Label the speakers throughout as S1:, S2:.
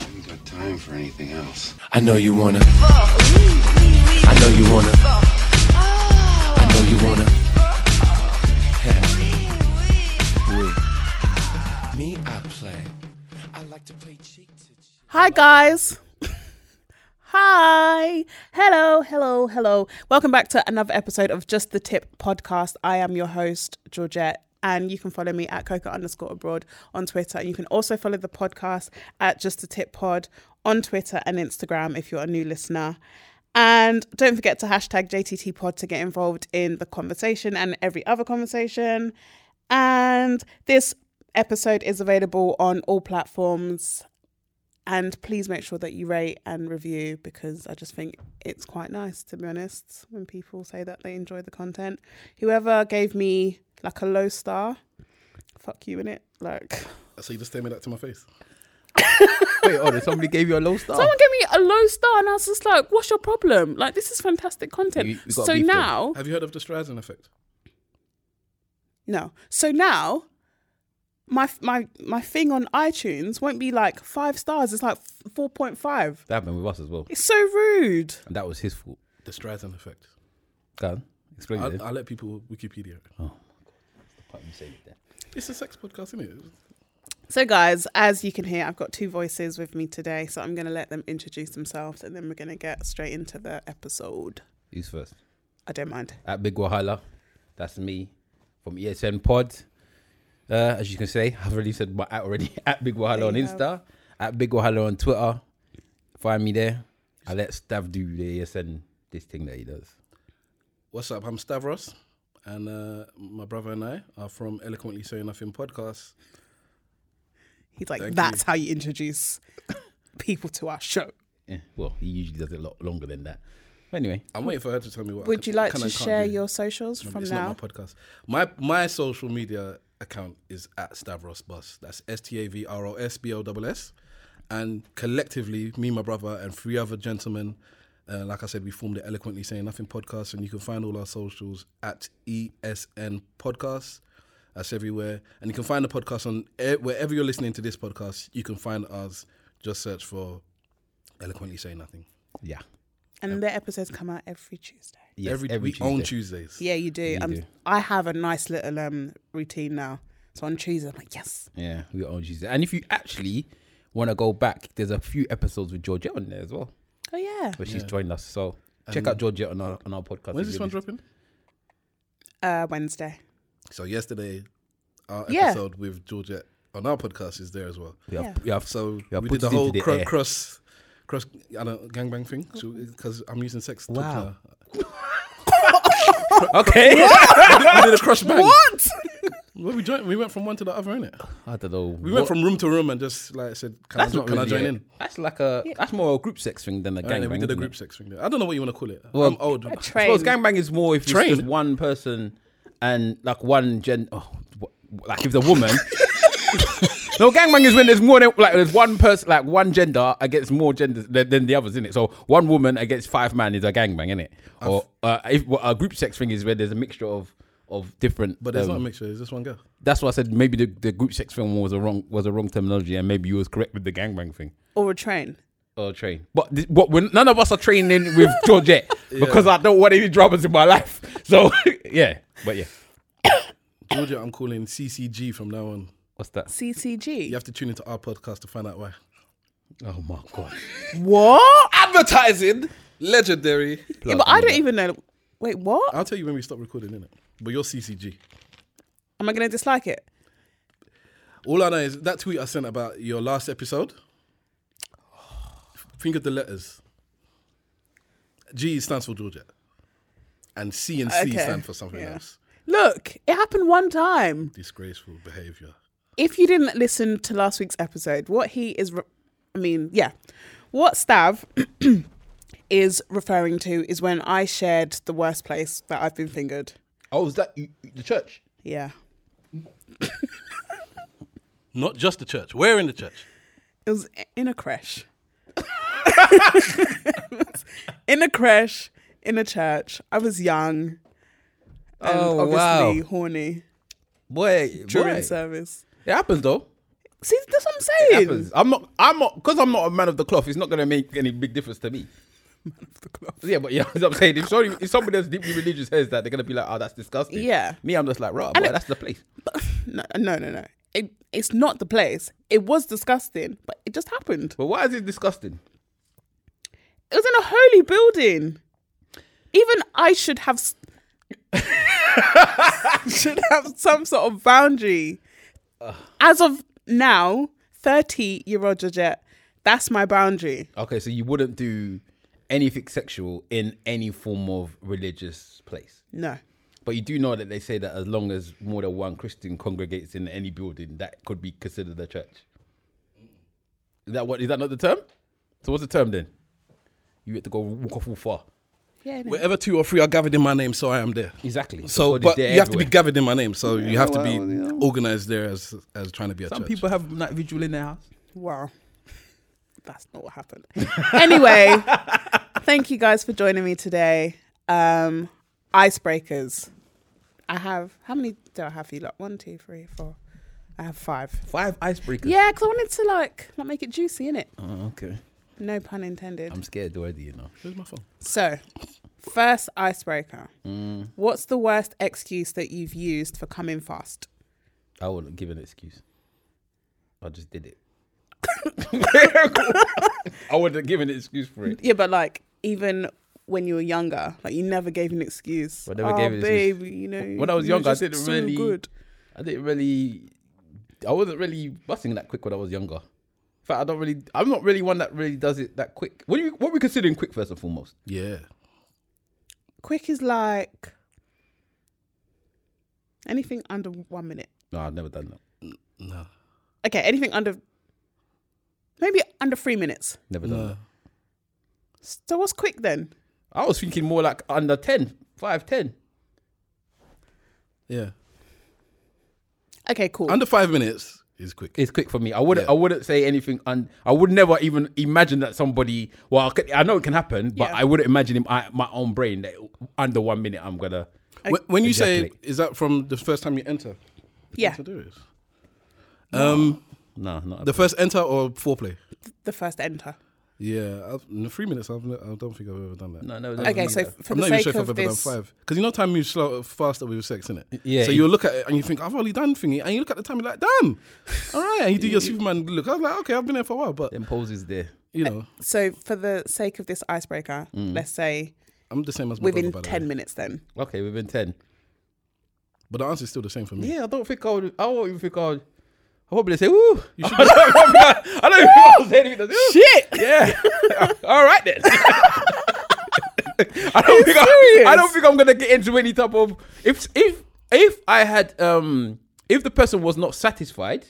S1: haven't got time for anything else.
S2: I know you wanna. I know you wanna. I know you wanna. Yeah. We. Me, I play. I like to play cheek to cheek.
S3: Hi, guys. Hi. Hello, hello, hello. Welcome back to another episode of Just the Tip podcast. I am your host, Georgette, and you can follow me at coca underscore abroad on Twitter. And you can also follow the podcast at Just the Tip Pod on Twitter and Instagram if you're a new listener. And don't forget to hashtag JTT Pod to get involved in the conversation and every other conversation. And this episode is available on all platforms and please make sure that you rate and review because I just think it's quite nice, to be honest, when people say that they enjoy the content. Whoever gave me like a low star, fuck you in it. Like,
S4: So you just staring that to my face.
S5: Wait, oh, somebody gave you a low star.
S3: someone gave me a low star, and I was just like, what's your problem? Like, this is fantastic content.
S5: You- you got
S3: so
S5: beef then?
S3: now,
S4: Have you heard of the Streisand effect?
S3: no. So now, my, my my thing on iTunes won't be like five stars, it's like 4.5.
S5: That happened with us as well,
S3: It's so rude.
S5: and that was his fault.
S4: The Streisand effect.
S5: Go on, explain it.
S4: I'll,
S5: then.
S4: I'll let people Wikipedia. it.
S5: Quite you said it there.
S4: It's a sex podcast, isn't it?
S3: So, guys, as you can hear, I've got two voices with me today, so I'm going to let them introduce themselves and then we're going to get straight into the episode.
S5: Who's first?
S3: I don't mind.
S5: At Big Wahala, that's me from ESN Pod. Uh, as you can say, I've already said my at already at Big Wahala on
S3: you
S5: Insta, at Big Wahala on Twitter. Find me there. I let Stav do the ESN this thing that he does.
S4: What's up? I'm Stavros, and uh, my brother and I are from Eloquently Say Nothing podcast.
S3: He's like,
S4: Thank
S3: that's how you introduce people to our show.
S5: Yeah, well, he usually does it a lot longer than that. But anyway,
S4: I'm waiting for her to tell me what. I
S3: Would
S4: can-
S3: you like
S4: can
S3: to
S4: and can't
S3: share
S4: do.
S3: your socials
S4: No,
S3: from
S4: it's
S3: now?
S4: not my podcast. My my social media account is at Stavros Bus. That's S T A V R O S B O S S. And collectively, me, my brother, and three other gentlemen, uh, like I said, we formed the Eloquently Saying Nothing podcast. And you can find all our socials at E ESN Podcast. That's everywhere. And you can find the podcast on e- wherever you're listening to this podcast, you can find us. Just search for Eloquently Say Nothing.
S5: yeah.
S3: and their episodes come out every Tuesday.
S5: Yes,
S4: every, week on
S5: Tuesday.
S4: Tuesdays.
S3: Yeah, you do. um,
S5: do.
S3: I have a nice little um, routine now. So on Tuesday, I'm like, yes.
S5: Yeah, we are on Tuesday. And if you actually want to go back, there's a few episodes with Georgette on there as well,
S3: Oh, yeah.
S5: where she's joined us. So check out Georgette on our on our podcast.
S4: When's this
S5: if you're
S4: one
S5: listening.
S4: dropping?
S3: Uh, Wednesday.
S4: So yesterday, our
S3: Yeah.
S4: episode with Georgette on our podcast is there as well.
S5: We have,
S3: Yeah.
S5: we have,
S4: So
S5: Yeah,
S4: we did
S5: put
S4: the
S5: it into
S4: whole
S5: the
S4: cro-
S5: air.
S4: cross, cross, I don't gangbang thing
S3: Oh.
S4: because I'm using sex. talk
S5: Wow.
S4: now.
S5: okay.
S4: we did a cross bang.
S3: What?
S4: Well, we joined. We went from one to the other, innit?
S5: I don't know.
S4: We went from room to room and just like said, "Can, I,
S5: That's
S4: jo-
S5: not
S4: can
S5: really
S4: I join
S5: it.
S4: in?"
S5: That's like a that's more a group sex thing than a
S4: And
S5: gangbang.
S4: then we did a
S5: isn't
S4: group
S5: it?
S4: sex thing. There. I don't know what you want to call it. I'm old.
S5: I
S3: Train.
S5: suppose gangbang is more if it's
S4: Train.
S5: just one person and like one gen. Oh, wh- like if the woman. No, gangbang is when there's more than like there's one person, like one gender against more genders than, than the others, isn't it? So one woman against five men is a gangbang, isn't it? Or uh, if well, a group sex thing is where there's a mixture of of different.
S4: But there's
S5: um,
S4: not a mixture. There's just one girl.
S5: that's why I said maybe the, the group sex thing was a wrong was a wrong terminology, and maybe you was correct with the gangbang thing
S3: Or a train.
S5: or train. But th- but when, none of us are training with Georgette because I don't want any dramas in my life. So yeah, but yeah,
S4: Georgia, I'm calling CCG from now on.
S5: what's that?
S3: CCG.
S4: You have to tune into our podcast to find out why.
S5: Oh my god!
S3: What?
S4: Advertising, legendary.
S3: Yeah, but I don't even know. Wait, what?
S4: I'll tell you when we stop recording, innit? But you're CCG.
S3: Am I going to dislike it?
S4: All I know is that tweet I sent about your last episode. Think of the letters. G stands for Georgia, and C and C
S3: Okay.
S4: stand for something else.
S3: Look, it happened one time.
S4: Disgraceful behavior.
S3: If you didn't listen to last week's episode, what he is, re- I mean, yeah, what Stav is referring to is when I shared the worst place that I've been fingered.
S5: Oh, is that you, the church?
S3: Yeah.
S4: Not just the church. Where in the church?
S3: It was in a crash. in a crash, in a church. I was young and
S5: Oh,
S3: obviously
S5: wow.
S3: horny
S5: Boy,
S3: during
S5: boy.
S3: service.
S5: it happens though.
S3: See, that's what I'm saying.
S5: happens. I'm not. I'm not because I'm not a man of the cloth. It's not going to make any big difference to me. Yeah, but yeah, you know what I'm saying if somebody, if somebody that's deeply religious hears that, they're gonna be like, "Oh, that's disgusting."
S3: Yeah.
S5: Me, I'm just like, "Right,
S3: And
S5: boy,
S3: it-
S5: that's the place."
S3: But- no, no, no, no. It, it's not the place. It was disgusting, but it just happened.
S5: But why is it disgusting?
S3: It was in a holy building. Even I should have s- should have some sort of boundary. As of now, thirty year old Georgette, that's my boundary.
S5: Okay, so you wouldn't do anything sexual in any form of religious place,
S3: No,
S5: but you do know that they say that as long as more than one Christian congregates in any building, that could be considered a church. Is that what? Is that not the term? So what's the term then? You have to go walk off all far.
S3: yeah, no.
S4: Wherever two or three are gathered in my name, so I am there.
S5: Exactly.
S4: So,
S5: God is
S4: but you
S5: there
S4: have to be
S5: everywhere.
S4: gathered in my name. So you have to be
S6: well, yeah.
S4: organized there as as trying to be a
S5: Some
S4: church.
S5: people have night vigil in their house.
S3: Wow. That's not what happened. anyway, thank you guys for joining me today. Um, icebreakers. I have, how many do I have for you? Like one, two, three, four. I have five.
S5: Five icebreakers.
S3: Yeah, because I wanted to like, like make it juicy, innit?
S5: Oh, okay.
S3: No pun intended.
S5: I'm scared already, you know.
S4: Where's my phone?
S3: So, first icebreaker. What's the worst excuse that you've used for coming fast?
S5: I wouldn't give an excuse. I just did it. I wouldn't give an excuse for it.
S3: Yeah, but like, even when you were younger, like you never gave an excuse.
S5: I never
S3: oh,
S5: gave an excuse.
S3: babe, you know.
S5: When I was
S3: you were
S5: younger, I
S3: just
S5: didn't
S3: so
S5: really-
S3: Good.
S5: I didn't really. I wasn't really busting that quick when I was younger. In fact, I don't really. I'm not really one that really does it that quick. What do you? What are we considering quick first and foremost?
S4: Yeah.
S3: Quick is like anything under one minute.
S5: No, I've never done that.
S4: No.
S3: Okay, anything under maybe under three minutes.
S5: Never done
S4: No.
S5: that.
S3: So what's quick then?
S5: I was thinking more like under 10, 5, 10.
S4: Yeah.
S3: Okay, cool.
S4: Under five minutes is quick.
S5: It's quick for me. I wouldn't.
S4: Yeah.
S5: I wouldn't say anything. Un, I would never even imagine that somebody. Well, I could- I know it can happen, but
S3: Yeah.
S5: I wouldn't imagine in my, my own brain that under one minute I'm gonna.
S4: When, when you
S5: Ejaculate.
S4: say, is that from the first time you enter?
S3: yeah,
S4: To do this. Um,
S5: No, not
S4: the first enter or foreplay?
S3: the first enter.
S4: Yeah, I've, in the three minutes, I've, ne- I don't think I've ever done that.
S5: No, no. no
S3: Okay,
S5: no,
S3: so
S5: no.
S3: f- for
S4: I'm
S3: the
S4: not even
S3: sake
S4: sure if I've
S3: of
S4: ever
S3: this,
S4: done five. Because you know, time moves slow, faster with sex, innit?
S5: Yeah,
S4: So
S5: it-
S4: you look at it and you think, I've only done thingy. And you look at the time, you're like, damn. All right. And you do your Superman look. I was like, okay, I've been there for a while. But,
S5: them poses there.
S4: you know,
S3: so for the sake of this icebreaker,
S5: Mm.
S3: let's say
S4: I'm the same as my
S3: within
S4: brother, by the way.
S3: ten minutes. Then
S5: Okay, within ten.
S4: But the answer is still the same for me.
S5: Yeah, I don't think I would. I don't even think I would. I probably say, "Ooh." I don't, I don't even think I'll say anything. that's, "Ooh."
S3: shit.
S5: Yeah. All right then. I don't think I, I don't think I'm gonna get into any type of if if if I had um if the person was not satisfied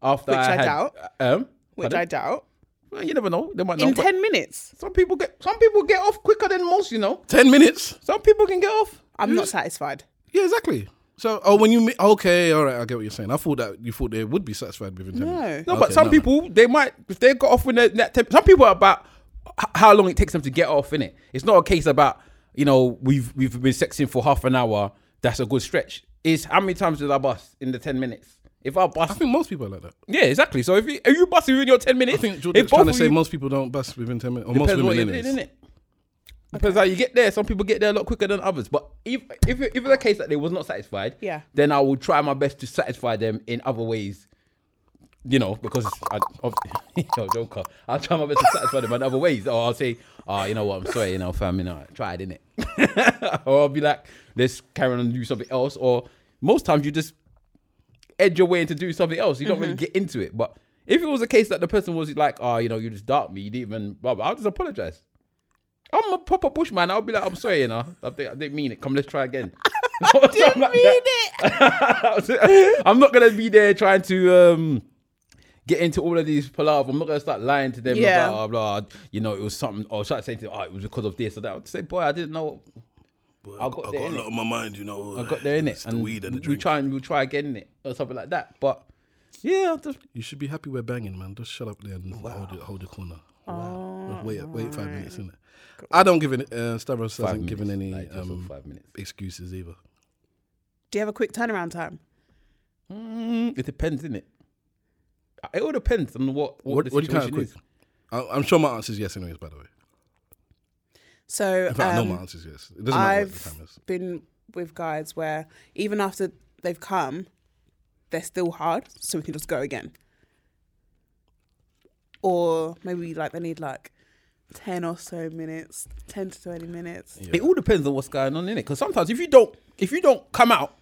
S5: after
S3: Which
S5: I,
S3: I
S5: had,
S3: doubt.
S5: um
S3: Which I doubt.
S5: well, you never know they might
S3: In
S5: not but
S3: ten minutes,
S5: some people get some people get off quicker than most you know
S4: 10 minutes?
S5: some people can get off
S3: I'm not satisfied.
S4: Yeah, exactly. So, oh, when you. mi- Okay, all right, I get what you're saying. I thought that you thought they would be satisfied within 10 minutes.
S5: no
S4: Okay,
S5: but some
S4: no, no.
S5: people they might if they got off when they're that temp- some people are about h- how long it takes them to get off in it it's not a case about you know we've we've been sexing for half an hour that's a good stretch is how many times did I bust in the 10 minutes if I bust
S4: I think most people are like that.
S5: Yeah, exactly. So if you, are you busting within your ten minutes,
S4: I think
S5: if
S4: Jordan's
S5: both
S4: trying to
S5: of
S4: say
S5: you-
S4: most people don't bust within 10 minutes. Or most
S5: depends what you
S4: women,
S5: did,
S4: innit?
S5: innit? Depends how you get there. Some people get there a lot quicker than others. But if if if it's a case that they was not satisfied,
S3: Yeah.
S5: then I will try my best to satisfy them in other ways. You know, because I, of, yo, Joker, I'll try my best to satisfy them in other ways. Or I'll say, oh, you know what, I'm sorry, you know, fam, you know, I tried, innit? or I'll be like, let's carry on and do something else. Or most times you just edge your way into doing something else. You don't
S3: Mm-hmm.
S5: really get into it. But if it was a case that the person was like, oh, you know, you just dark me, you didn't even, blah, blah, I'll just apologize. I'm a proper bush man. I'll be like, I'm sorry, you know, I, think, I didn't mean it. Come, let's try again. Or something
S3: Didn't
S5: like
S3: mean
S5: that.
S3: it.
S5: I'm not gonna be there trying to um get into all of these palaver. I'm not gonna start lying to them
S3: Yeah.
S5: about blah, blah You know, it was something. Or should I say to them, oh, it was because of this or that? I'd say, boy, I didn't know. I got,
S4: I
S5: there,
S4: got a
S5: innit?
S4: lot on my mind, you know. uh,
S5: I got there in it,
S4: It's the weed and the
S5: we
S4: drink.
S5: try and we'll try again it or something like that. But yeah, I'll just
S4: You should be happy we're banging, man. Just shut up there and hold, it, hold the corner.
S3: Oh.
S4: Wait, wait five minutes, innit? I don't give any, uh, Stavros
S5: five
S4: hasn't given any
S5: minutes, like, just
S4: um,
S5: five minutes.
S4: excuses either.
S3: Do you have a quick turnaround time?
S5: Mm, it depends, innit? It all depends on what what,
S4: What,
S5: the
S4: what do you count
S5: situation
S4: quick?
S5: is.
S4: I, I'm sure my answer is yes, anyways. By the way,
S3: So
S4: in fact, I know my
S3: um,
S4: answer is yes. It doesn't matter what the
S3: I've
S4: time is.
S3: been with guys where even after they've come, they're still hard, so we can just go again. Or maybe like they need like ten or so minutes, ten to twenty minutes. Yeah,
S5: It all depends on what's going on in it. Because sometimes if you don't if you don't come out,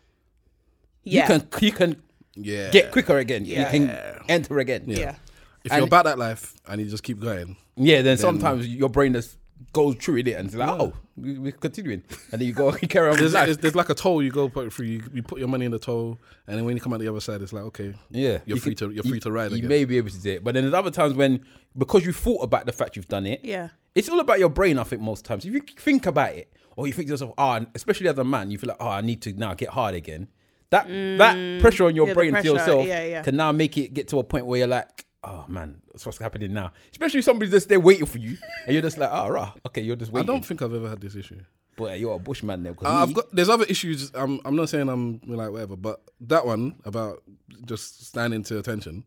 S5: you can you can
S4: Yeah.
S5: get quicker again.
S3: Yeah.
S5: You can enter again.
S3: yeah.
S4: If
S5: And-
S4: you're about that life and you just keep going,
S5: Yeah, then, sometimes your brain just goes through in it and it's like, oh, we, we're continuing. And then you go, you carry on with
S4: there's,
S5: life.
S4: there's, there's like a toll you go put through. You, you put your money in the toll, and then when you come out the other side, it's like okay,
S5: Yeah,
S4: you're
S5: you
S4: free
S5: can-
S4: to you're
S5: you-
S4: free to ride
S5: You
S4: again.
S5: may be able to do it, but then there's other times when because you thought about the fact you've done it.
S3: Yeah.
S5: it's all about your brain. I think most times, if you think about it, or you think to yourself, ah, and especially as a man, you feel like, oh, I need to now get hard again. That that pressure on your
S3: Mm, Yeah, the
S5: brain
S3: pressure,
S5: to yourself
S3: yeah, yeah.
S5: can now make it get to a point where you're like, oh man, that's what's happening now. Especially if somebody's just there waiting for you, and you're just like, ah, rah, okay, you're just
S4: I
S5: waiting.
S4: don't think I've ever had this issue.
S5: but you're a bushman now. 'cause
S4: Uh, I've
S5: me-
S4: got there's other issues. I'm I'm not saying I'm like whatever, but that one about just standing to attention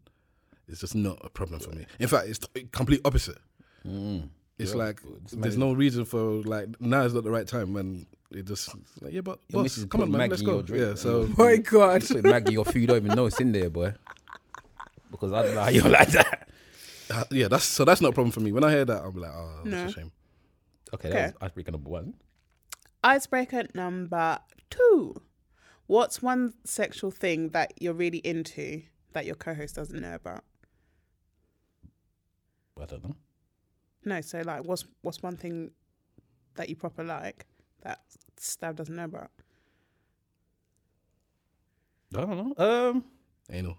S4: is just not a problem for me. In fact, it's t- complete opposite.
S5: Mm.
S4: It's like there's no reason for like now is not the right time, and it just it's like, yeah, but boss,
S5: missus
S4: come on,
S5: put
S4: man,
S5: Maggie
S4: let's
S5: in
S4: go.
S5: your drink,
S4: Yeah,
S5: man.
S4: so
S3: My God.
S5: Put Maggie, your food, you don't even know it's in there, boy. Because I don't know how you're like that.
S4: uh, yeah, that's so that's not a problem for me. When I hear that, I'm like, oh,
S3: No.
S4: that's a shame.
S5: Okay,
S3: Okay.
S5: that was icebreaker number one.
S3: Icebreaker number two. What's one sexual thing that you're really into that your co-host doesn't know about?
S5: I don't know.
S3: No, so like, what's what's one thing that you proper like that Stab doesn't know about?
S5: I don't know. Um,
S4: Anal.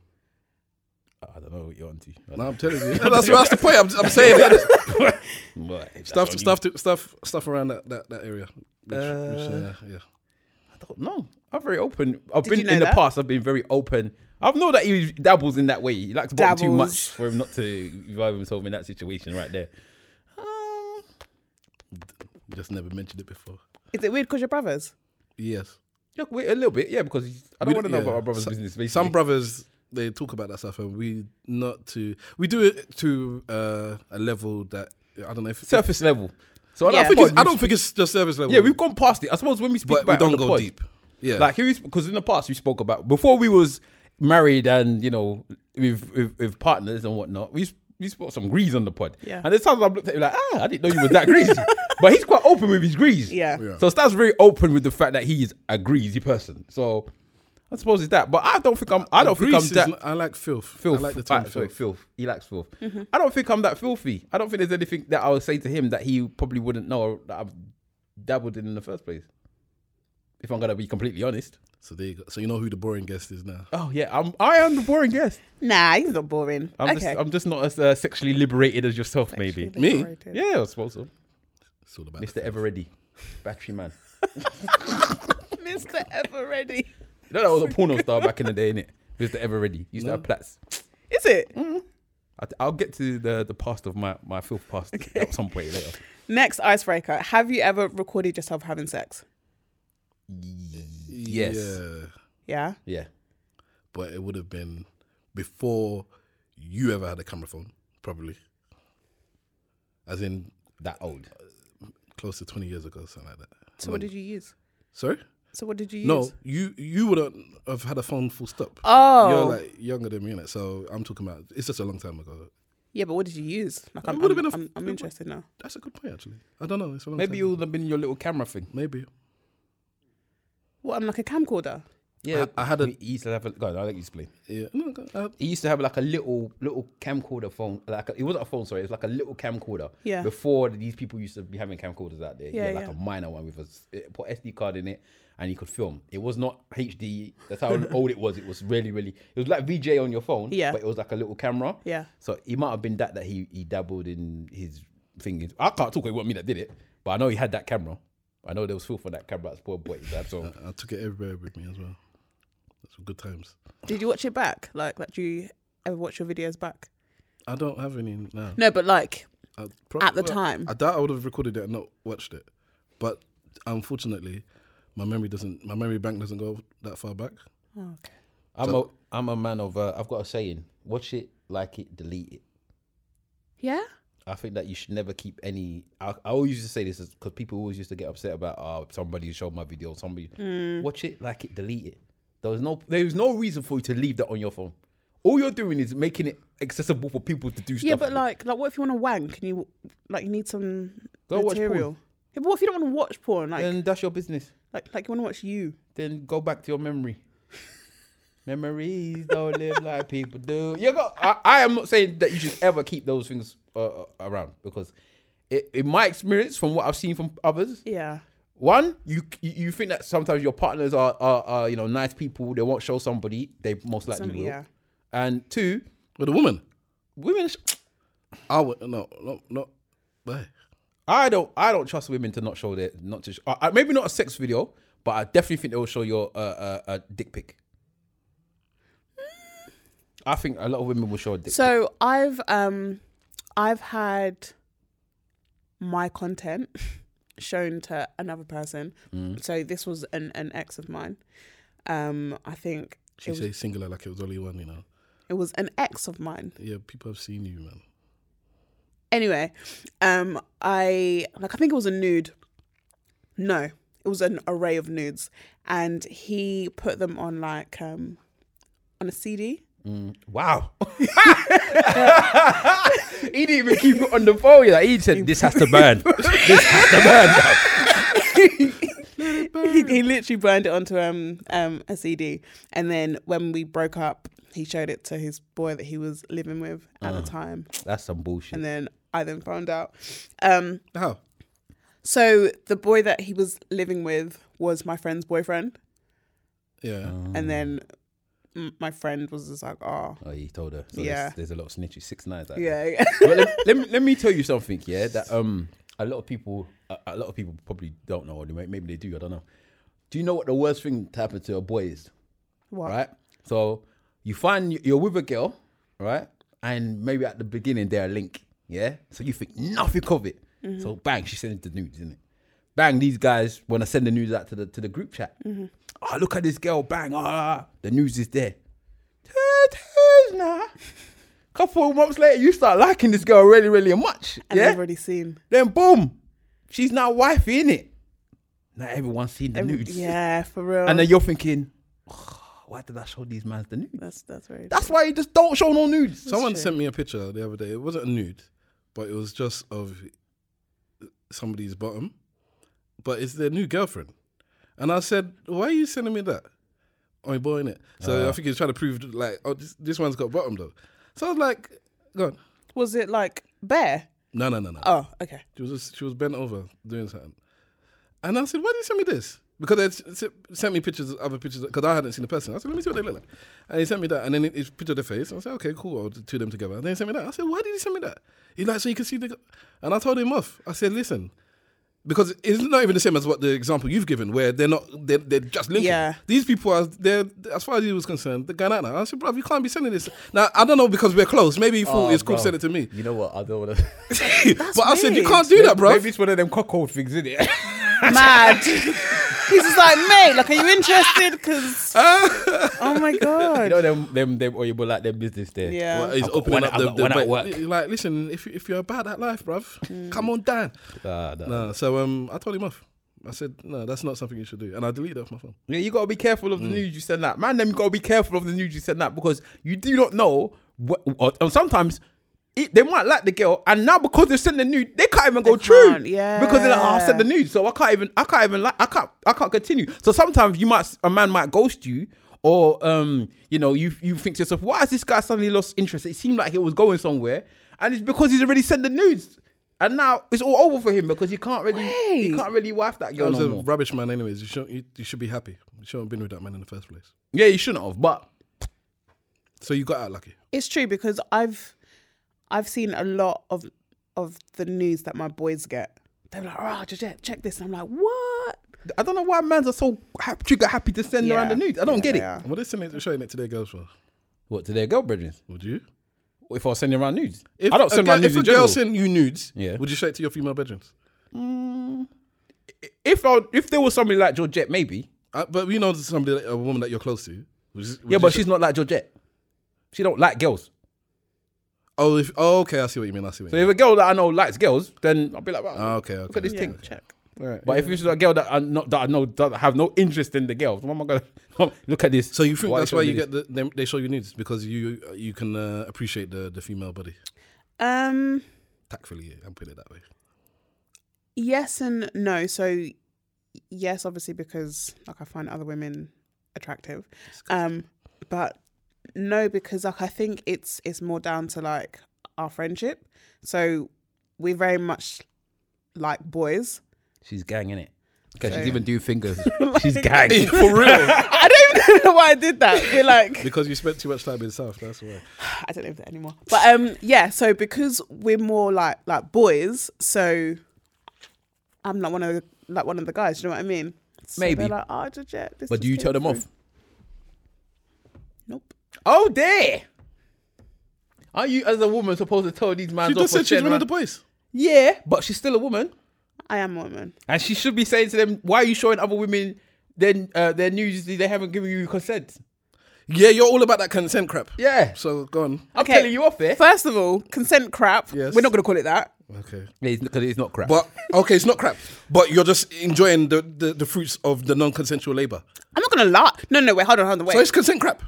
S5: I don't know what you're onto. I don't
S4: No,
S5: know.
S4: I'm telling you, that's, that's the point. I'm, I'm saying it.
S5: But if that's
S4: stuff,
S5: on you-
S4: stuff, to, stuff, stuff around that that, that area. Which, which, uh, yeah.
S5: I don't know. I'm very open. I've
S3: Did
S5: been
S3: you know
S5: in
S3: that?
S5: the past. I've been very open. I've known that he dabbles in that way. He likes to bottle too
S3: Dabbles.
S5: much for him not to involve himself in that situation right there. Um,
S4: Just never mentioned it before.
S3: Is it weird because you're brothers?
S4: Yes.
S5: look, wait a little bit, yeah, because he's- I don't
S4: We-
S5: want to know
S4: yeah.
S5: about our brother's
S4: So-
S5: business. Basically.
S4: Some brothers they talk about that stuff, and we not to. We do it to uh, a level that I don't know. If,
S5: surface level. So
S3: Yeah.
S5: I
S4: I, think
S5: don't
S4: it's, I don't think it's just service level.
S5: Yeah, we've gone past it. I suppose when we speak
S4: but we
S5: about it on
S4: don't
S5: the
S4: go
S5: pod,
S4: deep. Yeah,
S5: Like here, because in the past we spoke about before we was married and you know with with, with partners and whatnot. We s- we spoke some grease on the pod.
S3: Yeah.
S5: And there's times I've looked at him like, ah, I didn't know you was that greasy. but he's quite open with his grease.
S3: Yeah.
S4: Yeah.
S5: So Stas very open with the fact that he is a greasy person. So I suppose it's that. But I don't think I'm. I don't think
S4: Greece
S5: I'm
S4: is
S5: that.
S4: not- I like filth.
S5: Filth.
S4: I like the
S5: Ah,
S4: term
S5: sorry,
S4: filth.
S5: filth. He likes filth.
S3: Mm-hmm.
S5: I don't think I'm that filthy. I don't think there's anything that I would say to him that he probably wouldn't know that I've dabbled in in the first place. If I'm gonna be completely honest.
S4: So there you go. So you know who the boring guest is now.
S5: Oh yeah, I'm. I am the boring guest.
S3: Nah, he's not boring.
S5: I'm
S3: okay.
S5: just. I'm just not as uh, sexually liberated as yourself, maybe.
S3: Actually
S4: Me?
S3: liberated.
S5: Yeah, I suppose so.
S4: It's all about
S5: Mr. Ever Ready, Battery Man.
S3: Mr. Ever Ready.
S5: You know that was a porno star back in the day, innit? Mr. Ever Ready used to have plats.
S3: Is it?
S4: Mm.
S5: I t- I'll get to the the past of my my filth past at some point later.
S3: Next icebreaker. Have you ever recorded yourself having sex?
S5: Yes.
S4: Yeah,
S3: Yeah.
S5: Yeah.
S4: but it would have been before you ever had a camera phone, probably. As in
S5: That old.
S4: Uh, close to twenty years ago, something like that.
S3: So what did you use?
S4: Sorry.
S3: So what did you use?
S4: Mm. No, you you wouldn't have had a phone full stop.
S3: Oh.
S4: You're like younger than me, innit? So I'm talking about it's just a long time ago.
S3: Yeah, but what did you use? Like, I'm,
S4: would've
S3: I'm,
S4: been a-
S3: I'm, I'm interested now.
S4: That's a good point, actually. I don't know. It's a long
S5: Maybe
S4: time.
S5: you would have been your little camera thing.
S4: maybe.
S3: What? I'm like a camcorder.
S5: Yeah,
S4: I- I had a-
S5: He used to have. A, go on, I'll let you explain.
S4: Yeah. No, go- uh,
S5: He used to have like a little little camcorder phone. Like a, it wasn't a phone, sorry. It was like a little camcorder.
S3: Yeah.
S5: Before these people used to be having camcorders out there.
S3: Yeah,
S5: like
S3: yeah.
S5: a minor one with a s- it put SD card in it, and you could film. It was not HD. That's how old it was. It was really really. It was like VJ on your phone.
S3: Yeah.
S5: But it was like a little camera.
S3: Yeah.
S5: So it might have been that that he he dabbled in his thing. I can't talk. It wasn't me that did it, but I know he had that camera. I know there was filth on that camera. That's poor boy. That's all.
S4: I took it everywhere with me as well. That's good times.
S3: Did you watch it back? Like, like, do you ever watch your videos back?
S4: I don't have any now.
S3: No, but like,
S4: I prob-
S3: At the time.
S4: I doubt I would have recorded it and not watched it. But unfortunately, my memory doesn't. My memory bank doesn't go that far back.
S3: oh, okay.
S5: I'm a I'm a man of uh, I've got a saying. Watch it like it, delete it.
S3: Yeah.
S5: I think that you should never keep any. I, I always used to say this because people always used to get upset about oh somebody showed my video. Somebody
S3: Mm.
S5: watch it, like it, delete it. There was no there was no reason for you to leave that on your phone. All you're doing is making it accessible for people to do stuff.
S3: Yeah, but
S5: with.
S3: like, like, what if you want to wank and you like you need some
S5: Go watch
S3: material?
S5: porn.
S3: Yeah, but what if you don't want to watch porn? Like,
S5: then that's your business.
S3: like, like you want to watch you?
S5: Then go back to your memory. Memories don't live like people do. You go. I, I am not saying that you should ever keep those things uh, uh, around because, it, in my experience, from what I've seen from others,
S3: Yeah.
S5: One, you you- you think that sometimes your partners are are, are you know nice people. They won't show somebody. They most likely
S3: Some-
S5: will.
S3: yeah.
S5: And two,
S4: With a woman.
S5: women. Sh-
S4: I would no no no. Why?
S5: I don't I don't trust women to not show their not to sh- uh, uh, maybe not a sex video, but I definitely think they will show your uh, uh, uh dick pic. I think a lot of women will show a dick. pic.
S3: So I've um, I've had my content shown to another person.
S5: Mm.
S3: So this was an an ex of mine. Um, I think
S4: She say singular like it was only one. You know.
S3: it was an ex of mine.
S4: Yeah, people have seen you, man.
S3: anyway um i like i think it was a nude no it was an array of nudes and he put them on like um on a cd
S5: Wow. he didn't even keep it on the phone. Like, he said, "This has to burn. this has to burn."
S3: he, he literally burned it onto um um a cd and then when we broke up he showed it to his boy that he was living with at the time
S5: That's some bullshit.
S3: and then i then found out um
S4: How?
S3: so the boy that he was living with was my friend's boyfriend
S4: Yeah.
S3: and then m- my friend was just like oh
S5: Oh, he told her. So
S3: Yeah.
S5: There's, there's a lot of snitches. Six nines. Out there.
S3: yeah, yeah.
S5: But let, let me let me tell you something. Yeah, that um, a lot of people, a, a lot of people probably don't know, or they may- maybe they do. I don't know. Do you know what the worst thing to happen to a boy is?
S3: What?
S5: Right. So you find y- you're with a girl, right? And maybe at the beginning they're a link. Yeah. So you think nothing of it.
S3: Mm-hmm.
S5: So bang, she sends the nudes, isn't it? Bang, these guys want to send the news out to the to the group chat.
S3: Mm-hmm.
S5: Oh, look at this girl, bang, ah, the news is there. Tattoos, nah. Couple of months later, you start liking this girl really, really much.
S3: and
S5: yeah.
S3: they've already seen.
S5: Then boom, she's now wifey, in it? Now everyone's seen the nudes.
S3: Yeah, for real.
S4: Um,
S5: And then you're thinking, "Oh, why did I show these mans the nudes?
S3: that's that's very.
S5: That's why you just don't show no nudes.
S4: Someone
S3: true.
S4: sent me a picture the other day. It wasn't a nude, but it was just of somebody's bottom. But it's their new girlfriend. And I said, Why are you sending me that? Oh, boy, innit?
S3: Uh.
S4: So I think he was trying to prove, like, oh, this, this one's got bottom, though. So I was like, Go on.
S3: was it like bare?
S4: No, no, no, no.
S3: Oh, okay.
S4: She was just, she was bent over doing something, and I said, "Why did you send me this?" Because they s- s- sent me pictures, of other pictures, because I hadn't seen the person. I said, "Let me see what they look like," and he sent me that, and then it, it's picture of the face. I said, "Okay, cool." I'll do two of them together. And then he sent me that. I said, "Why did you send me that?" He like, "So you can see the," g-" and I told him off. I said, "Listen." Because it's not even the same as what the example you've given, where they're not, they're, they're just linking.
S3: Yeah.
S4: These people are, they're, as far as he was concerned, the Ghanaian. I said, bruv, you can't be sending this. Now, I don't know because we're close. Maybe he
S5: Oh,
S3: Oh,
S4: thought it's cool to send it to me.
S5: You know what? I don't want to.
S4: but I said, you
S3: weird.
S4: can't do that, bro.
S7: Maybe it's one of them cockhold things, isn't it?
S3: Mad. He's just like, mate. Like, are you interested? Because oh my
S5: you
S3: god.
S5: know them them them or you like their business there.
S3: Yeah.
S4: Well, he's
S5: I've got
S4: opening
S5: one
S4: up
S5: at-
S4: the,
S5: I've got
S4: the
S5: one at
S4: ba-
S5: work.
S4: like listen if if you're about that life bruv come on down
S5: Nah, nah.
S4: no so um I told him off I said no that's not something you should do and I deleted it off my phone
S5: Yeah, you gotta be careful of the news you send out, man. Them you gotta be careful of the news you send out because you do not know. What, or, or sometimes it, they might like the girl, and now because they send the nude, they can't even go true.
S3: can't, yeah.
S5: because they're like, oh, I sent the nude, so I can't even, I can't even, like, I can't, I can't continue. So sometimes you might, a man might ghost you, or um, you know, you you think to yourself, why has this guy suddenly lost interest? It seemed like he was going somewhere, and it's because he's already sent the nudes. And now it's all over for him because he can't really, he
S3: Wait.
S5: can't really wife that
S4: I
S5: girl
S4: was
S5: no
S4: a
S5: more.
S4: rubbish man anyways you should you, you should be happy you shouldn't have been with that man in the first place
S5: Yeah, you shouldn't have, but
S4: so you got out lucky
S3: It's true because I've I've seen a lot of of the news that my boys get. They're like, oh, Georgette, check this. And I'm like, what?
S5: I don't know why mans are so ha- trigger happy to send
S3: Yeah.
S5: around the nudes. I don't
S3: Yeah,
S5: get
S3: they
S5: it.
S3: are.
S4: what is sending it showing it to their girls for
S5: What to their girl brethren?
S4: would you
S5: If I was sending around nudes,
S4: if
S5: I don't
S4: a
S5: send
S4: girl-
S5: around
S4: if
S5: nudes
S4: a
S5: in
S4: girl
S5: general.
S4: sent you nudes
S5: Yeah.
S4: would you show it to your female bedrooms
S5: if I, if there was somebody like Georgette, maybe.
S4: uh, but we know somebody that- a woman that you're close to would you- would
S5: yeah,
S4: you
S5: but
S4: show-
S5: she's not like Georgette. She don't like girls.
S4: Oh, if, oh, okay. I see what you mean. I see what you
S5: If
S4: mean.
S5: a girl that I know likes girls, then I'll be like, wow.
S4: Ah, okay, okay.
S5: Look at this thing.
S3: Check.
S5: But if it's a girl that I not that I know doesn't have no interest in the girl, what am I gonna look at this?
S4: So you think that's
S5: show
S4: why
S5: me
S4: you
S5: this?
S4: get the, they, they show you nudes because you you can uh, appreciate the, the female body
S3: Um,
S4: tactfully and put it that way.
S3: yes and no. So yes, obviously because like I find other women attractive. Um, but no, because like I think it's it's more down to like our friendship. So we very much like boys.
S5: She's gang in it. Okay,
S3: So-
S5: she's even do fingers.
S3: She's
S5: gang.
S4: For real,
S3: I don't even know why I did that. We're like
S4: because you spent too much time in South. That's why.
S3: I don't live there anymore. But um, yeah. So because we're more like like boys, so I'm not one of the, like one of the guys. Do you know what I mean? So
S5: Maybe.
S3: they're Like, oh, just, yeah, this
S5: But do
S3: just
S5: you tell
S3: came
S5: them off?
S3: through." Nope.
S5: Oh dear. Aren't you as a woman supposed to tell these
S4: She
S5: man off?
S4: just
S5: for
S4: said she's
S5: sharing
S4: one of
S5: around-
S4: the boys.
S5: Yeah, but she's still a woman,
S3: I am a woman.
S5: and she should be saying to them, "Why are you showing other women then uh, their news? They haven't given you consent."
S4: Yeah, you're all about that consent crap.
S5: Yeah,
S4: So go on.
S5: I'm
S3: Okay.
S5: telling you off there.
S3: First of all, consent crap.
S4: Yes.
S3: We're not going to call it that.
S4: Okay.
S5: Because it's not crap.
S4: But okay, it's not crap. But you're just enjoying the, the, the fruits of the non-consensual labor.
S3: I'm not going to lie. No, no, wait. Hold on, hold on. Wait.
S4: So it's consent crap.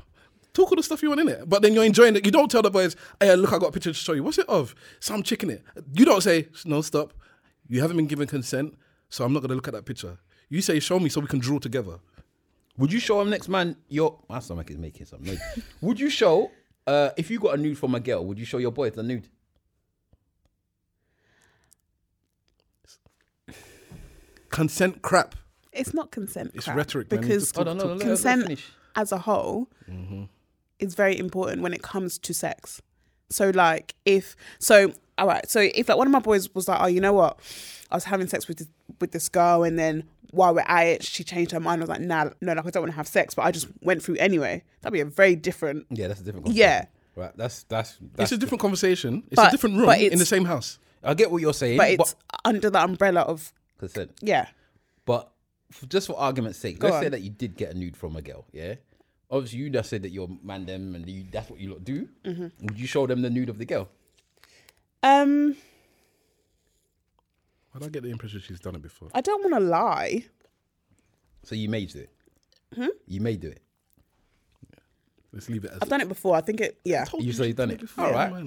S4: Talk all the stuff you want in it, but then you're enjoying it. You don't tell the boys, "Hey, look, I got a picture to show you. What's it of? Some chick in it." You don't say, "No, stop. You haven't been given consent, so I'm not gonna look at that picture." You say, "Show me, so we can draw together."
S5: Would you show him next man your my stomach is making some noise. would you show uh if you got a nude from a girl, would you show your boy the nude?
S4: Consent crap.
S3: It's not consent.
S4: It's
S3: crap,
S4: rhetoric, man. You
S3: because
S4: just talk-
S5: Hold on, hold on, let- let- let's
S3: consent
S5: finish. Mm-hmm.
S3: as a whole is very important when it comes to sex. So like if so all right so if like one of my boys was like oh you know what I was having sex with this, with this girl and then while we're at it she changed her mind I was like nah no like I don't want to have sex but I just went through anyway that'd be a very different
S5: Yeah, that's a different conversation.
S3: yeah
S5: Right. That's that's
S4: It's
S5: that's
S4: a different conversation. It's
S3: But-
S4: a different room
S3: but it's-
S4: in the same house.
S5: I get what you're saying,
S3: but it's under the umbrella of
S5: consent.
S3: yeah
S5: But f just for argument's sake,
S3: Go
S5: let's say
S3: on.
S5: that you did get a nude from a girl, yeah? Obviously you just said that you're man them and you, that's what you lot do.
S3: Mm-hmm.
S5: Would you show them the nude of the girl?
S3: um
S4: Well, I get the impression she's done it before.
S3: I don't want to lie
S5: So you may do it.
S3: Hmm?
S5: You may do it.
S4: Let's leave it as.
S3: I've done it before I think it yeah
S5: You say you've done it.
S4: All
S5: All
S4: right.
S5: right.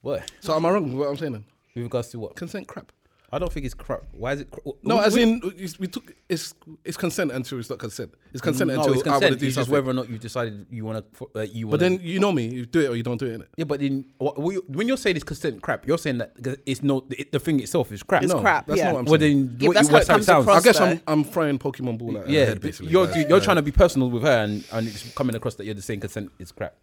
S5: What?
S4: So am I wrong with what I'm saying? Then?
S5: With regards to what?
S4: Consent crap.
S5: I don't think it's crap. Why is it? Cr-
S4: No,
S5: Wh-
S4: as
S5: wh-
S4: in it's- we took it's it's consent until it's not consent. It's consent
S5: No,
S4: until
S5: it's
S4: I want
S5: consent.
S4: to do
S5: It's just
S4: something.
S5: whether or not you decided you want to. Uh, you
S4: but
S5: want.
S4: then you know me. You do it or you don't do it. Innit?
S5: yeah, but then what, what you- when you're saying it's consent crap, you're saying that the- it's not the, the thing itself is crap.
S3: It's
S5: no,
S3: crap,
S4: that's not
S3: yeah.
S4: what I'm
S5: Well,
S4: saying.
S5: then
S3: Yeah,
S5: what,
S3: that's
S5: you-
S3: how
S5: what
S3: it
S5: that
S3: comes
S5: sounds.
S4: I
S3: across.
S4: guess
S3: though.
S4: I'm I'm throwing Pokemon ball at
S5: yeah,
S4: her head basically.
S5: you're
S4: Like,
S5: you're
S4: like,
S5: trying to be personal with her, and, and it's coming across that you're just saying consent is crap.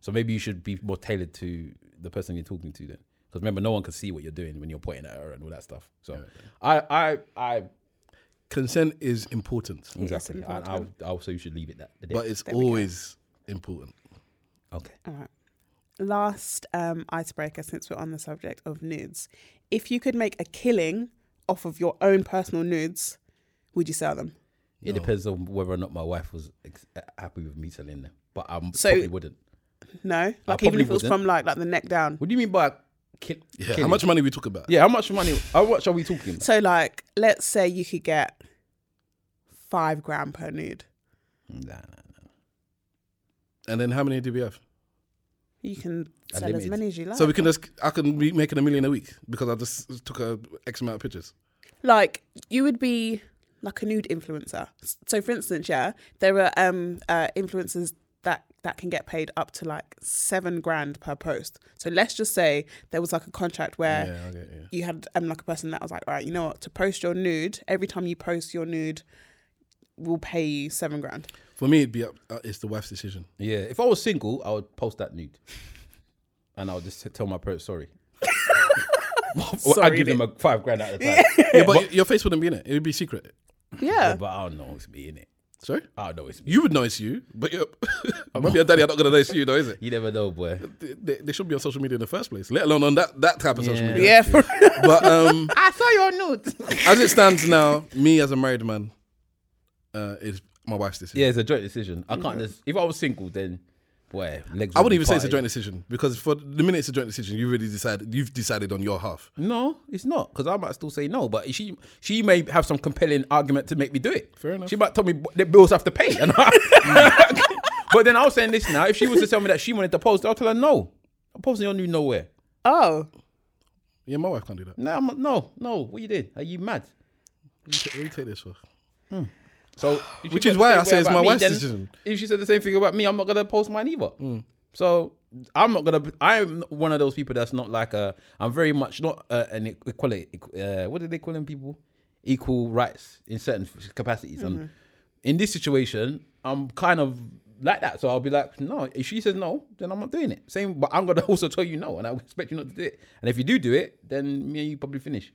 S5: So maybe you should be more tailored to the person you're talking to then, because remember, no one can see what you're doing when you're pointing at her and all that stuff. So I, I, I
S4: consent is important,
S5: exactly. I, I, would- I also you should leave it that.
S4: but it's always important.
S5: okay.
S3: last um, icebreaker since we're on the subject of nudes. If you could make a killing off of your own personal nudes, would you sell them?
S5: It depends on whether or not my wife was ex- happy with me selling them, but I
S3: So-
S5: probably wouldn't.
S3: No, like
S5: probably
S3: even if it was
S5: wouldn't.
S3: from like like the neck down.
S5: What do you mean by ki-
S4: Yeah.
S5: killing?
S4: How much money we talk about?
S5: Yeah, how much money? How much are we talking?
S3: So like, let's say you could get five grand per nude.
S5: Nah, nah.
S4: And then how many do we have?
S3: You can sell as
S5: Unlimited.
S3: many as you like.
S4: So we can just I can be making a million a week because I just took a X amount of pictures.
S3: like you would be like a nude influencer. S- So for instance, yeah, there are um uh, influencers that that can get paid up to like seven grand per post. So let's just say there was like a contract where
S4: Yeah, I get you.
S3: you had um like a person that was like, all right, you know what, to post your nude, every time you post your nude, we'll pay you seven grand.
S4: For me, it'd be up, uh, it's the wife's decision.
S5: Yeah, if I was single, I would post that nude, and I would just tell my parents sorry. Well, I'd
S3: Sorry,
S5: give them a five grand at a time.
S4: Yeah, but your face wouldn't be in it. It would be secret.
S3: Yeah.
S5: But I don't know it's me in it.
S4: Sorry,
S5: I don't know it's me.
S4: you would know it's you, but you're, mommy and daddy are not gonna know it's you, though, is it?
S5: You never know, boy.
S4: they, they should be on social media in the first place, let alone on that, that type of social
S5: Yeah.
S4: media.
S3: Yeah. For,
S4: But um,
S5: I saw your nude.
S4: as it stands now, me as a married man uh, is my wife's decision.
S5: yeah, it's a joint decision. I can't. just If I was single, then Boy, legs.
S4: I
S5: will
S4: wouldn't
S5: be
S4: even say it's a
S5: parted.
S4: joint decision because for the minute it's a joint decision, you really decide you've decided on your half.
S5: No, it's not because I might still say no, but she she may have some compelling argument to make me do it.
S4: Fair enough.
S5: She might tell me b- the bills I have to pay, and I- but then I was saying this now. If she was to tell me that she wanted to post, I'll tell her no. I'm posting on you nowhere.
S3: Oh,
S4: Yeah, my wife can't do that.
S5: No, I'm, no, no. What you did? Are you mad?
S4: What do you ta- what do you take this for?
S5: So, if she
S4: Which is
S5: felt the
S4: why
S5: same
S4: I say
S5: way
S4: it's
S5: about
S4: my
S5: me,
S4: wife's
S5: then
S4: decision. Mm.
S5: If she said the same thing about me, I'm not gonna post mine either. So I'm not gonna. I'm one of those people that's not like a. I'm very much not uh, an e- equality. equ- Uh, what do they call them people? Equal rights in certain f- capacities.
S4: Mm-hmm.
S5: And in this situation, I'm kind of like that. So I'll be like, no. If she says no, then I'm not doing it. Same, but I'm gonna also tell you no, and I expect you not to do it. And if you do do it, then me and you probably finish.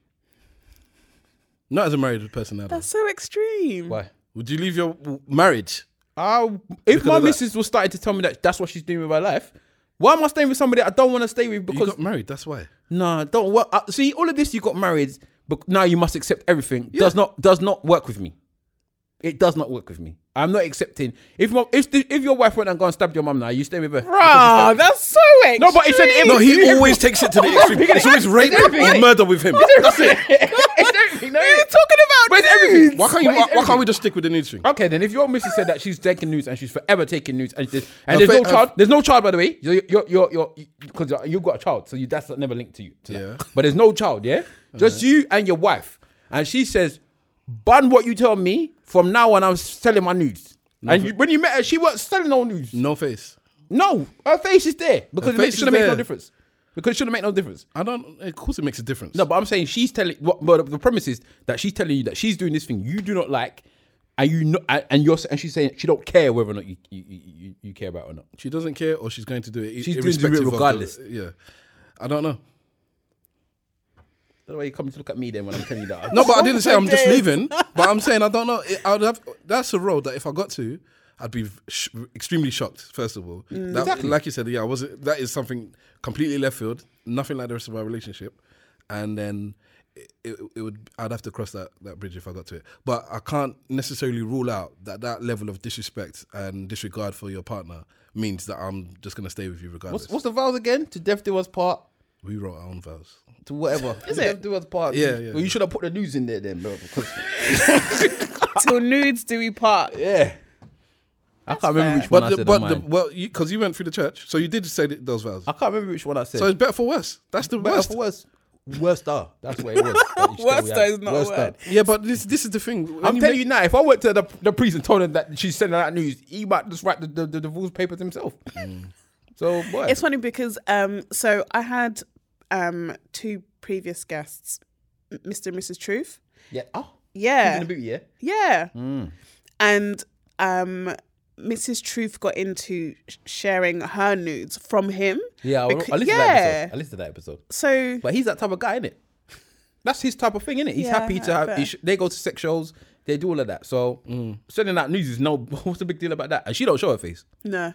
S4: Not as a married person now. though.
S3: that's so extreme.
S4: Mm.
S5: Why?
S4: Would you leave your w- marriage?
S5: I, if
S4: Because
S5: my
S4: of that.
S5: missus was starting to tell me that that's what she's doing with her life, why am I staying with somebody I don't want to stay with?
S4: You
S5: Because
S4: got married. That's why.
S5: nah, don't work. Uh, see, all of this you got married, but now you must accept everything. Does not does not work with me. It does not work with me. I'm not accepting. If my, if the, if your wife went and go and stabbed your mum now, you stay with her.
S3: Bruh, that's so extreme.
S5: No, but he said
S4: No, he always takes it to the extreme. It's always rape or murder with him. That's it.
S5: it's everything. No,
S3: What are you talking about
S5: But it's everything.
S4: Why can't you?
S5: But it's
S4: Why, why can't we just stick with the news thing?
S5: Okay, then if your missus said that she's taking news and she's forever taking news and there's, and
S4: Her
S5: there's no
S4: fa- uh, her
S5: child,
S4: f-
S5: there's no child by the way. You're you're you're because you got a child, so you that's never linked to you. to that.
S4: Yeah.
S5: But there's no child, yeah. Just you and your wife, and she says, "Ban what you tell me from now on. I'm selling my news." and you, when you met her, she was selling no news.
S4: No face.
S5: No, her face is there because
S4: Her
S5: it makes-
S4: face
S5: shouldn't
S4: is
S5: make no
S4: there.
S5: difference. Because it shouldn't make no difference.
S4: I don't. Of course, it makes a difference.
S5: No, but I'm saying she's telling. What, but the premise is that she's telling you that she's doing this thing you do not like, and you know, and and you're and she's saying she don't care whether or not you you, you, you- you care about it or not.
S4: she doesn't care, or she's going to do it. i-
S5: She's doing it
S4: irrespective of the-
S5: regardless.
S4: yeah, I don't know.
S5: That's why you come to look at me then when I'm telling you that.
S4: No, but I didn't say I'm just
S3: Okay.
S4: leaving. But I'm saying I don't know. It- I'd have. That's a road that if I got to, I'd be sh- extremely shocked. First of all,
S5: Mm.
S4: That- like you said, yeah, I was. That is something completely left field. Nothing like the rest of our relationship. And then it, it, it would. I'd have to cross that that bridge if I got to it. But I can't necessarily rule out that that level of disrespect and disregard for your partner means that I'm just gonna stay with you regardless.
S5: what's, what's the vows again? To death do us part.
S4: we wrote our own vows.
S5: To whatever. Is to
S3: it?
S5: Death do us part.
S4: Yeah, yeah,
S5: Well, you
S4: yeah.
S5: should have put the news in there then, bro. Because
S3: till nudes do we part?
S5: yeah, I can't
S3: fair.
S5: remember which one
S4: But
S5: I
S4: the,
S5: said.
S4: but
S5: on
S4: the,
S5: mine.
S4: well, because you, went through the church, so you did say th- those vows.
S5: I can't remember which one I said.
S4: So it's better for worse. That's the
S5: Better
S4: worst.
S5: for worse. Worst star. That's what it was. that you
S3: Worst
S5: still
S3: star
S5: had.
S3: is not a
S5: Worst star.
S3: word.
S4: Yeah, but this this is the thing. When
S5: I'm
S4: you
S5: telling
S4: make-
S5: you now, if I went to the, the priest and told him that she's sending out news, he might just write the, the, the divorce papers himself. So, boy.
S3: It's funny because um, so I had um two previous guests, M- Mr. and Mrs. Truth.
S5: yeah. Oh,
S3: Yeah.
S5: in the booty, yeah?
S3: Yeah.
S4: Mm.
S3: And um, Mrs. Truth got into sh- sharing her nudes from him.
S5: Yeah, I,
S3: Becau-
S5: I listened to that
S3: yeah.
S5: episode. I listened to that episode.
S3: So
S5: But he's that type of guy, innit? That's his type of thing, innit? He's
S3: Yeah,
S5: happy to have,
S3: fair.
S5: he sh- they go to sex shows, they do all of that. So, sending out news is no, what's the big deal about that? And she don't show her face.
S3: no.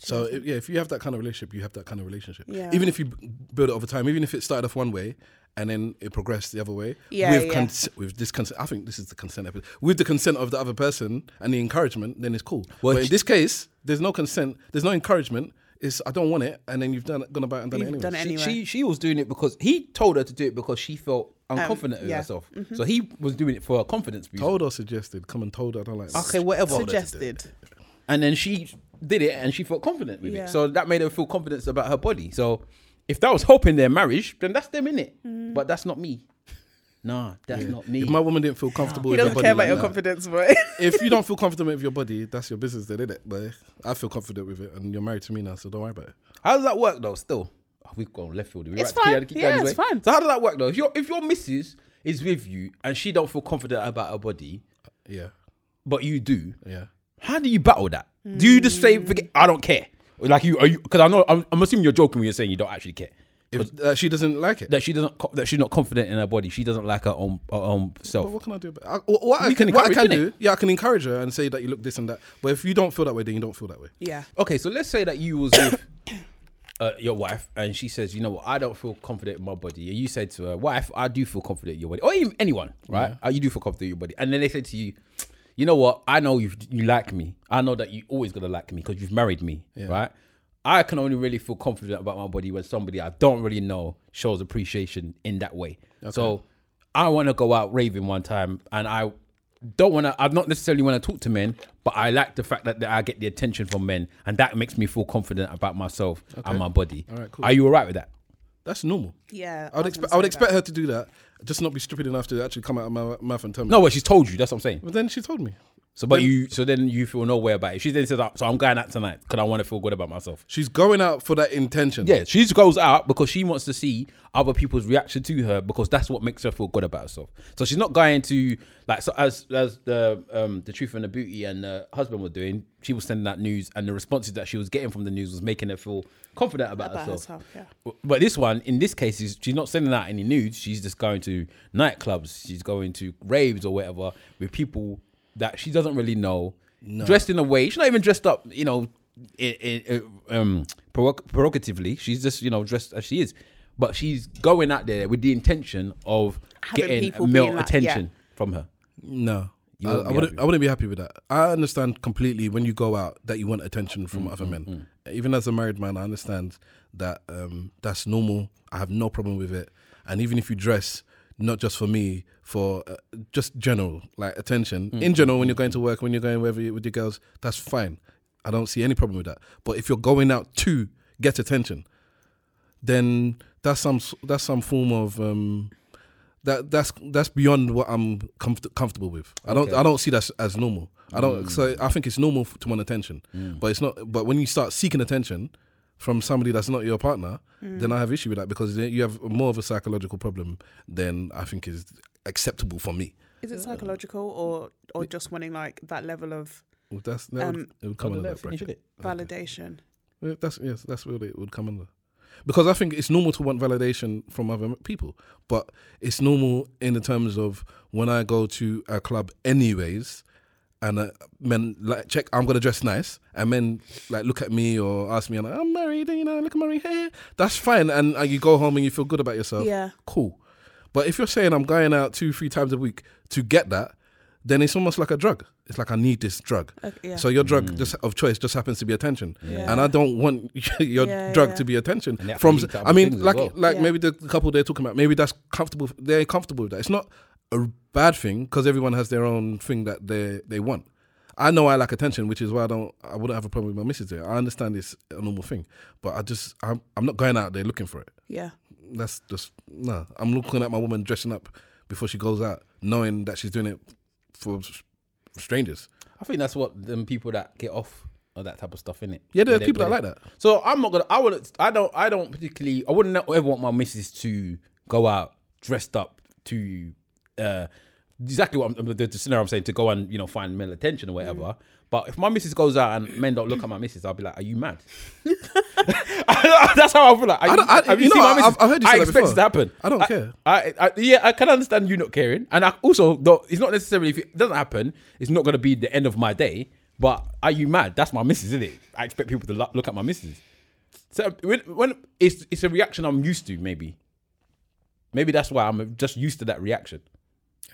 S4: so if- yeah, if you have that kind of relationship, you have that kind of relationship.
S3: Yeah.
S4: Even if you b- build it over time, even if it started off one way and then it progressed the other way,
S3: Yeah,
S4: with
S3: yeah.
S4: Cons- with this consent, I think this is the consent episode. With the consent of the other person and the encouragement, then it's cool.
S5: Well,
S4: but
S5: sh-
S4: in this case, there's no consent, there's no encouragement. It's I don't want it, and then you've done gone about and done it anyway.
S3: You've done it
S5: She,
S3: anyway. Um,
S5: she she was doing it because he told her to do it because she felt unconfident in
S3: yeah. Mm-hmm.
S5: herself. So he was doing it for her confidence. reason.
S4: Told or suggested, come and told. I don't like. this.
S5: okay, whatever.
S3: suggested.
S5: and then she did it and she felt confident with
S3: Yeah.
S5: it. So that made her feel confidence about her body. So if that was helping their marriage, then that's them in it.
S3: Mm.
S5: But that's not me. Nah, that's not me.
S4: If my woman didn't feel comfortable,
S3: He
S4: with your
S3: doesn't
S4: body
S3: care about
S4: like
S3: your
S4: that-
S3: confidence, boy.
S4: if you don't feel confident with your body, that's your business, then, isn't it? But I feel confident with it, and you're married to me now, so don't worry about it.
S5: How does that work though? Still, Oh, we've gone left field. We
S3: It's
S5: right- keep-
S3: fine.
S5: keep going
S3: Yeah,
S5: this
S3: it's
S5: way.
S3: fine.
S5: So how does that work though? If your if your missus is with you and she don't feel confident about her body,
S4: Yeah,
S5: but you do,
S4: yeah.
S5: how do you battle that? Do you just say forget? I don't care. Like you are you? Because I know I'm, I'm assuming you're joking when you're saying you don't actually care.
S4: If uh, she doesn't like it,
S5: That she doesn't. co- That she's not confident in her body. She doesn't like her own her own self.
S4: but what can I do? About it? I, what what I
S5: We
S4: can,
S5: can
S4: what I
S5: encourage,
S4: can do,
S5: innit?
S4: yeah, I can encourage her and say that you look this and that. But if you don't feel that way, then you don't feel that way.
S3: yeah.
S5: Okay, so let's say that you was with uh, your wife and she says, you know what, I don't feel confident in my body. And you said to her, wife, I do feel confident in your body. Or even anyone, right? Uh, you do feel confident in your body. And then they said to you, you know what? I know you you like me. I know that you always gonna like me because you've married me, right? I can only really feel confident about my body when somebody I don't really know shows appreciation in that way. So I want to go out raving one time, and I don't want to. I don't necessarily want to talk to men, but I like the fact that, that I get the attention from men, and that makes me feel confident about myself and my body.
S4: All right, cool.
S5: Are you all right with that?
S4: That's normal.
S3: Yeah,
S4: I would
S3: was gonna
S4: expect. I would
S3: say
S4: expect
S3: that.
S4: her to do that, just not be stupid enough to actually come out of my mouth and tell me.
S5: No, well, she's told you. That's what I'm saying.
S4: but then she told me.
S5: So, but you, so then you feel no way about it. She then says, "Oh, "So I'm going out tonight because I want to feel good about myself."
S4: She's going out for that intention.
S5: Yeah, she just goes out because she wants to see other people's reaction to her because that's what makes her feel good about herself. So she's not going to like so as as the um the truth and the beauty and the husband were doing. She was sending out news, and the responses that she was getting from the news was making her feel confident about,
S3: About
S5: herself.
S3: herself, yeah.
S5: W- But this one, in this case, is she's not sending out any nudes. She's just going to nightclubs. She's going to raves or whatever with people that she doesn't really know, dressed in a way. She's not even dressed up, you know, i i i- um, prerog- prerogatively. She's just, you know, dressed as she is. But she's going out there with the intention of
S3: Having people
S5: getting male
S3: being like-
S5: attention from her.
S4: No. I,
S5: wouldn't
S4: I
S5: be
S4: wouldn't.
S5: happy.
S4: I wouldn't be happy with that. I understand completely when you go out that you want attention
S5: Mm,
S4: from other men. Even as a married man, I understand that um, that's normal. I have no problem with it. And even if you dress, not just for me, for uh, just general like attention
S5: Mm,
S4: in general when you're going to work, when you're going wherever you, with your girls, that's fine. I don't see any problem with that. But if you're going out to get attention, then that's some s- that's some form of um, that that's that's beyond what I'm comfort, comfortable with. I don't I don't see that as, as normal. I don't. So I think it's normal f- to want attention, but it's not. But when you start seeking attention from somebody that's not your partner, then I have issue with that because then you have more of a psychological problem than I think is acceptable for me.
S3: Is it psychological or or just wanting like that level of
S4: Well, that's that would,
S3: Um,
S4: it would come under that bracket.
S3: validation?
S4: Yeah, That's yes, that's what it would come under. Because I think it's normal to want validation from other people, but it's normal in the terms of when I go to a club, anyways, and uh, men like check I'm gonna dress nice, and men like look at me or ask me, and I'm married, and, you know, look at my hair. That's fine, and uh, you go home and you feel good about yourself.
S3: Yeah.
S4: cool. But if you're saying I'm going out two, three times a week to get that, then it's almost like a drug. It's like I need this drug.
S3: Okay, yeah.
S4: So your drug
S5: Mm.
S4: just of choice just happens to be attention,
S3: Yeah.
S4: and I don't want your
S3: Yeah,
S4: drug
S3: yeah.
S4: to be attention
S5: And that
S4: from.
S5: can lead to other
S4: I mean,
S5: things as
S4: like
S5: well.
S4: like
S3: Yeah.
S4: maybe the couple they're talking about, maybe that's comfortable. They're comfortable with that. It's not a bad thing because everyone has their own thing that they they want. I know I like attention, which is why I don't. I wouldn't have a problem with my missus there. I understand it's a normal thing, but I just I'm I'm not going out there looking for it.
S3: Yeah,
S4: That's just no. I'm looking at my woman dressing up before she goes out, knowing that she's doing it for s- strangers.
S5: I think that's what them people that get off of that type of stuff, in it.
S4: Yeah, there are people that like that.
S5: So I'm not gonna. I would. I don't. I don't particularly. I wouldn't ever want my missus to go out dressed up to uh, exactly what I'm, the, the scenario I'm saying to go and you know find male
S4: Mm.
S5: attention or whatever. But if my missus goes out and men don't look at my missus, I'll be like, "Are you mad?" That's how I feel like. Are
S4: I
S5: you,
S4: don't- I-
S5: have
S4: you
S5: you,
S4: know,
S5: seen my
S4: I've-
S5: missus?
S4: I've heard you say
S5: I
S4: that
S5: expect
S4: before.
S5: this to happen.
S4: I don't care.
S5: I, I, yeah, I can understand you not caring, and I also though it's not necessarily if it doesn't happen, it's not going to be the end of my day. But are you mad? That's my missus, isn't it? I expect people to lo- look at my missus. So when, when it's it's a reaction I'm used to, maybe, maybe that's why I'm just used to that reaction.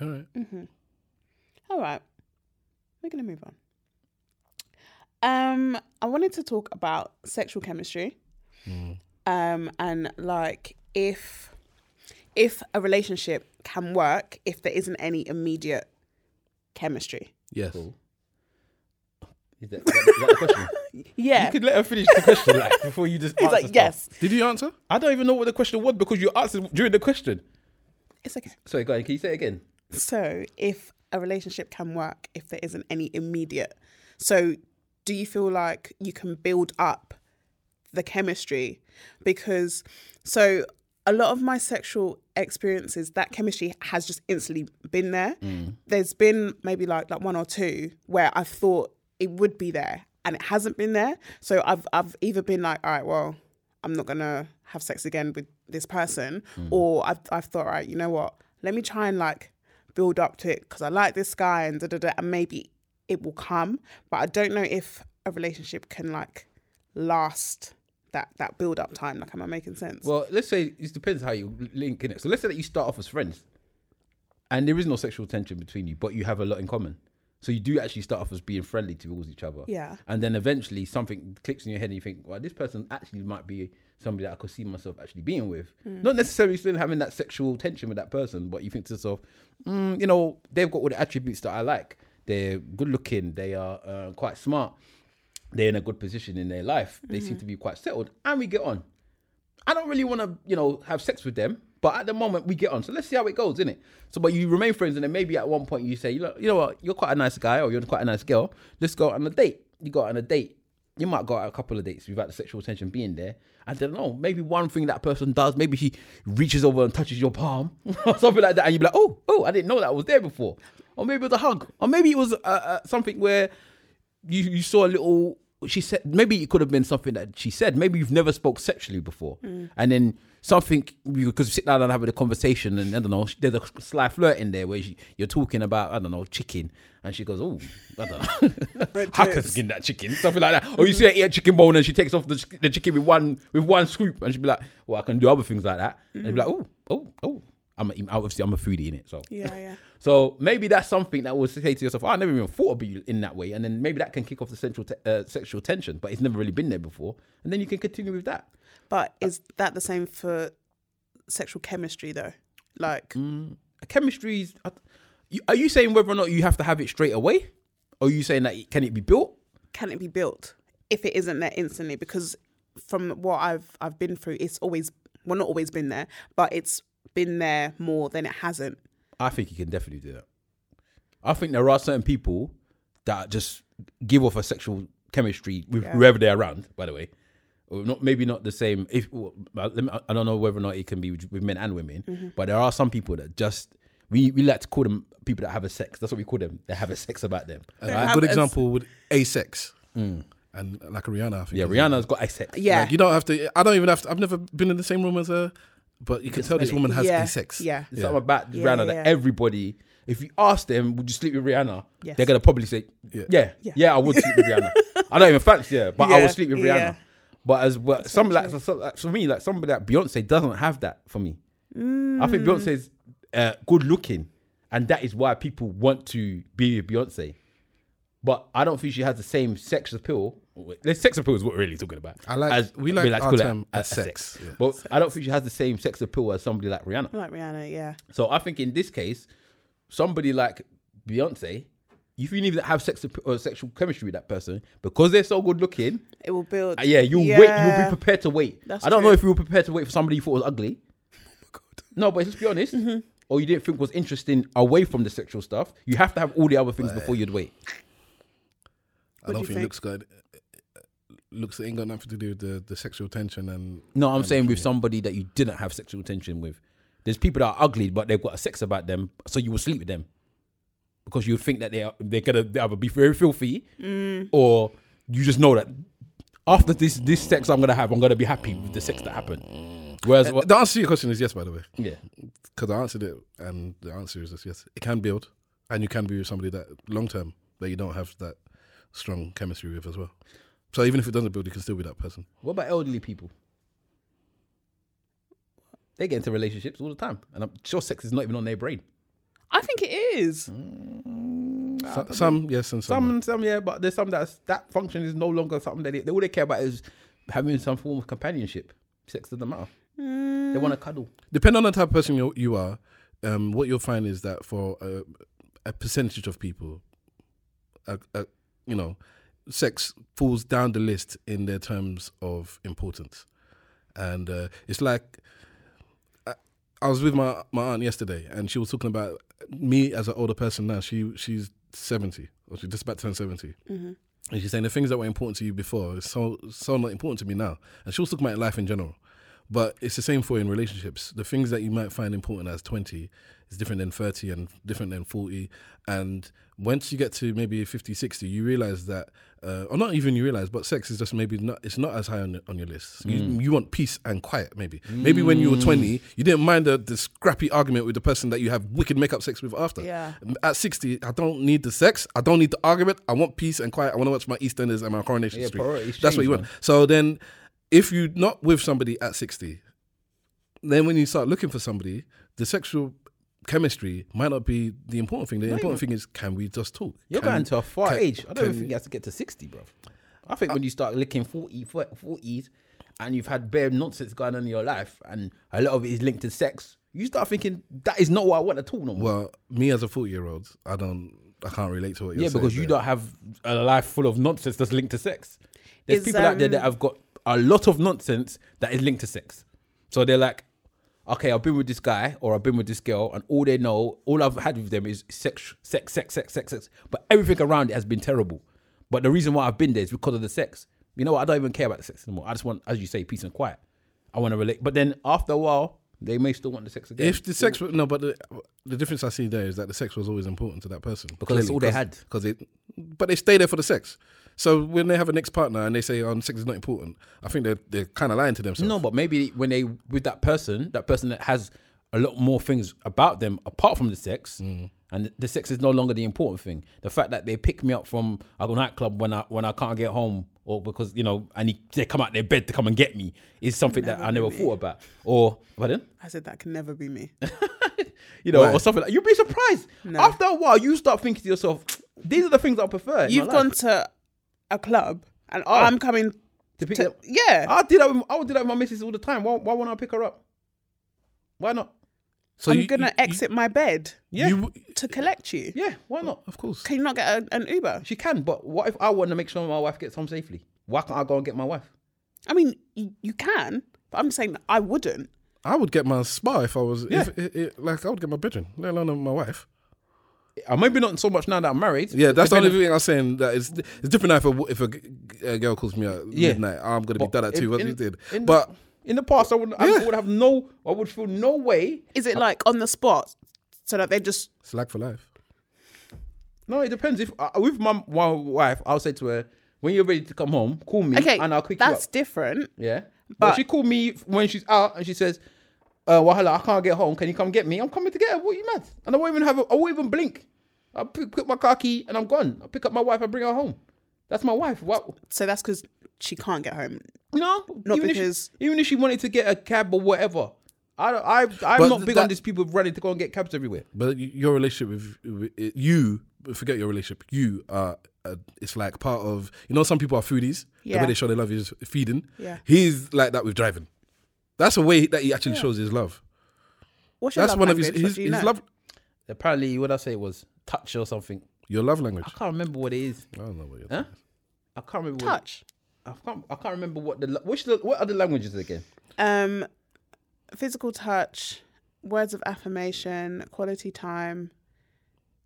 S4: All right.
S3: All right. We're going to move on. Um, I wanted to talk about sexual chemistry.
S5: Mm.
S3: Um, and like if if a relationship can work if there isn't any immediate chemistry.
S4: Yes.
S5: Is that, is that- is that the question?
S3: Yeah.
S5: You could let her finish the question like, before you just.
S3: He's
S5: answer
S3: like,
S5: stuff.
S3: yes.
S4: Did you answer?
S5: I don't even know what the question was because you answered during the question.
S3: It's okay.
S5: Sorry, go ahead. Can you say it again?
S3: So if a relationship can work if there isn't any immediate. So do you feel like you can build up the chemistry? Because so a lot of my sexual experiences, that chemistry has just instantly been there. There's been maybe like like one or two where I thought it would be there and it hasn't been there. So I've I've either been like, all right, well, I'm not gonna have sex again with this person, or I've, I've thought, right, you know what? Let me try and like build up to it because I like this guy and da da da, and maybe it will come. But I don't know if a relationship can like last that that build up time. Like, am I making sense?
S5: Well, let's say it depends how you link in it. So let's say that you start off as friends, and there is no sexual tension between you, but you have a lot in common. So you do actually start off as being friendly towards each other.
S3: Yeah.
S5: And then eventually something clicks in your head and you think, well, this person actually might be somebody that I could see myself actually being with. Not necessarily still having that sexual tension with that person, but you think to yourself, mm, you know, they've got all the attributes that I like. They're good looking. They are uh, quite smart. They're in a good position in their life. They seem to be quite settled. And we get on. I don't really want to, you know, have sex with them. But at the moment, we get on. So let's see how it goes, innit? So, but you remain friends, and then maybe at one point you say, you know, you know what, you're quite a nice guy or you're quite a nice girl. Let's go out on a date. You go out on a date. You might go out a couple of dates without the sexual tension being there. I don't know. Maybe one thing that person does, maybe she reaches over and touches your palm or something like that. And you'd be like, oh, oh, I didn't know that was there before. Or maybe it was a hug. Or maybe it was uh, uh, something where you, you saw a little she said maybe it could have been something that she said maybe you've never spoke sexually before and then something you because you sit down and have a conversation and i don't know there's a sly flirt in there where she, you're talking about i don't know chicken and she goes oh i don't know i can
S3: tits.
S5: skin that chicken something like that or you see her eat a chicken bone and she takes off the, ch- the chicken with one with one scoop and she'd be like well i can do other things like that and you'd be like oh oh oh i'm a, obviously i'm a foodie in it so
S3: Yeah, yeah.
S5: so maybe that's something that will say to yourself, "Oh, I never even thought of you in that way. And then maybe that can kick off the central te- uh, sexual tension, but it's never really been there before. And then you can continue with that.
S3: But is that the same for sexual chemistry though? Like,
S5: Chemistry's. I- you- Are you saying whether or not you have to have it straight away? Or are you saying that it- can it be built?
S3: can it be built if it isn't there instantly? Because from what I've I've been through, it's always well not always been there, but it's been there more than it hasn't.
S5: I think you can definitely do that. I think there are certain people that just give off a sexual chemistry with whoever they're around. By the way, or not maybe not the same. If well, let me- I don't know whether or not it can be with with men and women, but there are some people that just we, we like to call them people that have a sex. That's what we call them. They have a sex about them.
S4: A
S3: have
S4: good
S3: as-
S4: example would asex and like Mm. Rihanna. I think
S5: Yeah,
S4: is-
S5: Rihanna's got a sex.
S3: Yeah.
S4: Like, you don't have to. I don't even have to. I've never been in the same room as her, but you can tell this woman has
S3: yeah.
S4: a sex.
S3: Yeah.
S5: There's something about
S3: Yeah,
S5: Rihanna
S3: yeah,
S5: that
S3: yeah.
S5: everybody, if you ask them, would you sleep with Rihanna?
S3: Yes.
S5: They're gonna probably say, yeah, yeah,
S3: Yeah.
S5: I would sleep with Rihanna. I don't even fancy her, but I
S3: Yeah,
S5: would sleep with Rihanna.
S3: yeah.
S5: But as well, some like so- like, for me, like somebody like Beyonce doesn't have that for me. I
S3: Mm.
S5: think Beyonce's uh, good looking, and that is why people want to be with Beyonce. But I don't think she has the same sex appeal. The sex appeal is what we're really talking about.
S4: I like- we like
S5: to
S4: our
S5: call it
S4: term
S5: a-
S4: as
S5: a sex.
S4: sex, yeah.
S5: But I don't think she has the same sex appeal as somebody like Rihanna.
S3: Like Rihanna, yeah.
S5: So I think in this case, somebody like Beyonce, if you need to have sex or sexual chemistry with that person, because they're so good looking,
S3: It will build.
S5: uh, yeah, you'll wait. You'll be prepared to wait.
S3: That's
S5: I don't
S3: true.
S5: know if you were prepared to wait for somebody you thought was ugly. No, but let's be honest.
S3: Mm-hmm.
S5: Or you didn't think was interesting away from the sexual stuff. You have to have all the other things before you'd wait.
S4: I don't
S3: you
S4: think,
S3: think?
S4: looks good. Looks ain't got nothing to do with the, the sexual tension and
S5: No, I'm saying with somebody that you didn't have sexual tension with. There's people that are ugly, but they've got a sex about them, so you will sleep with them because you think that they are they're gonna they either be very filthy, or you just know that after this this sex I'm gonna have, I'm gonna be happy with the sex that happened. Whereas, what-
S4: the answer to your question is yes, by the way,
S5: yeah,
S4: because I answered it, and the answer is just yes. It can build, and you can be with somebody that long term that you don't have that strong chemistry with as well. So even if it doesn't build, you can still be that person.
S5: what about elderly people? They get into relationships all the time, and I'm sure sex is not even on their brain.
S3: I think it is.
S4: Mm. So- some yes, and some.
S5: Some, some, yeah, but there's some that's that function is no longer something that they, all they care about is having some form of companionship. Sex doesn't matter.
S3: Mm.
S5: They
S4: Mm.
S5: want to cuddle.
S4: depending on the type of person you you are, um, what you'll find is that for a, a percentage of people, a, a, you know, sex falls down the list in their terms of importance, and uh, it's like I, I was with my my aunt yesterday, and she was talking about me as an older person now. She she's seventy, or she just about to turn 70 and she's saying the things that were important to you before is so so not important to me now. And she was talking about life in general. But it's the same for in relationships. The things that you might find important as twenty is different than thirty and different than forty. And once you get to maybe 50, 60, you realize that, uh, or not even you realize, but sex is just maybe not. It's not as high on, on your list. You, you want peace and quiet, maybe. Maybe when you were twenty, you didn't mind the, the scrappy argument with the person that you have wicked makeup sex with after.
S3: Yeah.
S4: At 60, I don't need the sex. I don't need the argument. I want peace and quiet. I want to watch my EastEnders and my Coronation
S5: Yeah,
S4: Street.
S5: priorities
S4: That's what
S5: change,
S4: you want.
S5: man.
S4: So then, if you're not with somebody at 60, then when you start looking for somebody, the sexual chemistry might not be the important thing. The important thing is can we just talk?
S5: You're
S4: Can-
S5: going to a far
S4: can-
S5: age. I don't
S4: can- Uh,
S5: think you have to get to 60, bro. I think when you start licking 40, 40s and you've had bare nonsense going on in your life and a lot of it is linked to sex, you start thinking that is not what I want at all no more.
S4: Well, me as a forty-year-old, I don't, I can't relate to what you're
S5: yeah,
S4: saying.
S5: because you
S4: there.
S5: don't have a life full of nonsense that's linked to sex. There's
S3: Is,
S5: people out there
S3: um,
S5: that have got a lot of nonsense that is linked to sex. So they're like, okay, I've been with this guy or I've been with this girl, and all they know, all I've had with them is sex, sex, sex, sex, sex, sex. But everything around it has been terrible. But the reason why I've been there is because of the sex. You know what? I don't even care about the sex anymore. I just want, as you say, peace and quiet. I want to relate. But then after a while, they may still want the sex again.
S4: If the sex, wa- no, but the, the difference I see there is that the sex was always important to that person
S5: Because it's all they had.
S4: Because it, but they stay there for the sex. So when they have an ex partner and they say, "Oh, sex is not important," I think they're they're kind of lying to themselves.
S5: No, but maybe when they with that person, that person that has a lot more things about them apart from the sex,
S3: Mm.
S5: and the sex is no longer the important thing. The fact that they pick me up from a nightclub when I when I can't get home, or because you know, and he- they come out their bed to come and get me, is something that I never thought about. Or pardon,
S3: I said that can never be me.
S5: you know,
S4: Right.
S5: or something. like You'd be surprised after a while. You start thinking to yourself, "These are the things I prefer." in my
S3: You've
S5: life."
S3: gone to a club and I'm coming.
S5: to pick
S3: to-
S5: them.
S3: yeah.
S5: I did that. With, I would do that with my missus all the time. Why, why won't I pick her up? Why not?
S4: so
S3: I'm
S4: you-
S3: gonna
S4: you-
S3: exit my bed
S4: You, you-
S3: to collect you.
S5: Yeah, why not?
S4: of course.
S3: Can you not get a, an Uber?
S5: She can, but what if I want to make sure my wife gets home safely? Why can't I go and get my wife?
S3: I mean, you, you can, but I'm saying that I wouldn't.
S4: I would get my spa if I was, if, it, it, like, I would get my bedroom, let alone my wife.
S5: Uh, maybe not so much now that I'm married.
S4: Yeah, that's the only
S5: Depending-
S4: thing I was saying. That it's it's different now if a wo- if a, g- a girl calls me at
S5: Yeah.
S4: midnight, I'm gonna be
S5: But
S4: done at
S5: in-
S4: two. What
S5: in-
S4: you did,
S5: in-
S4: but
S5: In the past, I would, I
S4: Yeah.
S5: would have no, I would feel no way.
S3: Is it like on the spot so that they just
S4: it's like for life.
S5: No, it depends. If uh, with my, my wife, I'll say to her, when you're ready to come home, call me
S3: okay?
S5: and I'll quick
S3: that's
S5: you up.
S3: different.
S5: Yeah, but,
S3: but-
S5: she called me when she's out and she says, uh, "Well, hello, I can't get home. Can you come get me? I'm coming to get her. What are you mad? And I won't even have, a, I won't even blink. I pick, pick my car key and I'm gone. I pick up my wife. I bring her home. That's my wife. What?
S3: So that's because she can't get home.
S5: No,
S3: Not
S5: even
S3: because-
S5: if she, even if she wanted to get a cab or whatever, I don't- I I'm
S4: But
S5: not
S4: th-
S5: big on
S4: that-
S5: these people running to go and get cabs everywhere.
S4: But y- your relationship with, with you, forget your relationship. You are. Uh, it's like part of you know some people are foodies. The
S3: Yeah.
S4: way they show their love is feeding.
S3: Yeah.
S4: He's like that with driving. That's a way that he actually shows his love.
S3: What's your
S4: That's
S3: love
S4: one
S3: language?
S4: of his
S3: What
S4: his,
S3: do you
S4: his
S3: know?
S4: love.
S5: Apparently, what I say was touch or something.
S4: Your love language.
S5: I can't remember what it is.
S4: I don't know what you're.
S5: Huh? I can't remember. What,
S3: touch.
S5: I can't. I can't remember what the la- which the, what other languages again?
S3: Um, physical touch, words of affirmation, quality time,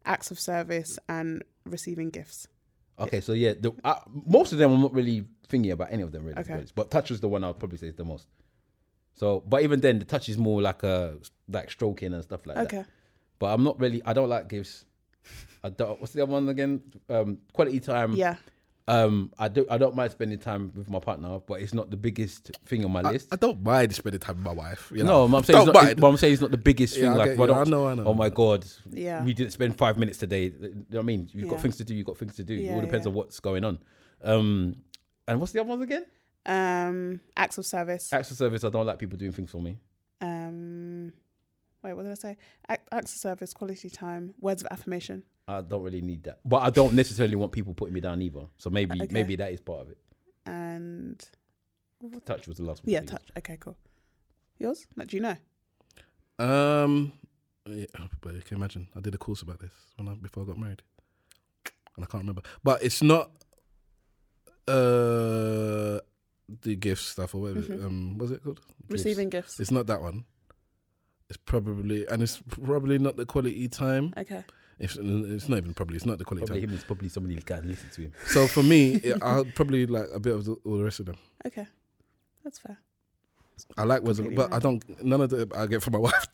S3: acts of service, and receiving gifts.
S5: Okay, so yeah, the, I, most of them I'm not really thinking about any of them really. to be
S3: Okay.
S5: honest. But touch was the one I'll probably say is the most. So, but even then, the touch is more like a like stroking and stuff like that.
S3: Okay.
S5: But I'm not really. I don't like gifts. I don't. What's the other one again? Um, quality time.
S3: Yeah.
S5: Um, I do. I don't mind spending time with my partner, but it's not the biggest thing on my
S4: I,
S5: list.
S4: I don't mind spending time with my wife. You
S5: no,
S4: know?
S5: I'm saying. It's
S4: Don't
S5: not,
S4: mind.
S5: but I'm saying it's not the biggest thing.
S4: Yeah, I
S5: like,
S4: get
S5: well,
S4: you.
S5: don't-
S4: I know, I know.
S5: Oh my god.
S3: Yeah.
S5: We didn't spend five minutes today. You know what I mean, you've
S3: Yeah.
S5: got things to do. You've got things to do. it
S3: Yeah,
S5: all depends
S3: yeah.
S5: on what's going on. Um, and what's the other ones again?
S3: Um, acts of service.
S5: Acts of service. I don't like people doing things for me.
S3: Um, wait, what did I say? Ac- acts of service, quality time, words of affirmation.
S5: I don't really need that, but I don't necessarily want people putting me down either. So maybe,
S3: Okay.
S5: maybe that is part of it.
S3: and
S5: Touch was the last one.
S3: yeah,
S5: please.
S3: touch. Okay, cool. Yours? Like, do you know?
S4: Um, yeah, but you can imagine I did a course about this when I, before I got married, and I can't remember. But it's not uh the gift stuff or whatever.
S5: Mm-hmm.
S4: Um, what's it called?
S3: Receiving gifts.
S4: It's not that one. It's probably and it's probably not the quality time.
S3: Okay.
S4: It's, it's not even probably. It's not the quality
S5: Probably
S4: time.
S5: him is probably somebody who can listen to him.
S4: So for me, it, I'll probably like a bit of the, all the rest of them.
S3: Okay. That's fair.
S4: I like words,
S3: Completely
S4: but I don't. None of the I get from my wife.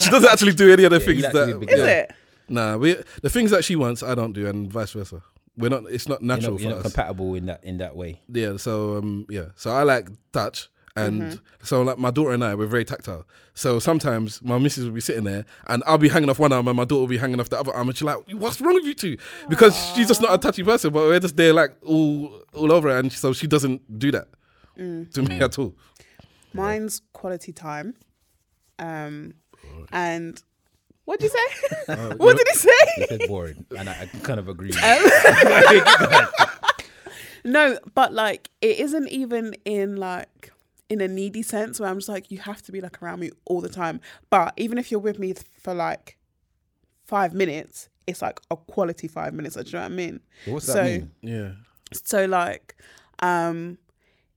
S4: she doesn't actually do any of the
S5: you
S4: things
S5: like to
S4: that.
S5: be big
S3: Is
S5: Yeah.
S3: it?
S4: Nah, we the things that she wants, I don't do, and vice versa. We're not. It's not
S5: You're
S4: natural
S5: not, you're not
S4: for us.
S5: compatible in that in that way.
S4: yeah. So um, yeah. So I like touch, and
S5: Mm-hmm.
S4: so like my daughter and I, we're very tactile. So sometimes my missus will be sitting there, and I'll be hanging off one arm, and my daughter will be hanging off the other arm, and she's like, "What's wrong with you two? Because she's just not a touchy person, but we're just there like all all over, her, and so she doesn't do that
S5: Mm.
S4: to me at all.
S3: Mine's quality time, um, and What did you
S4: Uh,
S3: say? what did he say?
S5: said boring, and I, I kind of agree.
S3: No, but like it isn't even in like in a needy sense where I'm just like you have to be like around me all the time. But even if you're with me for like five minutes, it's like a quality five minutes. Do you know what I mean?
S5: What's
S3: So-
S5: that mean?
S4: Yeah.
S3: So like, um,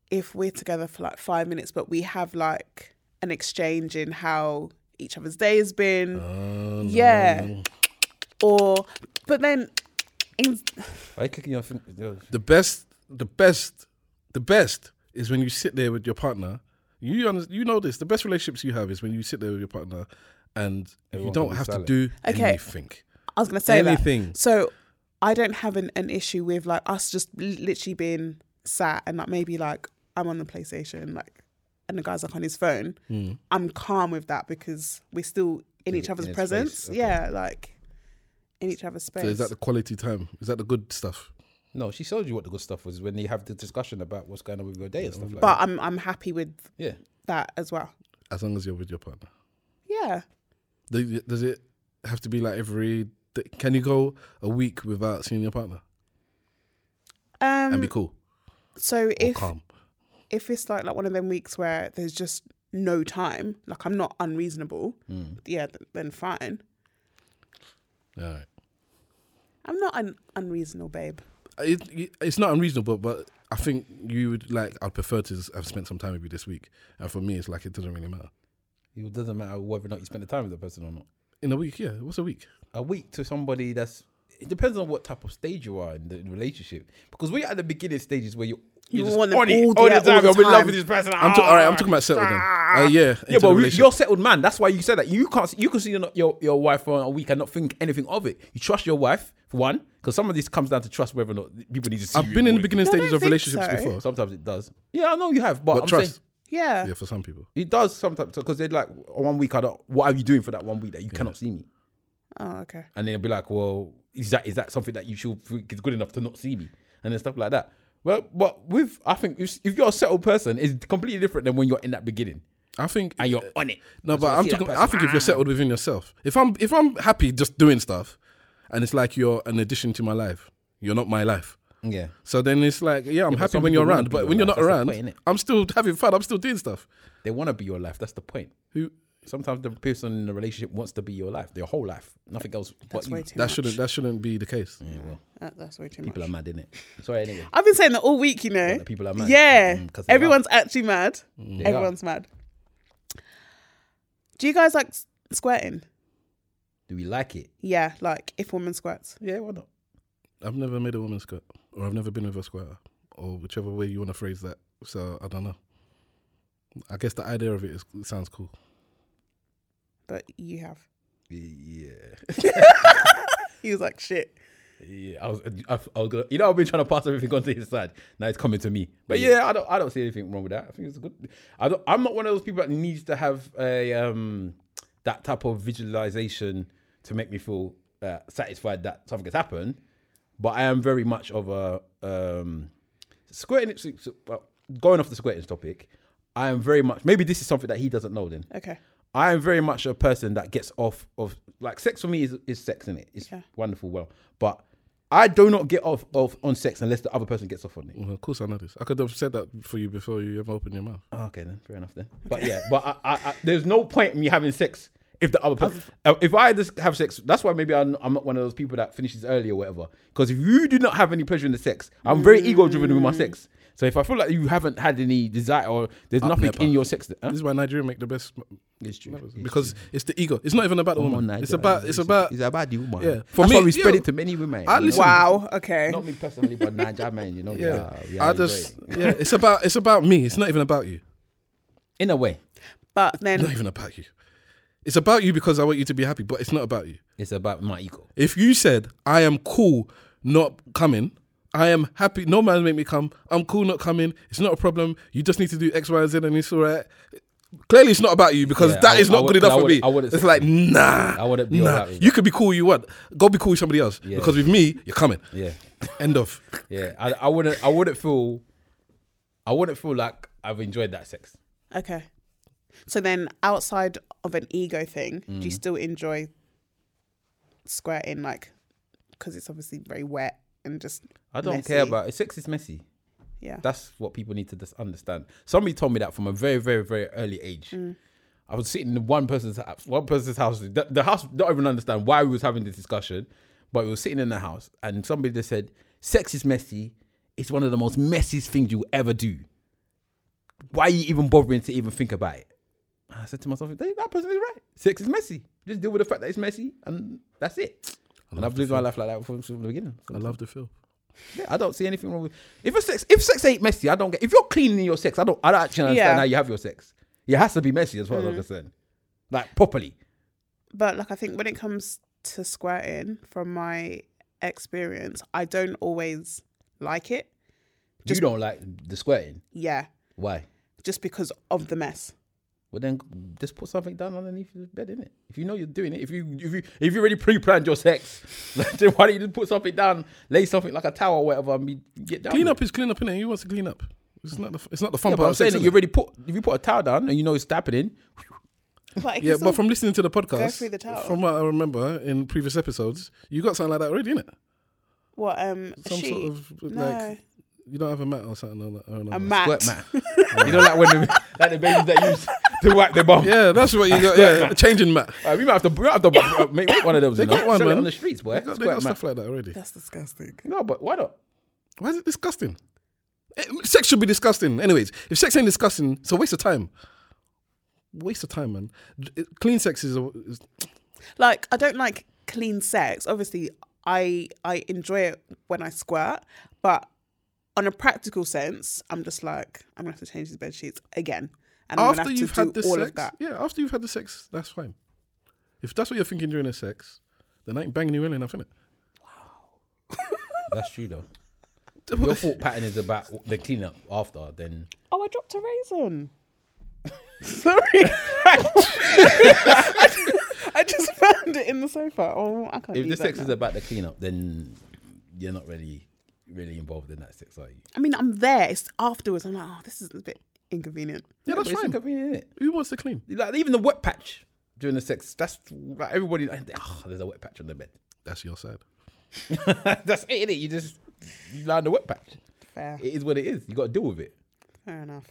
S3: if we're together for like five minutes, but we have like an exchange in how each other's day has been,
S4: Uh.
S3: yeah, or but then. In,
S5: Are you clicking your finger? your-
S4: The best, the best, the best is when you sit there with your partner. You under, you know this. The best relationships you have is when you sit there with your partner, and you don't
S5: can be
S4: have to
S5: silent.
S4: do
S3: Okay.
S4: anything.
S3: I was gonna say that.
S4: Anything.
S3: So I don't have an, an issue with like us just l- literally being sat and like maybe like I'm on the PlayStation like and the guy's like on his phone.
S4: Hmm.
S3: I'm calm with that because we're still in each other's
S5: his
S3: presence.
S5: space, okay.
S3: Yeah, like in each other's space.
S4: So is that the quality time? Is that the good stuff?
S5: No, she showed you what the good stuff was when you have the discussion about what's going on with your day and stuff like
S3: but
S5: that.
S3: I'm I'm happy with
S5: Yeah.
S3: that as well.
S4: As long as you're with your partner.
S3: Yeah.
S4: Does does it have to be like every? day? Can you go a week without seeing your partner and be
S3: Um
S4: cool
S3: so
S4: or
S3: if
S4: calm?
S3: if it's like like one of them weeks where there's just no time, like I'm not unreasonable,
S5: Mm.
S3: yeah, th- then fine.
S4: All right.
S3: I'm not an unreasonable babe.
S4: it, it's not unreasonable, but I think you would like. I'd prefer to have spent some time with you this week, and for me, it's like it doesn't really matter.
S5: It doesn't matter whether or not you spend the time with the person or not.
S4: In a week, yeah, what's a week?
S5: A week to somebody that's it depends on what type of stage you are in the relationship. Because we're at the beginning stages where you
S3: You
S5: you're just
S3: want them
S5: on it
S3: all
S5: all
S3: there,
S5: the time.
S3: all
S5: I'm
S3: the
S5: in love
S3: time.
S5: with this person.
S4: I'm
S3: Ah,
S4: ta- all right. I'm talking about settled then. Uh, yeah,
S5: Yeah, but we-
S4: your
S5: you're settled man. That's why you said that. You can't. You can see your your, your wife for a week and not think anything of it. You trust your wife for one, because some of this comes down to trust whether or not people need to see.
S4: I've
S5: you
S4: been in the
S5: all
S4: beginning
S3: No, I
S4: stages
S3: don't
S4: of
S3: think
S4: relationships
S3: so.
S4: before,
S5: Sometimes it does. Yeah, I know you have, but,
S4: but
S5: I'm
S4: trust,
S5: saying
S3: Yeah.
S4: yeah, for some people,
S5: it does sometimes because they're like "Oh, one week. I don't. What are you doing for that one week that you cannot see me?
S3: Oh, okay.
S5: And then they'll be like, well, is that is that something that you should think is good enough to not see me and then stuff like that. Well, but with I think if, if you're a settled person, it's completely different than when you're in that beginning
S4: I think. uh,
S5: and you're on it.
S4: no,
S5: That's
S4: but
S5: why
S4: I'm
S5: see that
S4: talking.
S5: person,
S4: I think if you're
S5: "Ah."
S4: settled within yourself, if I'm if I'm happy just doing stuff, and it's like you're an addition to my life, you're not my life.
S5: yeah.
S4: So then it's like, yeah, I'm
S5: but
S4: happy
S5: some
S4: when
S5: people
S4: you're
S5: wanna
S4: around,
S5: be
S4: but
S5: your
S4: when you're
S5: life,
S4: not
S5: that's the
S4: around,
S5: point, innit?
S4: I'm still having fun. I'm still doing stuff.
S5: They want to be your life. That's the point.
S4: Who
S5: Sometimes the person in the relationship wants to be your life, their whole life, nothing else.
S3: That's
S5: but
S3: way
S5: you.
S3: too
S4: That
S3: much.
S4: shouldn't that shouldn't be the case.
S3: That- that's way too
S5: People
S3: much.
S5: are mad, innit? Sorry, anyway.
S3: I've been saying that all week, you know.
S5: the people are mad.
S3: Yeah.
S5: Mm, 'cause they are.
S3: Everyone's actually mad.
S4: Mm.
S5: They are.
S3: Everyone's mad. Do you guys like s- squirting?
S5: Do we like it?
S3: Yeah, like if woman squirts.
S5: Yeah, why not?
S4: I've never made a woman squirt, or I've never been with a squirter, or whichever way you want to phrase that. So I don't know. I guess the idea of it, is, it sounds cool.
S3: But you have.
S5: Yeah,
S3: He was like, shit.
S5: yeah. I was, I, I was gonna, you know, I've been trying to pass everything onto his side. Now it's coming to me. But yeah, I don't, I don't see anything wrong with that. I think it's good. I don't, I'm not one of those people that needs to have a um that type of visualization to make me feel uh, satisfied that something has happened. But I am very much of a um squirting. so- so- well, Going off the squirting topic, I am very much. Maybe this is something that he doesn't know. Then
S3: Okay.
S5: I am very much a person that gets off of like sex for me is, is sex in it. It's
S3: Yeah.
S5: wonderful, well, but I do not get off off on sex unless the other person gets off on it.
S4: Well, of course, I know this. I could have said that for you before you ever opened your mouth.
S5: Okay, then fair enough then. But yeah, but I, I, I, there's no point in me having sex if the other person. uh, If I just have sex, that's why maybe I'm, I'm not one of those people that finishes early or whatever. Because if you do not have any pleasure in the sex, I'm very ego driven with my sex. So if I feel like you haven't had any desire or there's nothing
S4: never.
S5: in your sex, that, huh?
S4: This is why Nigeria make the best m-
S5: it's true.
S4: because it's the ego. It's not even about the
S5: Come
S4: woman.
S5: on,
S4: it's
S5: Nigel.
S4: about it's about
S5: it's about the woman.
S4: Yeah.
S5: for
S4: For
S5: That's
S4: me-
S5: why we spread
S4: yeah.
S5: it to many women.
S4: I
S5: you know?
S4: listen-
S3: Wow. Okay.
S5: Not me personally, but Nigel, man, you know.
S4: yeah.
S5: Yeah, yeah,
S4: I
S5: enjoy
S4: just
S5: it.
S4: yeah. It's about it's about me. It's not even about you.
S5: in a way,
S3: But
S4: Not
S3: then,
S4: even about you. It's about you because I want you to be happy, but it's not about you.
S5: it's about my ego.
S4: If you said, I am cool not coming, I am happy, no man make me come, I'm cool not coming, it's not a problem, you just need to do X, Y, and Z and it's all right. Clearly, it's not about you because
S5: Yeah,
S4: that
S5: I-
S4: is
S5: I
S4: not
S5: would-
S4: good enough
S5: I
S4: for
S5: would-
S4: me.
S5: I wouldn't
S4: it's
S5: say-
S4: like, nah.
S5: I wouldn't be all
S4: nah.
S5: right with
S4: You could be cool, you want. Go be cool with somebody else
S5: Yeah.
S4: because with me, you're coming.
S5: Yeah,
S4: End of.
S5: yeah. I, I wouldn't. I wouldn't feel. I wouldn't feel like I've enjoyed that sex.
S3: okay. So then, outside of an ego thing, do you still enjoy squirting, like, because it's obviously very wet and just.
S5: I don't care
S3: messy.
S5: about it. Sex is messy.
S3: Yeah.
S5: That's what people need to just understand. Somebody told me that from a very, very, very early age. I was sitting in one person's house, one person's house. The, the house don't even understand why we was having this discussion, but we were sitting in the house, and somebody just said, "Sex is messy. It's one of the most messiest things you will ever do. Why are you even bothering to even think about it?" And I said to myself, "They- "That person is right. Sex is messy. Just deal with the fact that it's messy, and that's it." And I've lived my life like that from, from the beginning.
S4: I love the film.
S5: Yeah, I don't see anything wrong with if a sex if sex ain't messy. I don't get if you're cleaning your sex. I don't. I don't actually understand
S3: Yeah.
S5: how you have your sex. It has to be messy as far
S4: Mm.
S5: as I'm concerned, like properly.
S3: But, like, I think when it comes to squirting, from my experience, I don't always like it.
S5: you don't like the squirting.
S3: Yeah.
S5: Why?
S3: Just because of the mess.
S5: Well, then just put something down underneath the bed, innit? If you know you're doing it, if you if you if you already pre-planned your sex, then why don't you just put something down, lay something like a towel or whatever, and be, get down.
S4: Clean
S5: with it?
S4: up is clean up, innit? Who wants to clean up? It's not the it's not the fun
S5: Yeah, but
S4: part.
S5: I'm
S4: of sex,
S5: saying that
S4: innit?
S5: you already put if you put a towel down and you know it's happening.
S3: But it
S4: yeah,
S3: can still
S4: but from listening to the
S3: through
S4: podcast,
S3: the towel.
S4: from what I remember in previous episodes, you got something like that already, innit?
S3: What um a
S4: Some
S3: sheet?
S4: sort of like
S3: No.
S4: you don't have a mat or something. Oh, Or, or
S3: a
S4: another.
S3: mat.
S5: Squirt mat. you know, like when the, like the babies that use to wipe their bum.
S4: Yeah, that's what you got. Yeah, changing mat.
S5: Uh, we might have to, we might have to uh, make, make one of those. They
S4: got one, man.
S5: on the streets, boy.
S4: They got, they got stuff like that already.
S3: That's disgusting.
S5: no, but why not?
S4: Why is it disgusting? Eh, Sex should be disgusting. Anyways, if sex ain't disgusting, it's a waste of time. Waste of time, man. D- it- Clean sex is, a, is
S3: Like I don't like clean sex. Obviously, I I enjoy it when I squirt, but on a practical sense, I'm just like I'm gonna have to change these bed sheets again, and I'm
S4: after
S3: gonna have
S4: you've
S3: to
S4: had
S3: do
S4: the
S3: all
S4: sex.
S3: of that.
S4: Yeah, after you've had the sex, that's fine. If that's what you're thinking during the sex, then I ain't banging you well enough, innit?
S5: That's true, though. Your thought pattern is about the cleanup after, then.
S3: Oh, I dropped a raisin. Sorry. I just found it in the sofa. Oh, I can't. do
S5: If the
S3: that
S5: sex
S3: now.
S5: is about the cleanup, then you're not really, really involved in that sex, are you?
S3: I mean, I'm there. It's afterwards. I'm like, oh, this is a bit inconvenient.
S4: Yeah, that's
S5: But it's
S4: fine.
S5: inconvenient, isn't
S4: Who wants to clean?
S5: it? Like, even the wet patch during the sex, that's like everybody, like, "Ah, there's a wet patch on the bed.
S4: That's your side.
S5: that's it, innit? You just, you lie on the wet patch.
S3: Fair.
S5: It is what it is. You got to deal with it.
S3: Fair enough.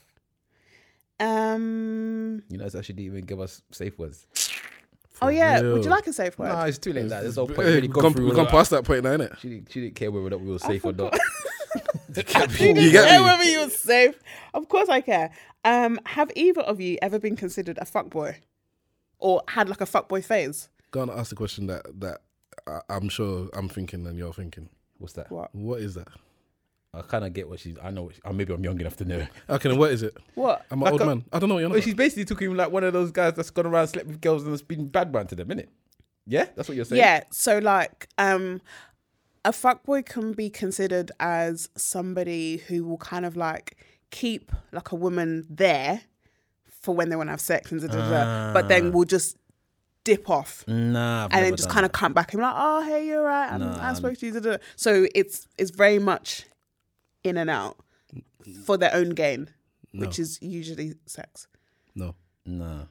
S3: Um.
S5: You know, it's actually didn't even give us safe words.
S3: oh yeah. Would
S4: real.
S3: you like a safe word?
S5: Nah, it's too late. Like, there's no point.
S4: Eh,
S5: really
S4: we
S5: gone
S4: come,
S5: through
S4: we
S5: all
S4: come
S5: that.
S4: past that point now, innit?
S5: She didn't, she didn't care whether or not we were safe or not.
S4: You
S3: Yeah,
S4: get me?
S3: whether you were safe. Of course I care. Um. Have either of you ever been considered a fuckboy, or had like a fuckboy phase?
S4: Gonna ask the question that that I, I'm sure I'm thinking and you're thinking.
S5: What's that?
S3: What?
S4: What is that?
S5: I kind of get what she's. I know. What she, oh, maybe I'm young enough to know.
S4: Okay, then what is it?
S3: What?
S4: I'm an old man. I don't know. You're not.
S5: But she's basically talking like one of those guys that's gone around slept with girls and has been bad man to them, innit? Yeah, that's what you're saying.
S3: Yeah. So like, um, a fuckboy can be considered as somebody who will kind of like keep like a woman there for when they want to have sex and da, da, da, but
S4: Ah.
S3: then will just dip off
S5: Nah.
S3: and then just kind of come back and be like, oh hey, you're right. I'm, I spoke to you. Da, da. da." So it's it's very much in and out for their own gain, which is usually sex.
S4: No.
S5: Nah.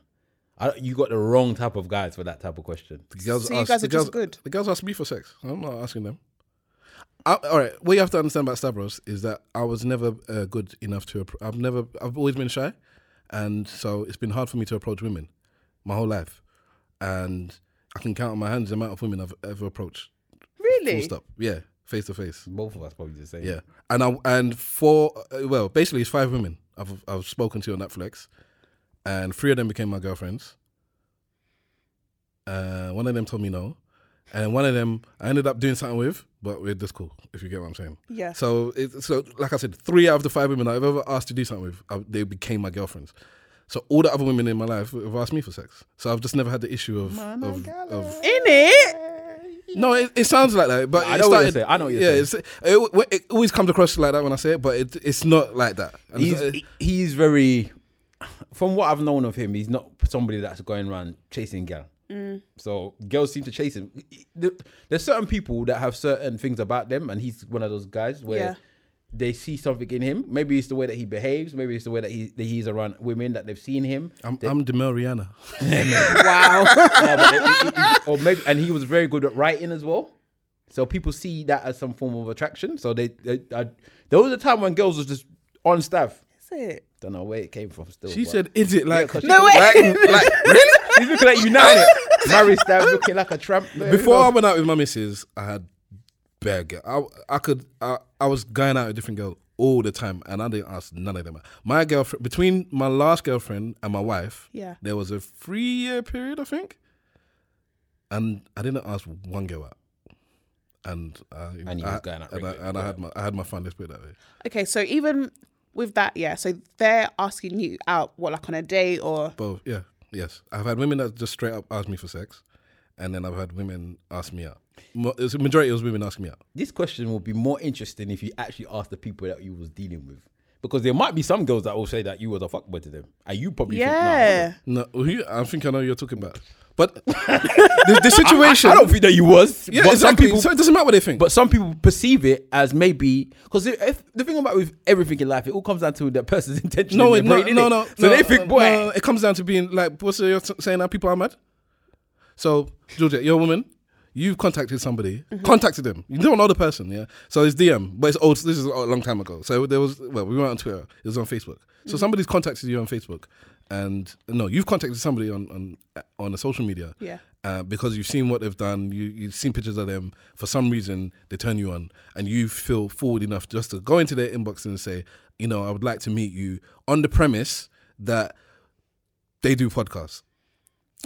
S5: I, don't- you got the wrong type of guys for that type of question.
S4: The girls
S3: So you
S4: ask-
S3: guys
S4: the
S3: are just
S4: girls-
S3: good.
S4: The girls ask me for sex. I'm not asking them. I, all right. What you have to understand about Stavros is that I was never uh, good enough to. appro I've never. I've always been shy, and so it's been hard for me to approach women, my whole life, and I can count on my hands the amount of women I've ever approached. Full
S3: Really?
S4: stop. Yeah, face to face.
S5: Both of us probably the same.
S4: Yeah, and I and four. uh, Well, basically, it's five women I've I've spoken to on Netflix, and three of them became my girlfriends. Uh, one of them told me no, and one of them I ended up doing something with, but we're just cool. If you get what I'm saying.
S3: Yeah.
S4: So it, so like I said, three out of the five women I've ever asked to do something with, I, they became my girlfriends. So all the other women in my life have asked me for sex. So I've just never had the issue of of, of
S3: In it?
S4: no, it, it sounds like that, but
S5: I
S4: it
S5: know what you're
S4: started-
S5: saying. I know what you're
S4: yeah, it's- it, it, always comes across like that when I say it, but it, it's not like that. And uh,
S5: he's e-
S4: it's-
S5: he- he's very from what I've known of him, he's not somebody that's going around chasing girl. So girls seem to chase him. There- There's certain people that have certain things about them, and he's one of those guys where
S3: Yeah.
S5: they see something in him. Maybe it's the way that he behaves. Maybe it's the way that he that he's around women that they've seen him.
S4: I'm, I'm Demel Rihanna.
S5: No, but it- it- it- or maybe, and he was very good at writing as well. So people see that as some form of attraction. So they, they I, there was a time when girls was just on staff.
S3: That's it.
S5: Don't know where it came from. Still,
S4: She
S5: but-
S4: said, "Is it like?"
S5: 'cause she-
S3: No way.
S5: he's looking at you now. innit? Mary staff looking like a tramp.
S4: Before I went out with my missus, I had bare girl. I, I could I, I was going out with different girls all the time, and I didn't ask none of them. out. My girlfriend between my last girlfriend and my wife,
S3: Yeah.
S4: there was a three year period I think, and I didn't ask one girl out. And, uh,
S5: And you
S4: I,
S5: was going out
S4: and, I,
S5: regularly,
S4: and I had my I had my fun. Let's put it that way.
S3: Okay, so even with that, yeah. So they're asking you out, what like on a date or
S4: Both, yeah, yes. I've had women that just straight up ask me for sex, and then I've had women ask me out. Mo- it's- The majority was women asking me out.
S5: this question will be more interesting if you actually ask the people that you was dealing with, because there might be some girls that will say that you was a fuckboy to them, and you probably
S3: yeah.
S5: Think,
S4: No, who, I think I know who you're talking about. But the, the situation.
S5: nah, I don't think that you was.
S4: yeah,
S5: but some
S4: exactly.
S5: people
S4: so it doesn't matter what they think.
S5: But some people perceive it as maybe because if the thing about with everything in life, it all comes down to the person's intention.
S4: no,
S5: and
S4: no, no,
S5: their
S4: no,
S5: brain, innit?
S4: no.
S5: So they
S4: no,
S5: think,
S4: no,
S5: boy,
S4: no, it comes down to being like, what's the- you're t- saying now? People are mad. So, Georgia, you're a woman. You've contacted somebody,
S5: Mm-hmm.
S4: contacted them. You don't know the person, yeah. So it's DM, but it's old. This is a long time ago. So there was, well, we weren't on Twitter. It was on Facebook.
S5: Mm-hmm.
S4: So somebody's contacted you on Facebook, and no, you've contacted somebody on on on a social media,
S3: Yeah.
S4: uh, because you've seen what they've done, you, you've seen pictures of them. For some reason, they turn you on, and you feel forward enough just to go into their inbox and say, you know, I would like to meet you on the premise that they do podcasts.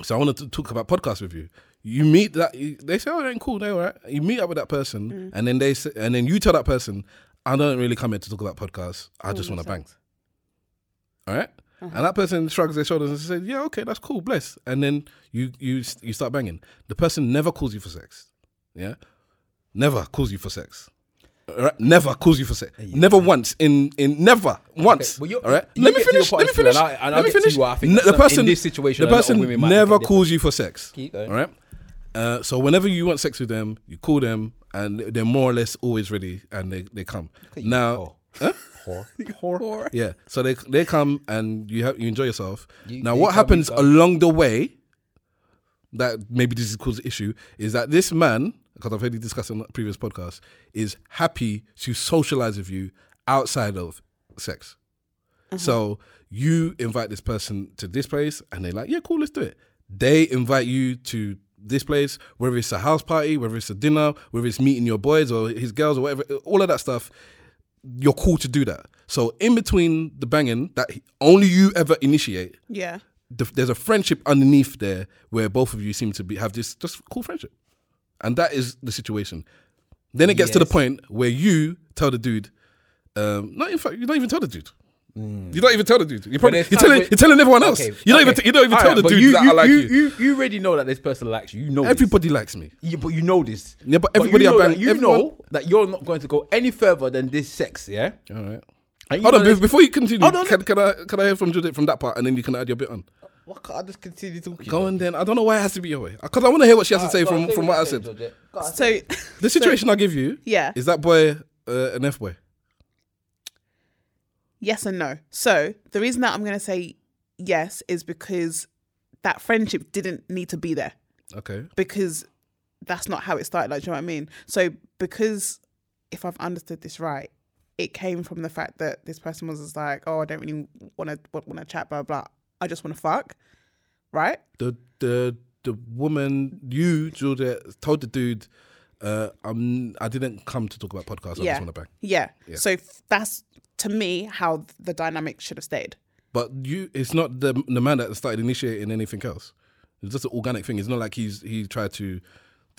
S4: So I wanted to talk about podcasts with you. You meet that you- they say, "Oh, they ain't cool, they all right." You meet up with that person, and then they say, and then you tell that person, "I don't really come here to talk about podcasts. I
S3: Mm,
S4: just want to bang." All right? and that person shrugs their shoulders and says, "Yeah, okay, that's cool, bless." And then you you you start banging. The person never calls you for sex. Yeah, never calls you for sex. All right? Never calls you for sex. Never once in in never once.
S5: well, you're-
S4: all right,
S5: you
S4: let me
S5: get to your
S4: finish.
S5: point
S4: Let me
S5: still,
S4: finish.
S5: and I- and I'll
S4: Let me
S5: get to
S4: finish.
S5: why I think
S4: Ne- the
S5: some- in
S4: person
S5: this situation,
S4: the
S5: a lot of
S4: person
S5: women might
S4: never
S5: think different.
S4: calls you for sex.
S5: Keep going.
S4: All right. Uh, so whenever you want sex with them, you call them, and they're more or less always ready, and they, they come. Now, yeah. So they they come and you have you enjoy yourself. now
S5: they
S4: what
S5: come,
S4: happens
S5: you come.
S4: along the way that maybe this is cause issue is that this man, because I've heard you discuss on previous podcast, is happy to socialize with you outside of sex.
S5: Uh-huh.
S4: So you invite this person to this place, and they're like, "Yeah, cool, let's do it." They invite you to this place, whether it's a house party, whether it's a dinner, whether it's meeting your boys or his girls or whatever, all of that stuff. You're cool to do that. So in between the banging that he- only you ever initiate,
S3: Yeah.
S4: the, there's a friendship underneath there where both of you seem to be have this just cool friendship, and that is the situation. Then it gets to the point where you tell the dude, um, not in fact, you don't even tell the dude. You don't even tell the dude. You probably,
S5: Mm. there's
S4: you're
S5: time
S4: telling
S5: where-
S4: you're telling everyone else.
S5: Okay,
S4: You don't even
S5: okay.
S4: you don't even
S5: All
S4: tell
S5: right,
S4: the
S5: but
S4: dude
S5: you,
S4: that
S5: you,
S4: I like you.
S5: you, you. You already know that this person likes you. You know this.
S4: Everybody likes me.
S5: Yeah, but you know this.
S4: Yeah, but
S5: you
S4: everybody
S5: know
S4: about-
S5: that- you
S4: everyone-
S5: know that you're not going to go any further than this sex. Yeah.
S4: All right.
S5: And you
S4: Hold
S5: know
S4: on,
S5: this-
S4: be- before you continue,
S5: Hold on,
S4: can, can I can I hear from Judith from that part, and then you can add your bit on.
S5: Why can't I just continue talking?
S4: Go on then. I don't know why it has to be your way, because I want to hear what she has to say
S5: Go on,
S4: from
S5: say
S4: from what I
S5: you
S4: said.
S5: said, Georgette. Go on.
S3: So
S4: The situation I give you,
S3: Yeah.
S4: is that boy uh, an f boy?
S3: yes and no. So the reason that I'm gonna say yes is because that friendship didn't need to be there.
S4: Okay.
S3: because that's not how it started. Like, do you know what I mean? So, because if I've understood this right, it came from the fact that this person was just like, "Oh, I don't really want to want to chat, blah blah. I just want to fuck." Right?
S4: the the the woman you Juliet told the dude, uh, I'm I didn't come to talk about podcasts. I
S3: yeah.
S4: just want to bang.
S3: yeah. So f- that's to me how the dynamic should have stayed.
S4: But you, it's not the the man that started initiating anything else. It's just an organic thing. It's not like he's he tried to.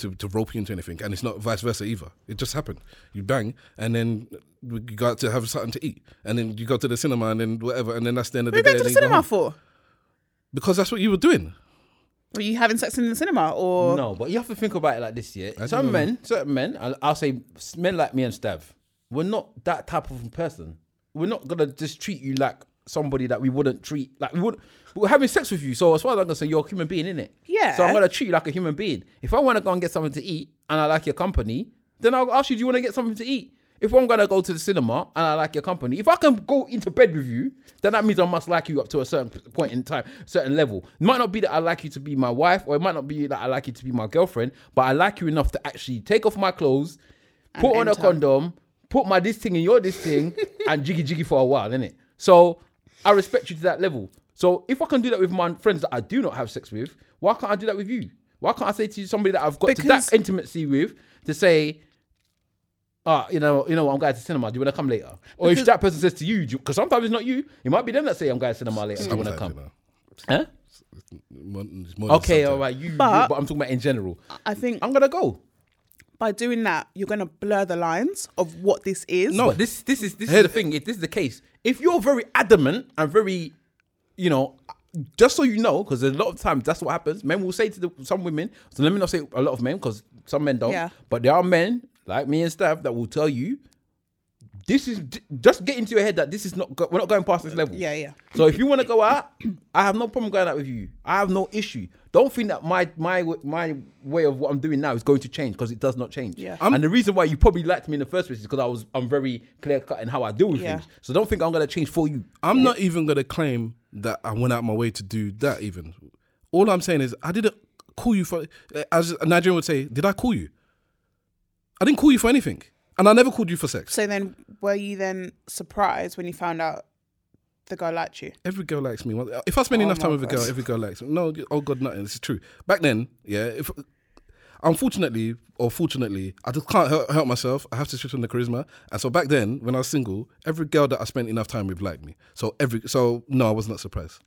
S4: To, to rope you into anything, and it's not vice versa either. It just happened. You bang, and then you go out to have something to eat, and then you go to the cinema, and then whatever, and then that's the end of
S3: What are
S4: the
S3: you
S4: day.
S3: going to the
S4: and then you go
S3: cinema
S4: home.
S3: for?
S4: Because that's what you were doing.
S3: Were you having sex in the cinema or?
S5: No, but you have to think about it like this, yeah.
S4: don't
S5: Some
S4: know.
S5: men, certain men, I'll, I'll say s- men like me and Stav, we're not that type of person. We're not gonna just treat you like somebody that we wouldn't treat like we would. We're having sex with you, so as far as I'm gonna say, you're a human being, innit?
S3: Yeah.
S5: So I'm gonna treat you like a human being. If I wanna go and get something to eat and I like your company, then I'll ask you, do you wanna get something to eat? If I'm gonna go to the cinema and I like your company, if I can go into bed with you, then that means I must like you up to a certain p- point in time, certain level. It might not be that I like you to be my wife, or it might not be that I like you to be my girlfriend, but I like you enough to actually take off my clothes, put on
S3: enter.
S5: a condom, put my this thing in your this thing, and jiggy jiggy for a while, innit? So I respect you to that level. So if I can do that with my friends that I do not have sex with, why can't I do that with you? Why can't I say to you somebody that I've got to
S3: Because-
S5: that intimacy with to say, ah, you know, you know, what, I'm going to cinema. Do you want to come later? Or if that person says to you, because sometimes it's not you, it might be them that say I'm going to cinema later. Do you want to
S4: Sometimes, you
S5: come?
S4: know.
S5: Huh?
S4: Mo- it's more than
S5: Okay,
S4: sometimes.
S5: all right. You,
S3: But-
S5: but, I'm talking about in general.
S3: I think
S5: I'm gonna go.
S3: by doing that, you're going to blur the lines of what this is.
S5: No, this this is this is the thing. If this is the case, if you're very adamant and very, you know, just so you know, because a lot of times that's what happens. Men will say to the, some women. So let me not say a lot of men because some men don't.
S3: Yeah.
S5: But there are men like me and staff that will tell you, this is just get into your head that this is not go- we're not going past this level.
S3: Yeah, yeah.
S5: So if you want to go out, I have no problem going out with you. I have no issue. Don't think that my my my way of what I'm doing now is going to change because it does not change.
S3: Yeah.
S5: and the reason why you probably liked me in the first place is because I was I'm very clear cut in how I deal with
S3: Yeah.
S5: things. So don't think I'm gonna change for you.
S4: I'm not even gonna claim that I went out my way to do that. Even all I'm saying is I didn't call you for. eh, As a Nigerian would say, did I call you? I didn't call you for anything, and I never called you for sex.
S3: So then, were you then surprised when you found out the guy liked you?
S4: Every girl likes me. If I spend enough time with a girl, every girl likes me. No, oh god, nothing. This is true. Back then, yeah. If unfortunately or fortunately, I just can't help, help myself. I have to switch on the charisma. And so back then, when I was single, every girl that I spent enough time with liked me. So every so no, I was not surprised.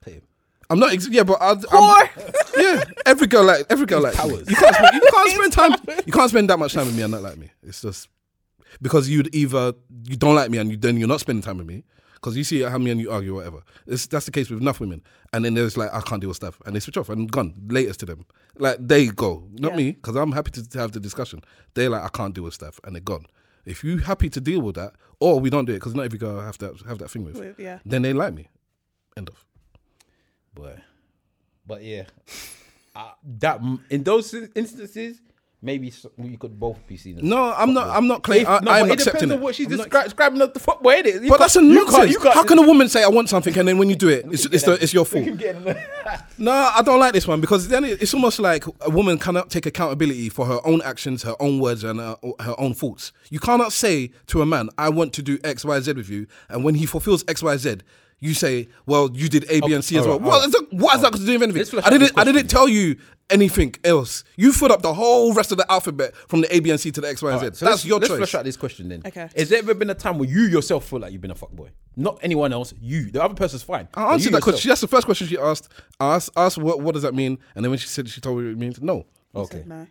S4: I'm not ex- yeah, but I, I'm, yeah, every girl like every girl like you can't spend, you can't spend time you can't spend that much time with me and not like me. It's just because you'd either you don't like me and you then you're not spending time with me because you see how me and you argue or whatever. It's, that's the case with enough women, and then there's like I can't deal with stuff, and they switch off and gone. Latest to them, like they go, not
S3: Yeah.
S4: me, because I'm happy to have the discussion. They're like I can't deal with stuff, and they're gone. If you happy to deal with that, or we don't do it because not every girl I have to have that thing with,
S3: With- yeah.
S4: then they like me. End of.
S5: But but yeah, uh, that in those instances. Maybe s- we could both be seen. as
S4: No, I'm not. I'm not claiming.
S5: If-
S4: I,
S5: no,
S4: I'm
S5: but
S4: accepting
S5: depends
S4: it.
S5: on what she's
S4: I'm not-
S5: descri- describing as the fuckboy, innit? You
S4: But
S5: can't-
S4: that's a
S5: you
S4: nonsense.
S5: can't- you can't-
S4: How can a woman say I want something and then when you do it, it's, it's, the, it's your fault? No, I don't like this one because then it- it's almost like a woman cannot take accountability for her own actions, her own words, and her, her own faults. You cannot say to a man, "I want to do X, Y, Z with you," and when he fulfills X, Y, Z, you say, "Well, you did A, B, and C as well."
S5: alright,
S4: What is that, what has that got to do with
S5: Let's
S4: anything?
S5: flesh
S4: I
S5: out
S4: didn't.
S5: this
S4: I didn't tell you anything else. You filled up the whole rest of the alphabet from the A, B, and C to the X, Y, and Z.
S5: So
S4: That's
S5: let's-
S4: your
S5: let's
S4: choice.
S5: flesh out this question then.
S3: Okay.
S5: Has there ever been a time where you yourself feel like you've been a fuckboy? Not anyone else. You. The other person's fine.
S4: I answered that
S5: question.
S4: question. She- That's the first question she asked. I asked, asked what, what does that mean? And then when she said she told me what it means, no.
S5: Okay.
S3: No.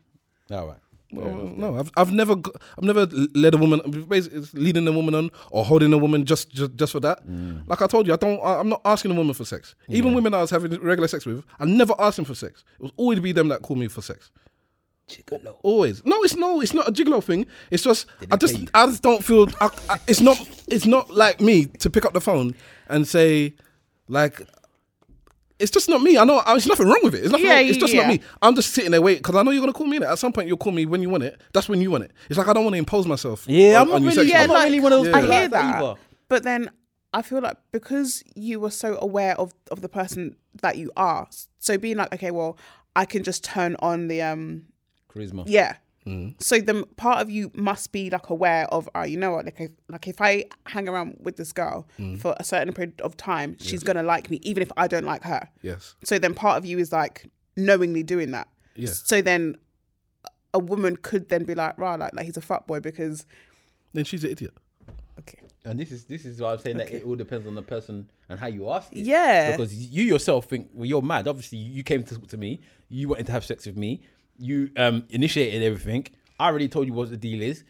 S5: All right.
S4: Well, no, I've, I've never g- I've never led a woman, basically it's leading a woman on or holding a woman just just, just for that. Like I told you, I don't. I- I'm not asking a woman for sex. Even women I was having regular sex with, I never asked them for sex. It was always be them that called me for sex. Always. No, it's no, it's not a gigolo thing. It's just I just I just don't feel. I, I, it's not it's not like me to pick up the phone and say like. It's just not me. I know. I- There's nothing wrong with it. It's nothing.
S3: Yeah,
S4: wrong. It's just
S3: yeah.
S4: not me. I'm just sitting there waiting because I know you're gonna call me. In it. At some point, you'll call me when you want it. That's when you want it. It's like I don't want to impose myself.
S5: Yeah,
S4: on- on
S5: I'm
S4: you
S5: not really-
S4: sexually.
S5: yeah, I'm not really one of those
S3: I
S5: people
S3: hear
S5: like that
S3: that,
S5: either.
S3: but then I feel like because you were so aware of of the person that you are, so being like, okay, well, I can just turn on the um,
S5: Charisma.
S3: yeah.
S5: Mm.
S3: So then part of you must be like aware of, oh, you know what? Like, if, like if I hang around with this girl
S5: Mm.
S3: for a certain period of time, she's gonna like me, even if I don't like her.
S4: Yes.
S3: So then part of you is like knowingly doing that.
S4: Yeah.
S3: So then a woman could then be like, right, like, like he's a fuck boy because
S4: Then she's an idiot.
S3: okay.
S5: And this is this is why I'm saying that it all depends on the person and how you ask. It.
S3: Yeah.
S5: Because you yourself think well, you're mad. Obviously, you came to talk to me. You wanted to have sex with me. You um, initiated everything. I already told you what the deal is.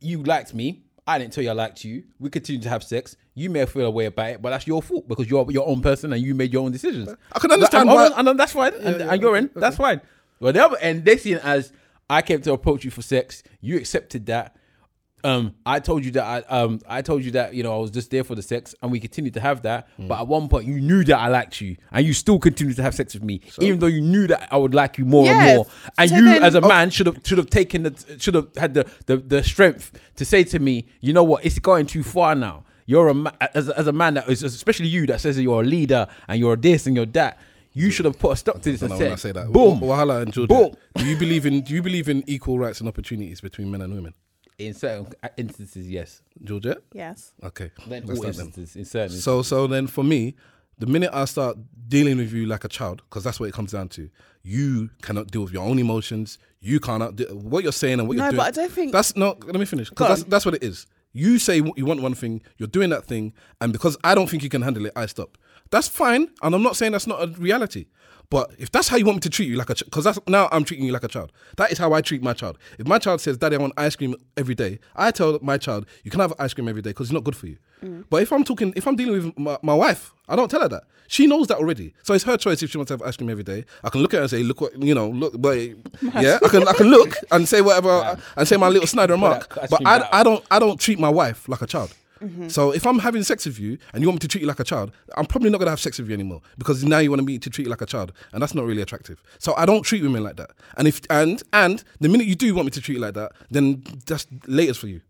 S5: You liked me. I didn't tell you I liked you. We continued to have sex. You may feel a way about it, but that's your fault because you're your own person and you made your own decisions.
S4: I can understand
S5: Like,
S4: why-
S5: and- and, and that's fine. and,
S4: yeah,
S5: and you're in.
S4: okay,
S5: That's fine. But the other end, they see it as I came to approach you for sex. You accepted that Um, I told you that I um I told you that you know I was just there for the sex and we continued to have that.
S4: Mm.
S5: But at one point you knew that I liked you and you still continued to have sex with me, even though you knew that I would like you more
S3: Yeah,
S5: and more. And
S3: so
S5: you
S3: then-
S5: as
S4: Oh.
S5: a man should have should have taken the should have had the, the the strength to say to me, you know what, it's going too far now. You're a ma- as, a- as a man that is especially you that says that you're a leader and you're this and you're that. You should have put a stop to this
S4: I
S5: and
S4: know
S5: said,
S4: when I say that.
S5: boom,
S4: Wa- Wahala and Georgia.
S5: Boom.
S4: Do you believe in Do you believe in equal rights and opportunities between men and women,
S5: In certain instances, yes.
S4: Georgia?
S3: Yes.
S4: Okay.
S5: Then
S4: let's
S5: all
S4: start then.
S5: instances, in certain
S4: So so then for me, the minute I start dealing with you like a child, because that's what it comes down to. You cannot deal with your own emotions. You cannot do what you're saying and what
S3: No,
S4: you're doing.
S3: but I don't think-
S4: that's no. Let me finish
S3: Go
S4: because that's
S3: on.
S4: that's what it is. You say w- you want one thing, you're doing that thing, and because I don't think you can handle it, I stop. That's fine, and I'm not saying that's not a reality. But if that's how you want me to treat you like a child, because that's now I'm treating you like a child. That is how I treat my child. If my child says, "Daddy, I want ice cream every day," I tell my child, "You can have ice cream every day because it's not good for you." But if I'm talking, if I'm dealing with my, my wife, I don't tell her that. She knows that already, so it's her choice if she wants to have ice cream every day. I can look at her and say, "Look what you know, look." But yeah, I can I can look and say whatever and say my little Snyder remark.
S5: that ice
S4: But
S5: cream
S4: I,
S5: back.
S4: I don't I don't treat my wife like a child. So if I'm having sex with you and you want me to treat you like a child, I'm probably not gonna have sex with you anymore because now you want me to treat you like a child, and that's not really attractive. So I don't treat women like that. And if and and the minute you do want me to treat you like that, then that's latest for you.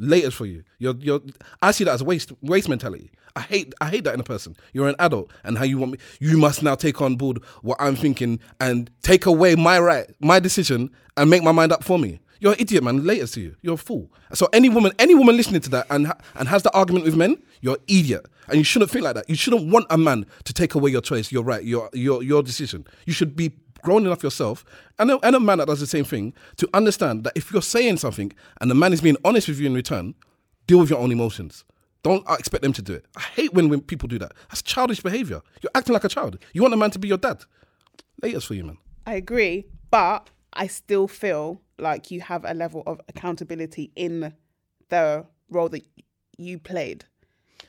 S4: Latest for you. You're you're. I see that as waste waste mentality. I hate I hate that in a person. You're an adult, and how you want me? You must now take on board what I'm thinking and take away my right, my decision, and make my mind up for me. You're an idiot, man. Latest to you. You're a fool. So any woman, any woman listening to that and ha- and has the argument with men, you're an idiot, and you shouldn't feel like that. You shouldn't want a man to take away your choice, your right, your your your decision. You should be grown enough yourself and a, and a man that does the same thing to understand that if you're saying something and the man is being honest with you in return, deal with your own emotions. Don't expect them to do it. I hate when, when people do that. That's childish behavior. You're acting like a child. You want a man to be your dad. Latest for you, man.
S3: I agree, but I still feel like you have a level of accountability in the role that you played.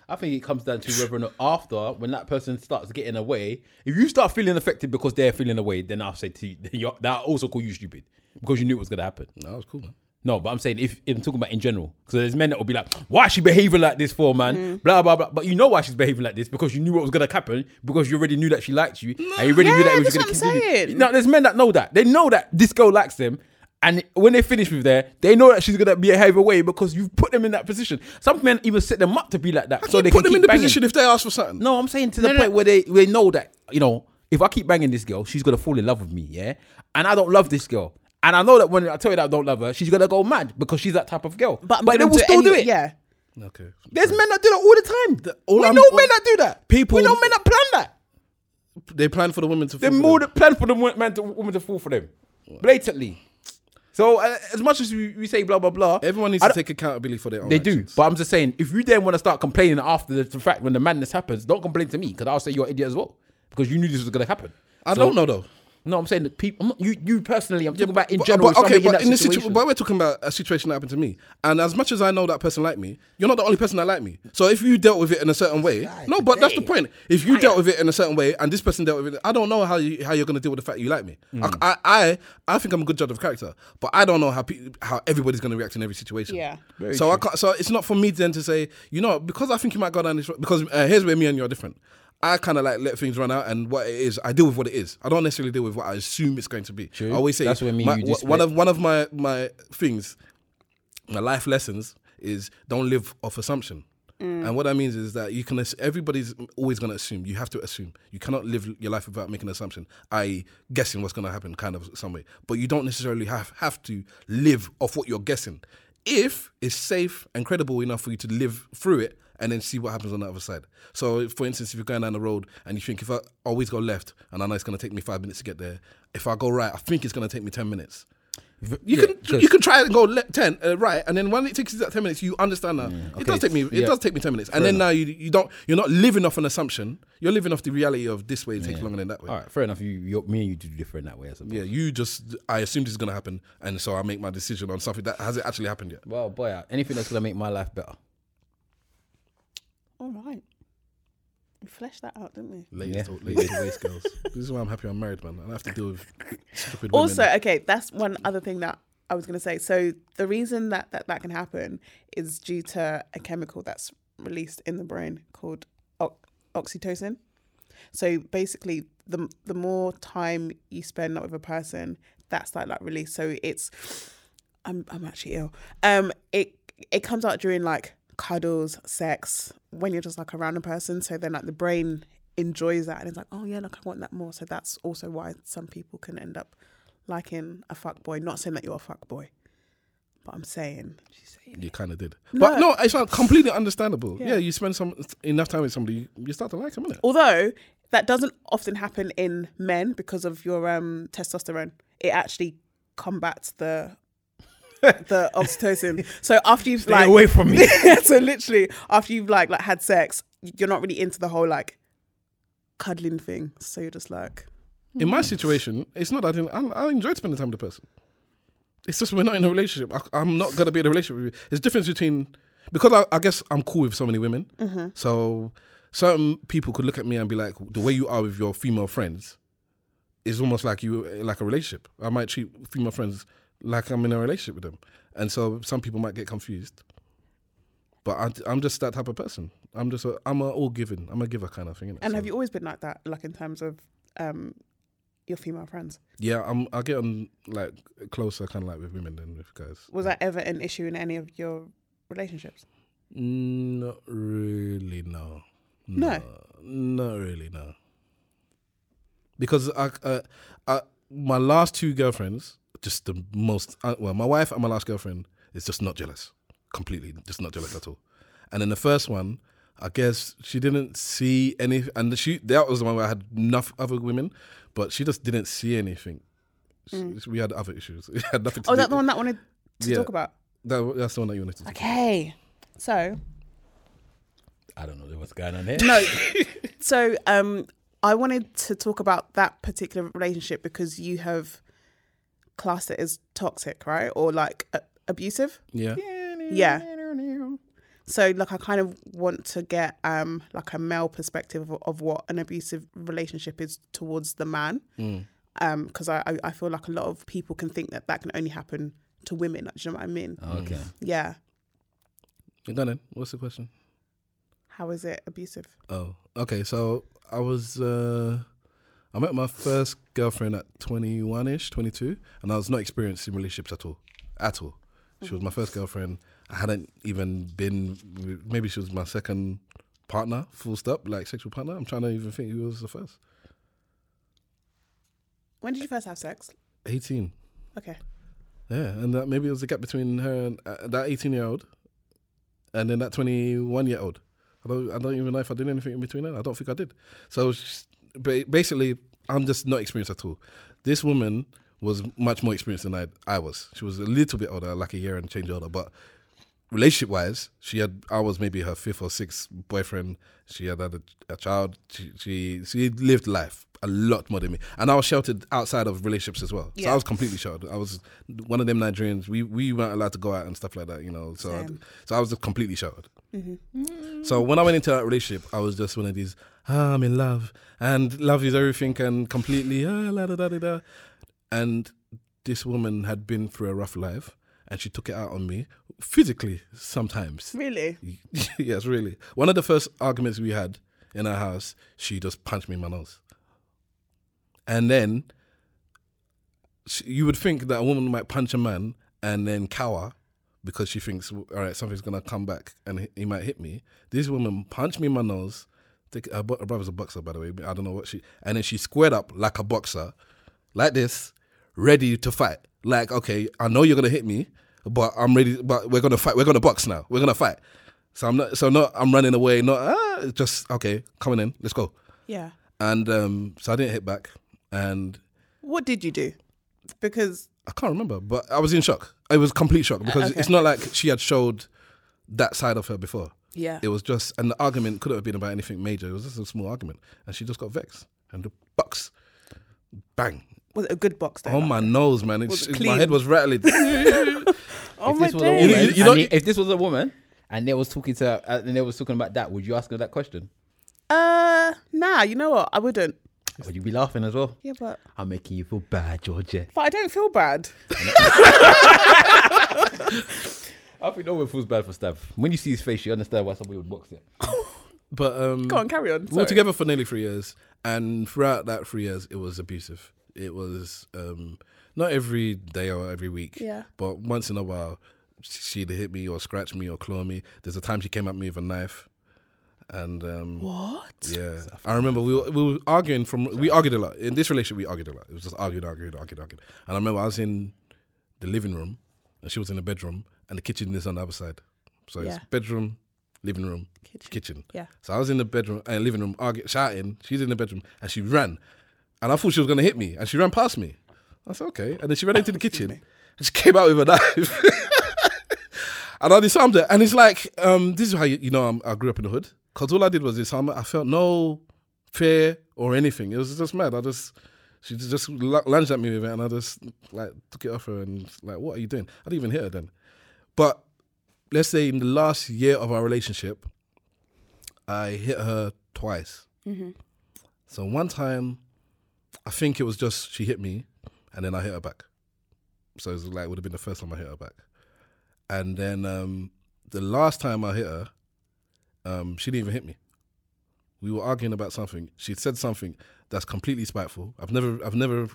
S5: I think it comes down to whether or not after when that person starts getting away, if you start feeling affected because they're feeling away, then I'll say to you, you're, that I also call you stupid because you knew it was gonna happen.
S4: No, that was cool, man.
S5: No, but I'm saying if, if I'm talking about in general, because there's men that will be like, "Why is she behaving like this for man?" Blah blah blah. But you know why she's behaving like this because you knew what was gonna happen because you already knew that she liked you and you already
S3: yeah,
S5: knew that it was
S3: that's
S5: gonna
S3: what I'm
S5: continue.
S3: saying.
S5: No, there's men that know that they know that this girl likes them. And when they finish with there, they know that she's gonna behave away because you've put them in that position. Some men even set them up to be like that, so
S4: So
S5: they
S4: put
S5: can
S4: them
S5: keep
S4: in the
S5: banging.
S4: position if they ask for something.
S5: No, I'm saying to the point where they, they know that, you know, if I keep banging this girl, she's gonna fall in love with me, yeah? And I don't love this girl. And I know that when I tell her that I don't love her, she's gonna go mad because she's that type of girl.
S3: I'm
S5: But,
S3: gonna
S5: they will still
S3: any-
S5: do it.
S3: Yeah.
S4: Okay.
S5: There's men that do that all the time.
S4: all
S5: we
S4: I'm-
S5: know
S4: all-
S5: men that do that.
S4: People-
S5: We know men that plan that.
S4: They plan for the women to.
S5: They
S4: fall for
S5: more
S4: them.
S5: than plan for the wo- man to, woman to fall for them, blatantly. So uh, as much as we, we say blah blah blah,
S4: Everyone needs
S5: I
S4: to
S5: don't-
S4: take accountability for their own.
S5: They do,
S4: actions.
S5: but I'm just saying, if you then want to start complaining after the, the fact when the madness happens, don't complain to me because I'll say you're an idiot as well because you knew this was gonna happen.
S4: I
S5: So-
S4: don't know though.
S5: No, I'm saying that people. I'm not, you, you personally. I'm talking about in
S4: But-
S5: general.
S4: but, okay, but in
S5: the
S4: this situation, but we're talking about a situation that happened to me, and as much as I know that person like me, you're not the only person that like me. So if you dealt with it in a certain way, no, but that's the point. If you dealt with it in a certain way, and this person dealt with it, I don't know how you how you're going to deal with the fact you like me.
S5: Hmm.
S4: I, I I I think I'm a good judge of character, but I don't know how pe- how everybody's going to react in every situation.
S3: Yeah.
S4: so I can't, so it's not for me then to say, you know, because I think you might go down this road. Because uh, here's where me and you are different. I kind of like let things run out, and what it is, I deal with what it is. I don't necessarily deal with what I assume it's going to be. I always say
S5: That's where me and
S4: my-
S5: you
S4: wha-
S5: disagree.
S4: one of one of my my things, my life lessons is don't live off assumption. And what that means is that you can ass- everybody's always going to assume. You have to assume. You cannot live your life without making an assumption, i.e., guessing what's going to happen, kind of some way. But you don't necessarily have have to live off what you're guessing, if it's safe and credible enough for you to live through it and then see what happens on the other side. So, for instance, if you're going down the road and you think, if I always go left and I know it's going to take me five minutes to get there, if I go right, I think it's going to take me ten minutes. You can you can try and go le- ten uh, right, and then when it takes you that ten minutes, you understand that it does take me it does take me ten minutes, and then now you you don't you're not living off an assumption, you're living off the reality of this way it takes longer than that way.
S5: All right, fair enough. You, you, me and you do different that way. I suppose.
S4: Yeah, you just I assume this is gonna happen, and so I make my decision on something that hasn't actually happened yet.
S5: Well, boy, anything that's gonna make my life better.
S3: All right. We fleshed that out, didn't we?
S4: Ladies, to, ladies to waste girls. This is why I'm happy I'm married, man. I don't have to deal with stupid women.
S3: Also, okay, that's one other thing that I was going to say. So the reason that, that that can happen is due to a chemical that's released in the brain called o- oxytocin. So basically, the the more time you spend not with a person, that's like that release. So it's I'm I'm actually ill. Um, it it comes out during like cuddles, sex, when you're just like around a person. So then like the brain enjoys that and it's like, oh yeah, look, I want that more. So that's also why some people can end up liking a fuck boy. Not saying that you're a fuck boy, but I'm saying
S4: You kind of did, but no, it's not completely understandable. Yeah. you spend some enough time with somebody, you start to like them, innit?
S3: although that doesn't often happen in men because of your um testosterone it actually combats the the oxytocin so after you've like
S7: away from me.
S3: so literally after you've like like had sex you're not really into the whole like cuddling thing so you're just like
S4: In my situation, it's not that I, didn't, I, I enjoyed spending time with the person. It's just we're not in a relationship. I, I'm not gonna be in a relationship with you. There's a difference between because I, I guess I'm cool with so many women.
S3: Mm-hmm.
S4: So certain people could look at me and be like, the way you are with your female friends is almost like you like a relationship. I might treat female friends like I'm in a relationship with them, and so some people might get confused. But I, am just that type of person. I'm just a, I'm a all giving. I'm a giver kind of thing. innit?
S3: and
S4: So-
S3: have you always been like that like in terms of um your female friends
S4: Yeah, I'm. I get on like closer, kind of like with women than with guys.
S3: was that ever an issue in any of your relationships
S4: Mm, Not really. No.
S3: No.
S4: Not really. No. Because I, uh, I, my last two girlfriends, just the most. Uh, well, my wife and my last girlfriend is just not jealous. Completely, just not jealous at all. And then the first one, I guess she didn't see any, and she that was the one where I had enough other women, but she just didn't see anything. She- We had other issues. It had nothing. To
S3: Mm. oh is
S4: do-
S3: that the one that I wanted to
S4: Yeah.
S3: talk about
S4: That, that's the one that you wanted to.
S3: okay so
S7: I don't know what's going on here.
S3: No. so um I wanted to talk about that particular relationship because you have classed it as toxic, right? Or like a- abusive?
S4: Yeah.
S3: Yeah. So like I kind of want to get um like a male perspective of, of what an abusive relationship is towards the man.
S4: Mm.
S3: Um because I, I I feel like a lot of people can think that that can only happen to women, like, do you know what I mean?
S5: Oh.
S7: Okay.
S3: Yeah.
S4: Go on then. What's the question?
S3: How is it abusive?
S4: Oh, okay. So I was, uh, I met my first girlfriend at 21 ish, 22, and I was not experienced in relationships at all. At all. She was my first girlfriend. I hadn't even been, with- maybe she was my second partner, full stop, like sexual partner. I'm trying to even think who was the first.
S3: When did you first have sex?
S4: 18.
S3: Okay.
S4: Yeah, and that maybe it was the gap between her and uh, that 18 year old and then that 21 year old. I don't, I don't even know if I did anything in between then. I don't think I did. So sh- ba- basically, I'm just not experienced at all. This woman was much more experienced than I, I was. She was a little bit older, like a year and change older, but relationship wise, she had I was maybe her fifth or sixth boyfriend. She had had a, a child. She, she she lived life a lot more than me, and I was sheltered outside of relationships as well. So I was completely sheltered. I was one of them Nigerians. We we weren't allowed to go out and stuff like that, you know. So I,
S3: Same.
S4: so I was just completely sheltered. So when I went into that relationship, I was just one of these. Ah, I'm in love, and love is everything, and completely ah, la da da da da. And this woman had been through a rough life, and she took it out on me physically sometimes.
S3: Really?
S4: yes, really. One of the first arguments we had in our house, she just punched me in my nose. And then she, you would think that a woman might punch a man and then cower because she thinks, all right, something's going to come back and he, he might hit me. This woman punched me in my nose. Think- Her, bro- her brother's a boxer, by the way. but I don't know what she. And then she squared up like a boxer, like this, ready to fight. Like, okay, I know you're gonna hit me, but I'm ready. But we're gonna fight. We're gonna box now. We're gonna fight. So I'm not. So not. I'm running away. Not. Ah, just okay. Coming in. Let's go.
S3: Yeah.
S4: And um, so I didn't hit back, and
S3: What did you do? Because
S4: I can't remember, but I was in shock. It was complete shock because it's not like she had showed that side of her before.
S3: Yeah.
S4: It was just, and the argument couldn't have been about anything major. It was just a small argument, and she just got vexed and the bucks, bang
S3: was it a good box though?
S4: on Oh my nose, man. It,
S3: Was
S4: it- my
S3: clean.
S4: head was rattling.
S3: oh
S7: If
S3: my
S7: this was a
S3: days.
S7: woman,
S4: You- you- you don't-
S7: and if this was a woman, and they was talking to, her, and they was talking about that, would you ask her that question?
S3: Uh, nah. You know what? I wouldn't.
S5: Would you be laughing as well?
S3: Yeah, but
S5: I'm making you feel bad, Georgia.
S3: but I don't feel bad.
S5: I think no one feels bad for Stav. When you see his face, you understand why somebody would box it.
S4: But um,
S3: Go on, carry on.
S4: we were
S3: Sorry.
S4: together for nearly three years, and throughout that three years, it was abusive. It was um, not every day or every week,
S3: Yeah.
S4: but once in a while, she'd hit me or scratch me or claw me. There's a time she came at me with a knife, and um,
S3: What?
S4: yeah, I remember we were, we were arguing from we argued a lot in this relationship. We argued a lot. It was just argued, argued, argued, argued. And I remember I was in the living room, and she was in the bedroom, and the kitchen is on the other side. So it's
S3: Yeah.
S4: bedroom, living room,
S3: Kitchen.
S4: kitchen.
S3: Yeah.
S4: So I was in the bedroom, uh, living room, argu shouting. She's in the bedroom, and she ran, and I thought she was gonna hit me, and she ran past me. I said okay, and then she ran into the kitchen, and she came out with a knife. And I disarmed her. And it's like, um, this is how you, you know I'm, I grew up in the hood. Because all I did was disarm her. I felt no fear or anything. It was just mad. I just, she just lu- lunged at me with it. And I just, like, took it off her and, like, what are you doing? I didn't even hit her then. But let's say in the last year of our relationship, I hit her twice.
S3: Mm-hmm.
S4: So one time, I think it was just she hit me and then I hit her back. So it was like, would have been the first time I hit her back. And then um, the last time I hit her, um, she didn't even hit me. We were arguing about something. She said something that's completely spiteful. I've never, I've never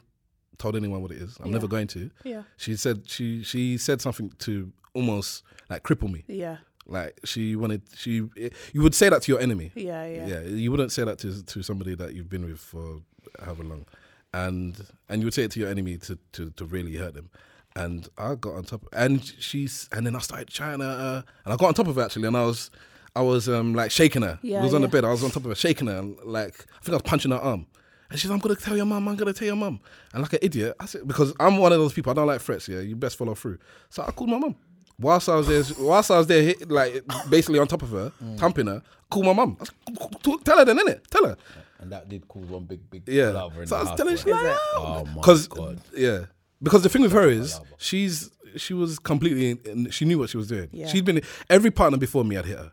S4: told anyone what it is. I'm never going to.
S3: Yeah.
S4: She said she she said something to almost like cripple me.
S3: Yeah.
S4: Like she wanted she. You would say that to your enemy.
S3: Yeah. Yeah.
S4: Yeah, you wouldn't say that to to somebody that you've been with for however long, and and you would say it to your enemy to to, to really hurt them. And I got on top, and she's, and then I started trying to, uh, and I got on top of her actually, and I was, I was um like shaking her.
S3: Yeah,
S4: I was on
S3: yeah.
S4: the bed, I was on top of her, shaking her, and, like I think I was punching her arm. And she's, I'm gonna tell your mum, I'm gonna tell your mum. And like an idiot, I said because I'm one of those people, I don't like threats. Yeah, you best follow through. So I called my mum. Whilst I was there, whilst I was there, hit, like basically on top of her,
S3: Mm.
S4: thumping her, call my mum. I said, "T- Tell her then, innit? Tell her.
S5: And that did cause one big, big
S4: Yeah.
S5: palaver in
S4: so I
S5: the
S4: was
S5: house,
S4: telling her,
S5: right?
S4: she's like,
S5: Oh my
S4: because
S5: god.
S4: yeah, because the thing with her is she's she was completely in, she knew what she was doing.
S3: Yeah.
S4: She'd been every partner before me had hit her,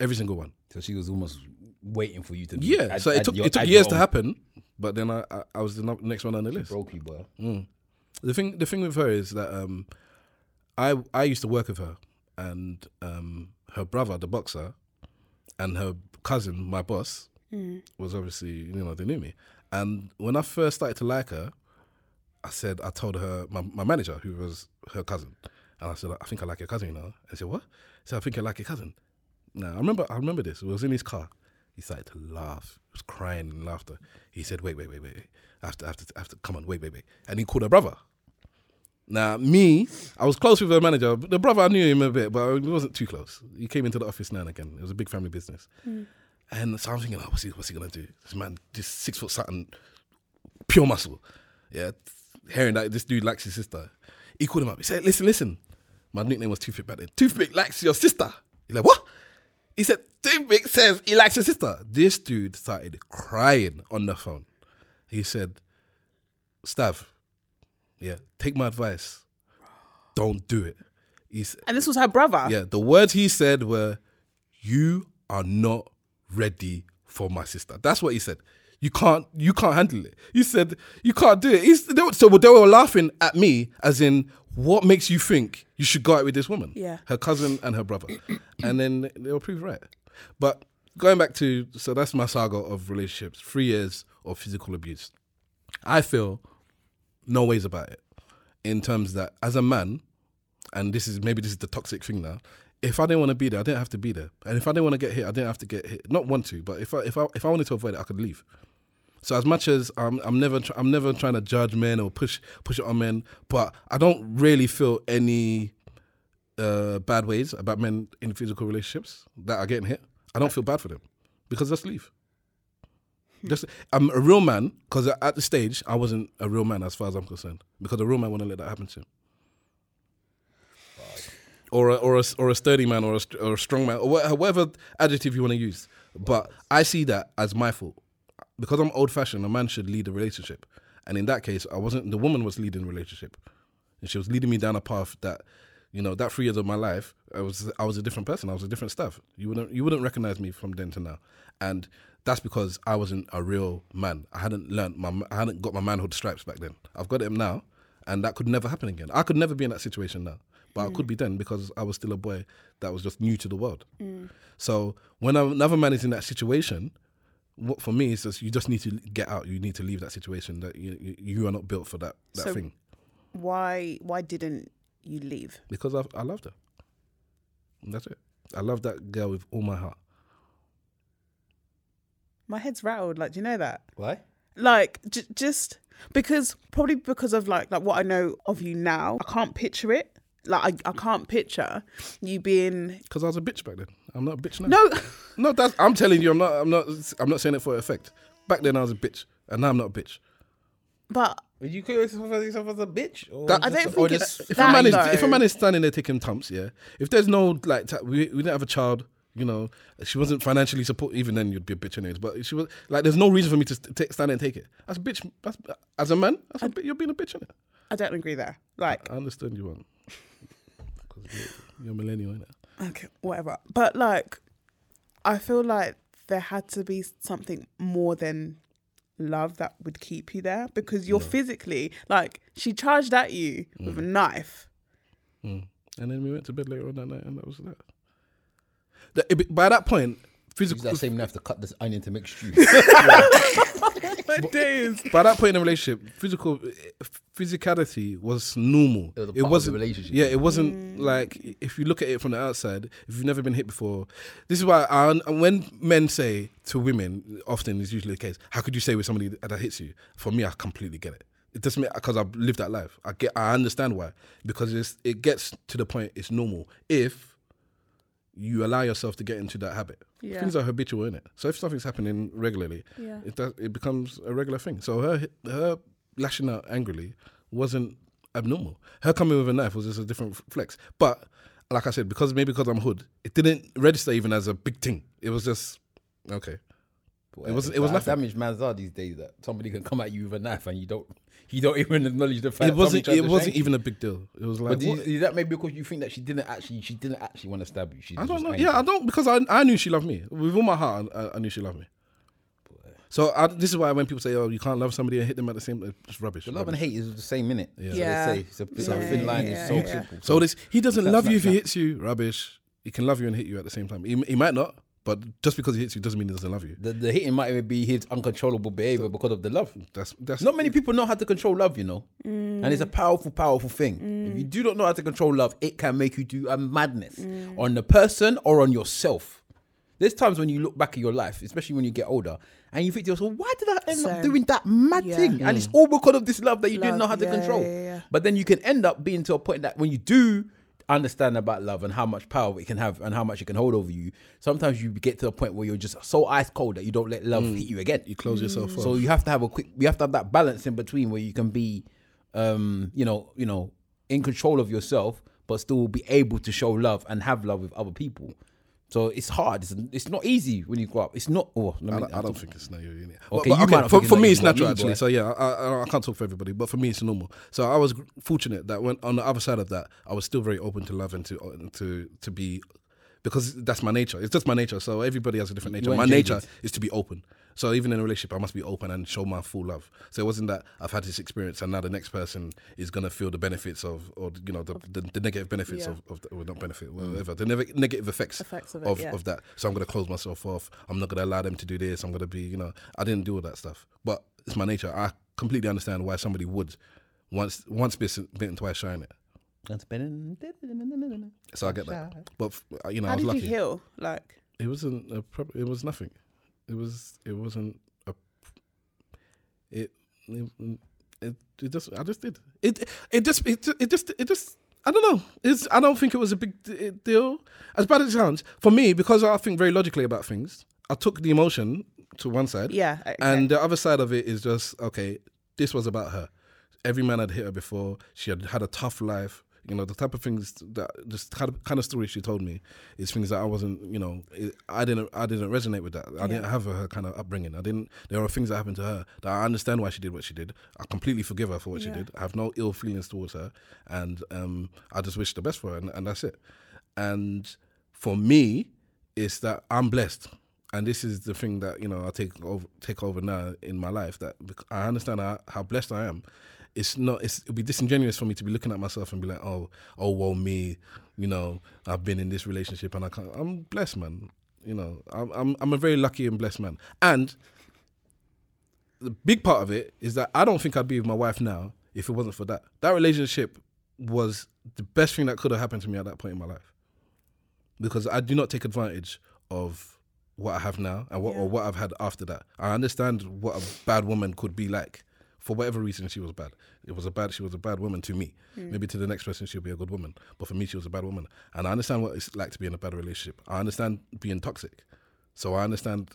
S4: every single one.
S5: So she was almost waiting for you to.
S4: Yeah,
S5: add-
S4: so it
S5: add
S4: took
S5: Mm. your-
S4: it took
S5: add
S4: years
S5: your
S4: to
S5: own
S4: happen, but then I, I, I was the no- next one on the list.
S5: Broke you, boy.
S4: The thing the thing with her is that um, I I used to work with her, and um, her brother, the boxer, and her cousin, my boss, was obviously you know they knew me, and when I first started to like her, I said I told her my, my manager who was her cousin, and I said I think I like your cousin, you know. And she said what? I said I think I like your cousin. Now I remember I remember this. It was in his car. He started to laugh. He was crying in laughter. He said, "Wait, wait, wait, wait. wait. I have to, I have to, I have to. Come on, wait, wait, wait." And he called her brother. Now me, I was close with her manager. The brother, I knew him a bit, but we wasn't too close. He came into the office now and again. It was a big family business. And so I'm thinking, oh, what's he, what's he gonna do? This man, this six foot something, pure muscle. Yeah, hearing that this dude likes his sister, he called him up. He said, "Listen, listen, my nickname was Toothpick back then. Toothpick likes your sister." He's like, "What?" He said, "Toothpick says he likes your sister." This dude started crying on the phone. He said, "Stav, yeah, take my advice. Don't do it." He said,
S3: And this was her brother.
S4: yeah, the words he said were, "You are not ready for my sister." That's what he said. You can't, you can't handle it. He said, "You can't do it." He's, they were, so they were laughing at me, as in, "What makes you think you should go out with this woman?"
S3: Yeah.
S4: her cousin and her brother, and then they were proved right. But going back to, so that's my saga of relationships: three years of physical abuse. I feel no ways about it. In terms that, as a man, and this is maybe this is the toxic thing now. If I didn't want to be there, I didn't have to be there. And if I didn't want to get hit, I didn't have to get hit. Not want to, but if I if I if I wanted to avoid it, I could leave. So as much as I'm, I'm never tr- I'm never trying to judge men or push push it on men, but I don't really feel any uh, bad ways about men in physical relationships that are getting hit. I don't feel bad for them because just leave. Just I'm a real man because at the stage I wasn't a real man as far as I'm concerned because a real man wouldn't let that happen to him or a, or a, or a sturdy man or a, st- or a strong man or wha- whatever adjective you want to use. But I see that as my fault because I'm old fashioned. A man should lead a relationship, and in that case, I wasn't. The woman was leading the relationship, and she was leading me down a path that You know, that three years of my life, I was I was a different person. I was a different staff. You wouldn't you wouldn't recognize me from then to now, and that's because I wasn't a real man. I hadn't learned my I hadn't got my manhood stripes back then. I've got them now, and that could never happen again. I could never be in that situation now, but
S3: Mm.
S4: I could be then because I was still a boy that was just new to the world.
S3: Mm.
S4: So when another man is in that situation, what for me is just you just need to get out. You need to leave that situation. That you you- you are not built for that that
S3: So-
S4: thing
S3: Why why didn't you leave?
S4: because I I loved her. And that's it. I love that girl with all my heart.
S3: My head's rattled. Like, do you know that?
S5: Why?
S3: Like, j- just because probably because of like like what I know of you now, I can't picture it. Like, I, I can't picture you being
S4: Because I was a bitch back then. I'm not a bitch now.
S3: no.
S4: no. That's I'm telling you. I'm not. I'm not. I'm not saying it for effect. Back then I was a bitch, and now I'm not a bitch.
S3: But
S5: Would you call yourself yourself as a bitch? Or
S4: That-
S3: I
S5: just-
S3: don't
S5: or
S3: think it's
S5: just-
S4: if a man is
S3: though.
S4: if a man is standing there taking tumps, yeah. If there's no like ta- we we didn't have a child, you know, she wasn't financially support. Even then, you'd be a bitch anyways. But she was like, there's no reason for me to st- take- stand there and take it. That's a bitch. That's as a man, that's a bit, you're being a bitch in it.
S3: I don't agree there. Like,
S4: I understand you want. 'Cause you're- You're a millennial, innit?
S3: okay, whatever. But like, I feel like there had to be something more than love that would keep you there because you're physically like she charged at you with a knife.
S4: And then we went to bed later on that night, and that was that. The- it be- by that point,
S5: Use
S4: physical.
S5: that same knife to cut this onion to make stew.
S3: days.
S4: By that point in a relationship, physical physicality was normal.
S5: was a part of the
S4: wasn't
S5: relationship.
S4: Yeah, it wasn't like if you look at it from the outside, if you've never been hit before, this is why I, when men say to women, often is usually the case. How could you say with somebody that hits you? For me, I completely get it. It doesn't because I've lived that life. I get, I understand why because it's, it gets to the point it's normal if you allow yourself to get into that habit.
S3: Yeah.
S4: Things are habitual, innit? So if something's happening regularly,
S3: Yeah.
S4: it does, it becomes a regular thing. So her her lashing out angrily wasn't abnormal. Her coming with a knife was just a different f- flex. But like I said, because maybe because I'm hood, it didn't register even as a big thing. It was just okay. It was- it was nothing.
S5: damaged man's are these days that somebody can come at you with a knife and you don't you don't even acknowledge the fact.
S4: It
S5: that
S4: wasn't.
S5: somebody tried
S4: It
S5: to
S4: wasn't
S5: shank you.
S4: even a big deal. It was like
S5: But did
S4: what?
S5: you- is that maybe because you think that she didn't actually she didn't actually want to stab you? She
S4: I
S5: was
S4: don't know.
S5: angry.
S4: Yeah, I don't because I, I knew she loved me with all my heart. I, I knew she loved me. So I, this is why when people say, "Oh, you can't love somebody and hit them at the same," it's rubbish.
S5: But love and
S4: rubbish.
S5: hate is the same minute.
S4: Yeah.
S3: Yeah.
S5: It's a, it's a thin line.
S3: Yeah,
S5: it's so
S3: yeah, yeah.
S5: simple.
S4: So this he doesn't
S5: That's
S4: love
S5: not-
S4: you if he
S5: no.
S4: hits you. Rubbish. He can love you and hit you at the same time. He, he might not, but just because he hits you doesn't mean he doesn't love you.
S5: the, the hitting might even be his uncontrollable behavior because of the love.
S4: That's that's
S5: Not many people know how to control love, you know, and it's a
S3: Mm.
S5: powerful, powerful thing. If you do not know how to control love, it can make you do a madness
S3: Mm.
S5: on the person or on yourself. There's times when you look back at your life, especially when you get older, and you think to yourself, "Why did I end
S3: Same.
S5: up doing that mad
S3: Yeah.
S5: thing?" And it's all because of this love that you
S3: Love,
S5: didn't know how to
S3: yeah,
S5: control.
S3: yeah, yeah.
S5: But then you can end up being to a point that when you do understand about love and how much power it can have and how much it can hold over you, sometimes you get to a point where you're just so ice cold that you don't let love hit you again. You
S4: Mm. close yourself
S5: So you have to have a quick. You have to have that balance in between where you can be, um, you know, you know, in control of yourself, but still be able to show love and have love with other people. So it's hard. It's, it's not easy when you grow up. It's not. Oh, let me-
S4: I don't, I don't think it's natural. Innit?
S5: Okay,
S4: But- but
S5: you might not
S4: for,
S5: think
S4: for
S5: it's
S4: me
S5: like
S4: it's
S5: you, but
S4: natural
S5: me,
S4: actually.
S5: boy.
S4: So yeah, I, I, I can't talk for everybody, but for me it's normal. So I was fortunate that when on the other side of that, I was still very open to love and to and to to be because that's my nature. It's just my nature. So everybody has a different nature.
S5: weren't
S4: My
S5: jaded.
S4: nature is to be open. So even in a relationship, I must be open and show my full love. So it wasn't that I've had this experience and now the next person is gonna feel the benefits of, or you know, the the, the negative benefits
S3: Yeah.
S4: of, of the, well, not benefit,
S5: Mm.
S4: whatever, the neg- negative effects,
S3: Effects of
S4: of
S3: it, yeah.
S4: of that. So I'm gonna close myself off. I'm not gonna allow them to do this. I'm gonna be, you know, I didn't do all that stuff. But it's my nature. I completely understand why somebody would once once bitten, bitten twice shy in it. So I get that. But f- you know,
S3: Oh, How
S4: I was
S3: did
S4: lucky.
S3: you heal? Like,
S4: It wasn't a prob- It was nothing. It was. It wasn't a. It. It. It, it just. I just did. It. It just. It. ju- It just. It just. I don't know. It's. I don't think it was a big d- eh, deal. As bad as it sounds, for me, because I think very logically about things, I took the emotion to one side.
S3: yeah, okay.
S4: And the other side of it is just okay. This was about her. Every man had hit her before. She had had a tough life. You know, the type of things that just kind of, kind of story she told me is things that I wasn't, you know, it, I didn't, I didn't resonate with that. I didn't have her kind of upbringing. I didn't. There are things that happened to her that I understand why she did what she did. I completely forgive her for what she did. I have no ill feelings towards her, and um, I just wish the best for her, and, and that's it. And for me, it's that I'm blessed, and this is the thing that you know I take over take over now in my life. That bec- I understand how, how blessed I am. It's not. It's, it'd be disingenuous for me to be looking at myself and be like, oh, oh, well, me. You know, I've been in this relationship and I can't. I'm blessed, man. You know, I'm I'm, I'm a very lucky and blessed man. And the big part of it is that I don't think I'd be with my wife now if it wasn't for that. That relationship was the best thing that could have happened to me at that point in my life because I do not take advantage of what I have now and what or what I've had after that. I understand what a bad woman could be like. For whatever reason, she was bad. It was a bad. She was a bad woman to me. Maybe to the next person, she'll be a good woman. But for me, she was a bad woman, and I understand what it's like to be in a bad relationship. I understand being toxic, so I understand.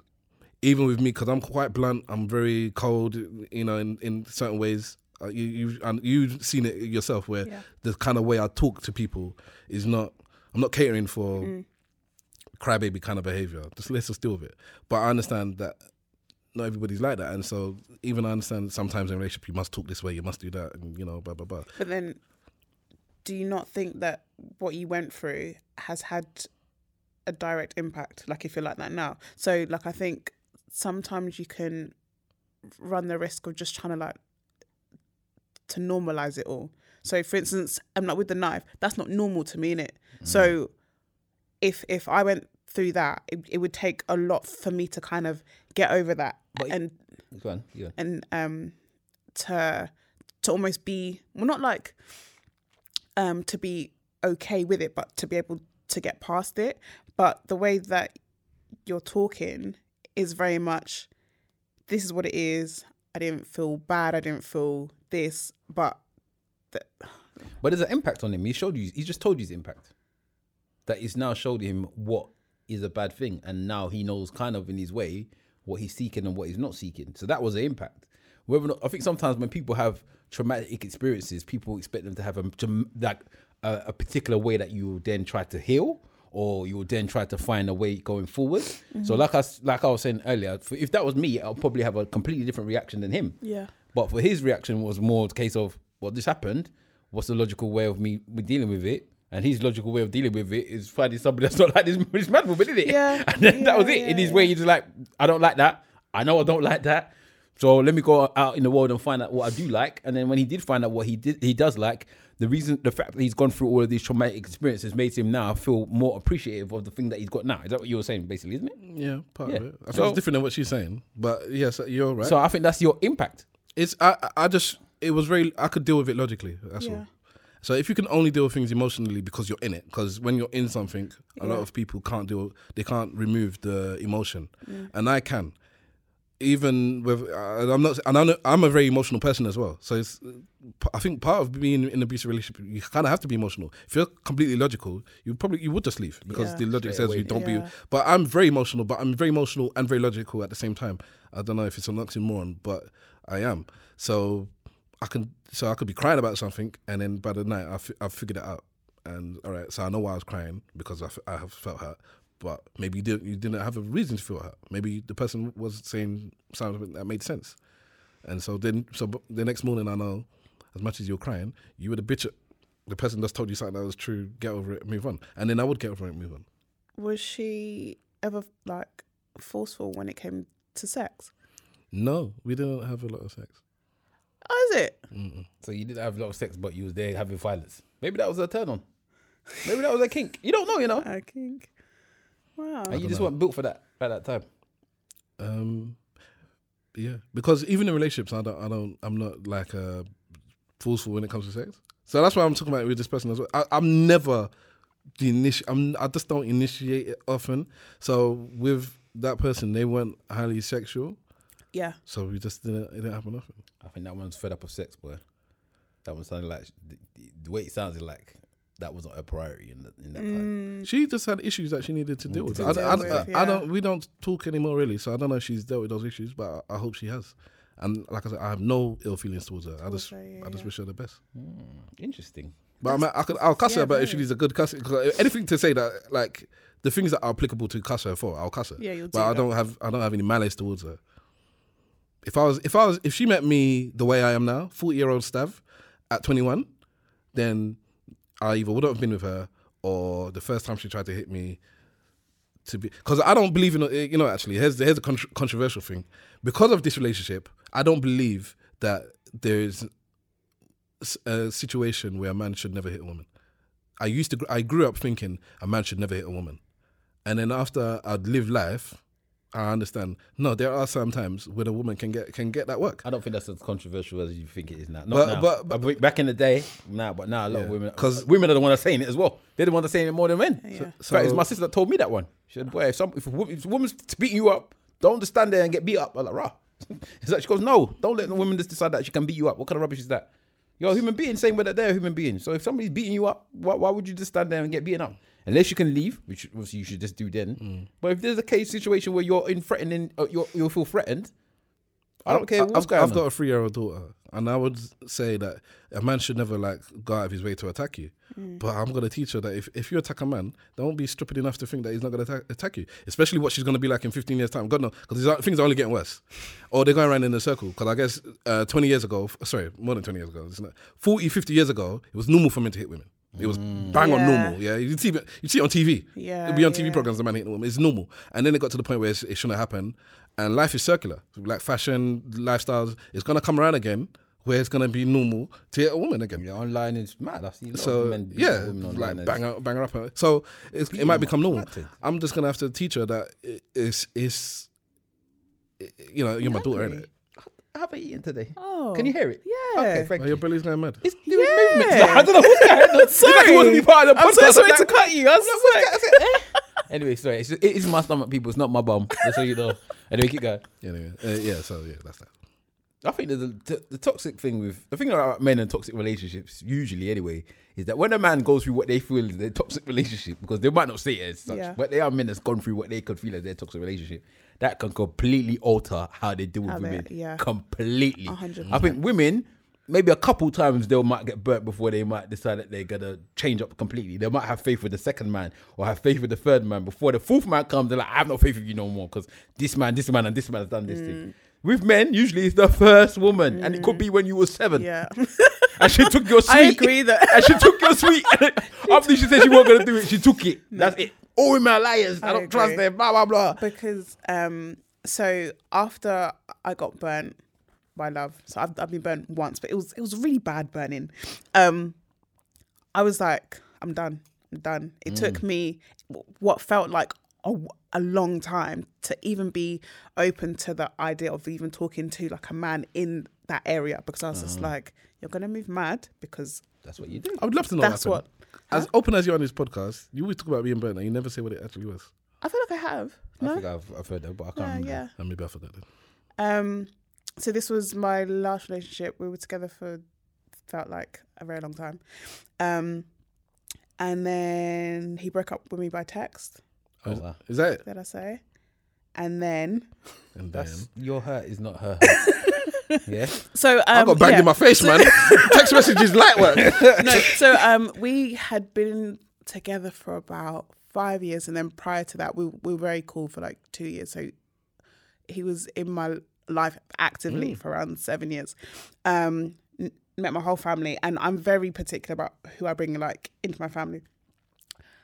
S4: Even with me, because I'm quite blunt, I'm very cold. You know, in, in certain ways, uh, you you and you've seen it yourself, where the kind of way I talk to people is not. I'm not catering for crybaby kind of behavior. Just let's just deal with it. But I understand that not everybody's like that, and so even I understand sometimes in a relationship you must talk this way, you must do that, and you know, blah blah blah.
S3: But then, do you not think that what you went through has had a direct impact? Like, if you're like that now, so like I think sometimes you can run the risk of just trying to like to normalize it all. So, for instance, I'm like with the knife. That's not normal to me, innit? So, if if I went through that, it, it would take a lot for me to kind of get over that and
S5: Go on. Yeah.
S3: and um to to almost be well not like um to be okay with it but to be able to get past it but the way that you're talking is very much this is what it is i didn't feel bad i didn't feel this but
S5: But there's an impact on him. He showed you. He just told you his impact. That he's now showed him what is a bad thing, and now he knows kind of in his way what he's seeking and what he's not seeking. So that was an impact. Whether or not, I think sometimes when people have traumatic experiences, people expect them to have a dram- like a, a particular way that you will then try to heal, or you will then try to find a way going forward. So like I s- like I was saying earlier, for- if that was me, I'll probably have a completely different reaction than him.
S3: Yeah.
S5: But for his reaction was more the case of, well, this happened. What's the logical way of me me dealing with it? And his logical way of dealing with it is finding somebody that's not like this, this mad woman, isn't it?
S3: Yeah.
S5: And then that was
S3: Yeah,
S5: it. In his
S3: yeah,
S5: way, he's like, I don't like that. I know I don't like that. So let me go out in the world and find out what I do like. And then when he did find out what he did, he does like. The reason, the fact that he's gone through all of these traumatic experiences makes him now feel more appreciative of the thing that he's got now. Is that what you were saying, basically, isn't it?
S4: Yeah, part
S5: Yeah.
S4: of it. I think
S5: So-
S4: it's different than what she's saying, but yes, you're right.
S5: So I think that's your impact.
S4: it's I I- I just it was very I could deal with it logically. That's
S3: Yeah.
S4: all. So if you can only deal with things emotionally because you're in it, because when you're in something, a lot of people can't deal. They can't remove the emotion, and I can. Even with uh, I'm not, and I'm, not- I'm a very emotional person as well. So it's, I think part of being in an abusive relationship, you kind of have to be emotional. If you're completely logical, you probably you would just leave because
S3: Yeah.
S4: the logic says you don't
S3: Yeah.
S4: be. But I'm very emotional, but I'm very emotional and very logical at the same time. I don't know if it's an oxymoron, but I am. So I can, so I could be crying about something, and then by the night I fi- I've figured it out. And all right, so I know why I was crying because I, f- I have felt hurt, but maybe you didn't you didn't have a reason to feel hurt. Maybe the person was saying something that made sense. And so then, so b- the next morning, I know, as much as you're crying, you were the bitch. At, the person that's told you something that was true, get over it, move on. And then I would get over it, and move on.
S3: was she ever like forceful when it came to sex
S4: No, we didn't have a lot of sex.
S3: oh is it
S5: So you didn't have a lot of sex, but you was there having violence. Maybe that was a turn on. Maybe that was a kink. You don't know, you know.
S3: i think wow
S5: And you just weren't built for that by that time.
S4: Um, yeah, because even in relationships, I don't, I don't, I'm not like uh, forceful when it comes to sex. So that's why I'm talking about with this person as well. I, I'm never the initi- I'm, I just don't initiate it often. So with that person, they weren't highly sexual,
S3: yeah
S4: so we just didn't. It didn't happen often.
S5: I think that one's fed up of sex, boy. That one sounded like the, the way it sounded like that wasn't a priority in, the, in that time.
S4: She just had issues that she needed to deal with. I,
S3: deal
S4: I-
S3: with,
S4: I- I
S3: yeah.
S4: don't. We don't talk anymore, really. So I don't know if she's dealt with those issues, but I, I hope she has. And like I said, I have no ill feelings towards her. I just,
S3: her, yeah,
S4: I just
S3: yeah.
S4: wish her the best.
S5: Interesting.
S4: But I'm, I could, I'll cuss her, but if she's a good cuss, 'cause uh, anything to say that like the things that are applicable to cuss her for, I'll cuss her.
S3: Yeah, you'll
S4: But
S3: do
S4: I
S3: that.
S4: don't have I don't have any malice towards her. If I was if I was if she met me the way I am now, forty year old Stav, at twenty one, then I either wouldn't have been with her or the first time she tried to hit me to be because I don't believe in uh, you know actually here's here's a contr controversial thing because of this relationship I don't believe that there is s- a situation where a man should never hit a woman. I used to gr- I grew up thinking a man should never hit a woman, and then after I'd lived life, I understand. No, there are some times when a woman can get can get that work.
S5: I don't think that's as controversial as you think it is now. Not
S4: But-
S5: now.
S4: but-
S5: But, back in the day, now, but now a lot of women,
S4: 'Cause-
S5: because women are the ones that saying it as well. They're the ones that saying it more than men. So,
S4: So-
S5: it's my sister that told me that one. She said, "Boy, if, some, if, a woman, if a woman's beating you up, don't just stand there and get beat up." I'm like, "Rah." It's like she goes, "No, don't let the woman just decide that she can beat you up. What kind of rubbish is that? You're a human being, same way that they're a human being. So if somebody's beating you up, why, why would you just stand there and get beaten up?" Unless you can leave, which obviously you should just do then.
S4: Mm.
S5: But if there's a case situation where you're in threatening, uh, you're, you'll feel threatened. I don't care what's
S4: I've,
S5: going
S4: I've
S5: on.
S4: got a three year old daughter, and I would say that a man should never like go out of his way to attack you.
S5: Mm.
S4: But I'm gonna teach her that if, if you attack a man, don't be stupid enough to think that he's not gonna attack, attack you. Especially what she's gonna be like in 15 years time. God knows, because things are only getting worse, or they're going around in a circle. Because I guess uh, 20 years ago, f- sorry, more than 20 years ago, it's not, 40, 50 years ago, it was normal for men to hit women. It was
S5: Mm.
S4: bang on
S3: Yeah.
S4: normal. Yeah, you see, you see it on TV.
S3: Yeah,
S4: It'd be on TV
S3: yeah.
S4: programs. The man hitting the woman. It's normal. And then it got to the point where it's, it shouldn't happen. And life is circular. Like fashion, lifestyles, it's gonna come around again, where it's gonna be normal to hit a woman again.
S5: Yeah, online is mad. I see a lot of
S4: So
S5: men beating
S4: yeah,
S5: women online.
S4: like bang her, bang her up. So it's, it might become normal.
S5: Nothing.
S4: I'm just gonna have to teach her that it- it's it's it- you know you're my daughter,
S5: Hungry.
S4: innit?
S5: How about eating today?
S3: Oh.
S5: Can you hear it?
S3: Yeah.
S5: Okay, thank
S4: Oh,
S5: you.
S4: your belly's going mad.
S5: It's doing movements.
S3: Yeah.
S5: I don't know what's going on. It's like
S3: sorry.
S5: it wasn't even part of the
S3: I'm so
S5: podcast.
S3: sorry
S5: I'm
S3: to
S5: like-
S3: cut you. I was like,
S5: Anyway, sorry. It's, it is my stomach, people. It's not my bum. Just so you know. Anyway, keep going.
S4: Anyway, uh, yeah. So yeah, that's that.
S5: I think that the, the, the toxic thing with the thing about men and toxic relationships, usually anyway, is that when a man goes through what they feel is their toxic relationship, because they might not say it as such,
S3: Yeah.
S5: but they are men that's gone through what they could feel as their toxic relationship, that can completely alter how they deal with
S3: How they-
S5: women.
S3: yeah.
S5: Completely.
S3: hundred
S5: I think women, maybe a couple times they might get burnt before they might decide that they're gonna change up completely. They might have faith with the second man or have faith with the third man before the fourth man comes. They're like, I have no faith with you no more because this man, this man, and this man has done this thing. With men, usually it's the first woman, and it could be when you were seven.
S3: yeah.
S5: And she took your sweet.
S3: I agree that-
S5: and she took your sweet. After she said she wasn't gonna do it, she took it. That's it. All women are liars. Mm. I,
S3: I
S5: don't trust
S3: agree.
S5: them. Blah blah blah.
S3: because um so after I got burnt by love, so I've, I've been burnt once, but it was it was really bad burning. Um, I was like, I'm done, I'm done. It
S5: Mm.
S3: took me w- what felt like a, w- a long time to even be open to the idea of even talking to like a man in that area because I was just
S5: Uh-huh.
S3: like, you're gonna move mad because
S5: That's what you do.
S4: I would love to know.
S3: That's
S4: happened. As open as you are on this podcast, you always talk about being burnt, and you never say what it actually was.
S3: I feel like I have.
S5: I
S3: No,
S5: think I've, I've heard that, but I can't
S3: yeah,
S5: remember.
S3: yeah.
S4: And maybe I forgot that.
S3: Um, so this was my last relationship. We were together for felt like a very long time. Um, and then he broke up with me by text.
S4: Oh,
S5: Oh, wow.
S4: Is that it?
S3: Did I say? And then
S4: And
S5: That's
S4: then
S5: your hurt is not her. hurt. yeah,
S3: so um,
S4: I got banged
S3: yeah.
S4: in my face, man. Text messages light work.
S3: no, so um, we had been together for about five years, and then prior to that, we we were very cool for like two years. So he was in my life actively
S4: Mm.
S3: for around seven years. Um, n- met my whole family, and I'm very particular about who I bring like into my family.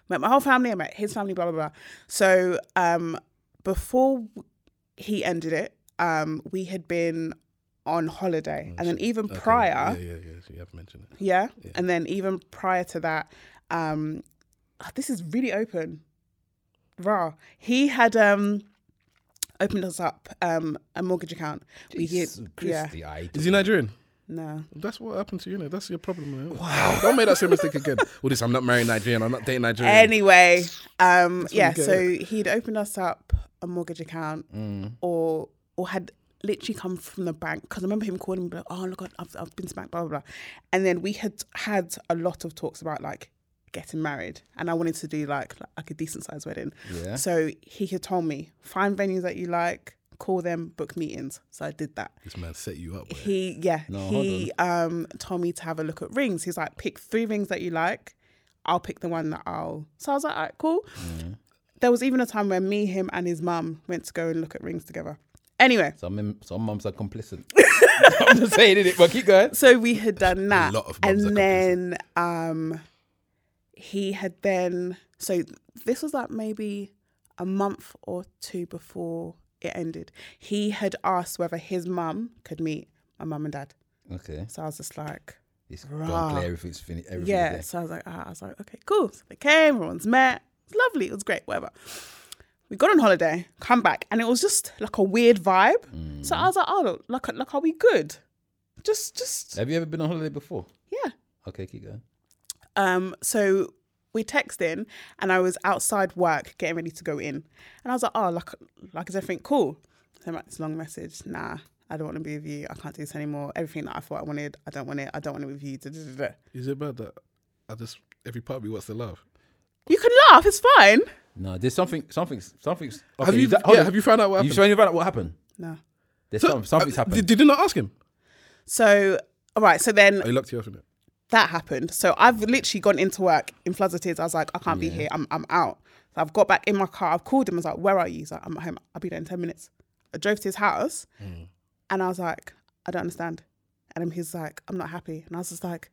S3: Met my whole family. I met his family. Blah blah blah. So um, before he ended it, um, we had been on holiday, and then even prior.
S4: Oh, Yeah, yeah, yeah. So you have mentioned it.
S3: Yeah. And then even prior to that, um oh, this is really open. Raw. He had um opened us up um a mortgage account. We
S5: Jesus
S3: get- yeah.
S5: Christy, I
S4: Is he Nigerian?
S3: No.
S4: That's what happened to you, know. That's your problem. Man. Wow. Don't make that same mistake again. All this, I'm not marrying Nigerian. I'm not dating Nigerian.
S3: Anyway, um
S4: when you
S3: yeah,
S4: get
S3: so he'd opened us up a mortgage account or or had literally come from the bank because I remember him calling me like, oh look I've, I've been spanked blah blah blah and then we had had a lot of talks about like getting married and I wanted to do like like a decent sized wedding
S5: Yeah.
S3: So he had told me, find venues that you like, call them, book meetings. So I did that.
S4: This man set you up. boy.
S3: He yeah, he um told me to have a look at rings. He's like, pick three rings that you like. I'll pick the one that I'll. So I was like, all right, cool.
S4: Mm.
S3: There was even a time where me, him, and his mum went to go and look at rings together. Anyway,
S5: Some some mums are complicit. I'm just saying it, but keep going.
S3: so we had done that,
S4: lot of mums are
S3: and then um, he had then. So this was like maybe a month or two before it ended. He had asked whether his mum could meet my mum and dad.
S5: Okay,
S3: So I was just like,
S5: it's
S3: Rah.
S5: gone clear. Everything's finished. Everything's
S3: yeah.
S5: there.
S3: So I was like, ah, I was like, okay, cool. So they came, everyone's met. It's lovely. It was great, whatever. We got on holiday, come back, and it was just like a weird vibe. So I was like, oh, look, look, look, are we good? Just, just,
S5: Have you ever been on holiday before?
S3: yeah.
S5: Okay, keep going.
S3: Um, so we text in, and I was outside work getting ready to go in, and I was like, "Oh, like, like is everything cool?" So I wrote this long message. Nah, I don't want to be with you. I can't do this anymore. Everything that I thought I wanted, I don't want it. I don't want to be with you. Da, da, da, da.
S4: Is it bad that I just every part of me wants to laugh?
S3: You can laugh. It's fine.
S5: No, there's something, something, something's. Okay,
S4: have you?
S5: that- hold
S4: yeah,
S5: on.
S4: have you found out what
S5: You
S4: happened?
S5: trying to find out what happened?
S3: No.
S5: There's
S4: So,
S5: some, something's
S4: uh,
S5: happened.
S4: Did, did you not ask him?
S3: So all right. So then
S4: Oh, he locked you up in it.
S3: that happened. So I've literally gone into work in floods of tears. I was like, I can't be here. I'm, I'm out. So I've got back in my car. I've called him. I was like, Where are you? He's like, I'm at home. I'll be there in 10 minutes. I drove to his house and I was like, I don't understand. And then he's like, I'm not happy. And I was just like,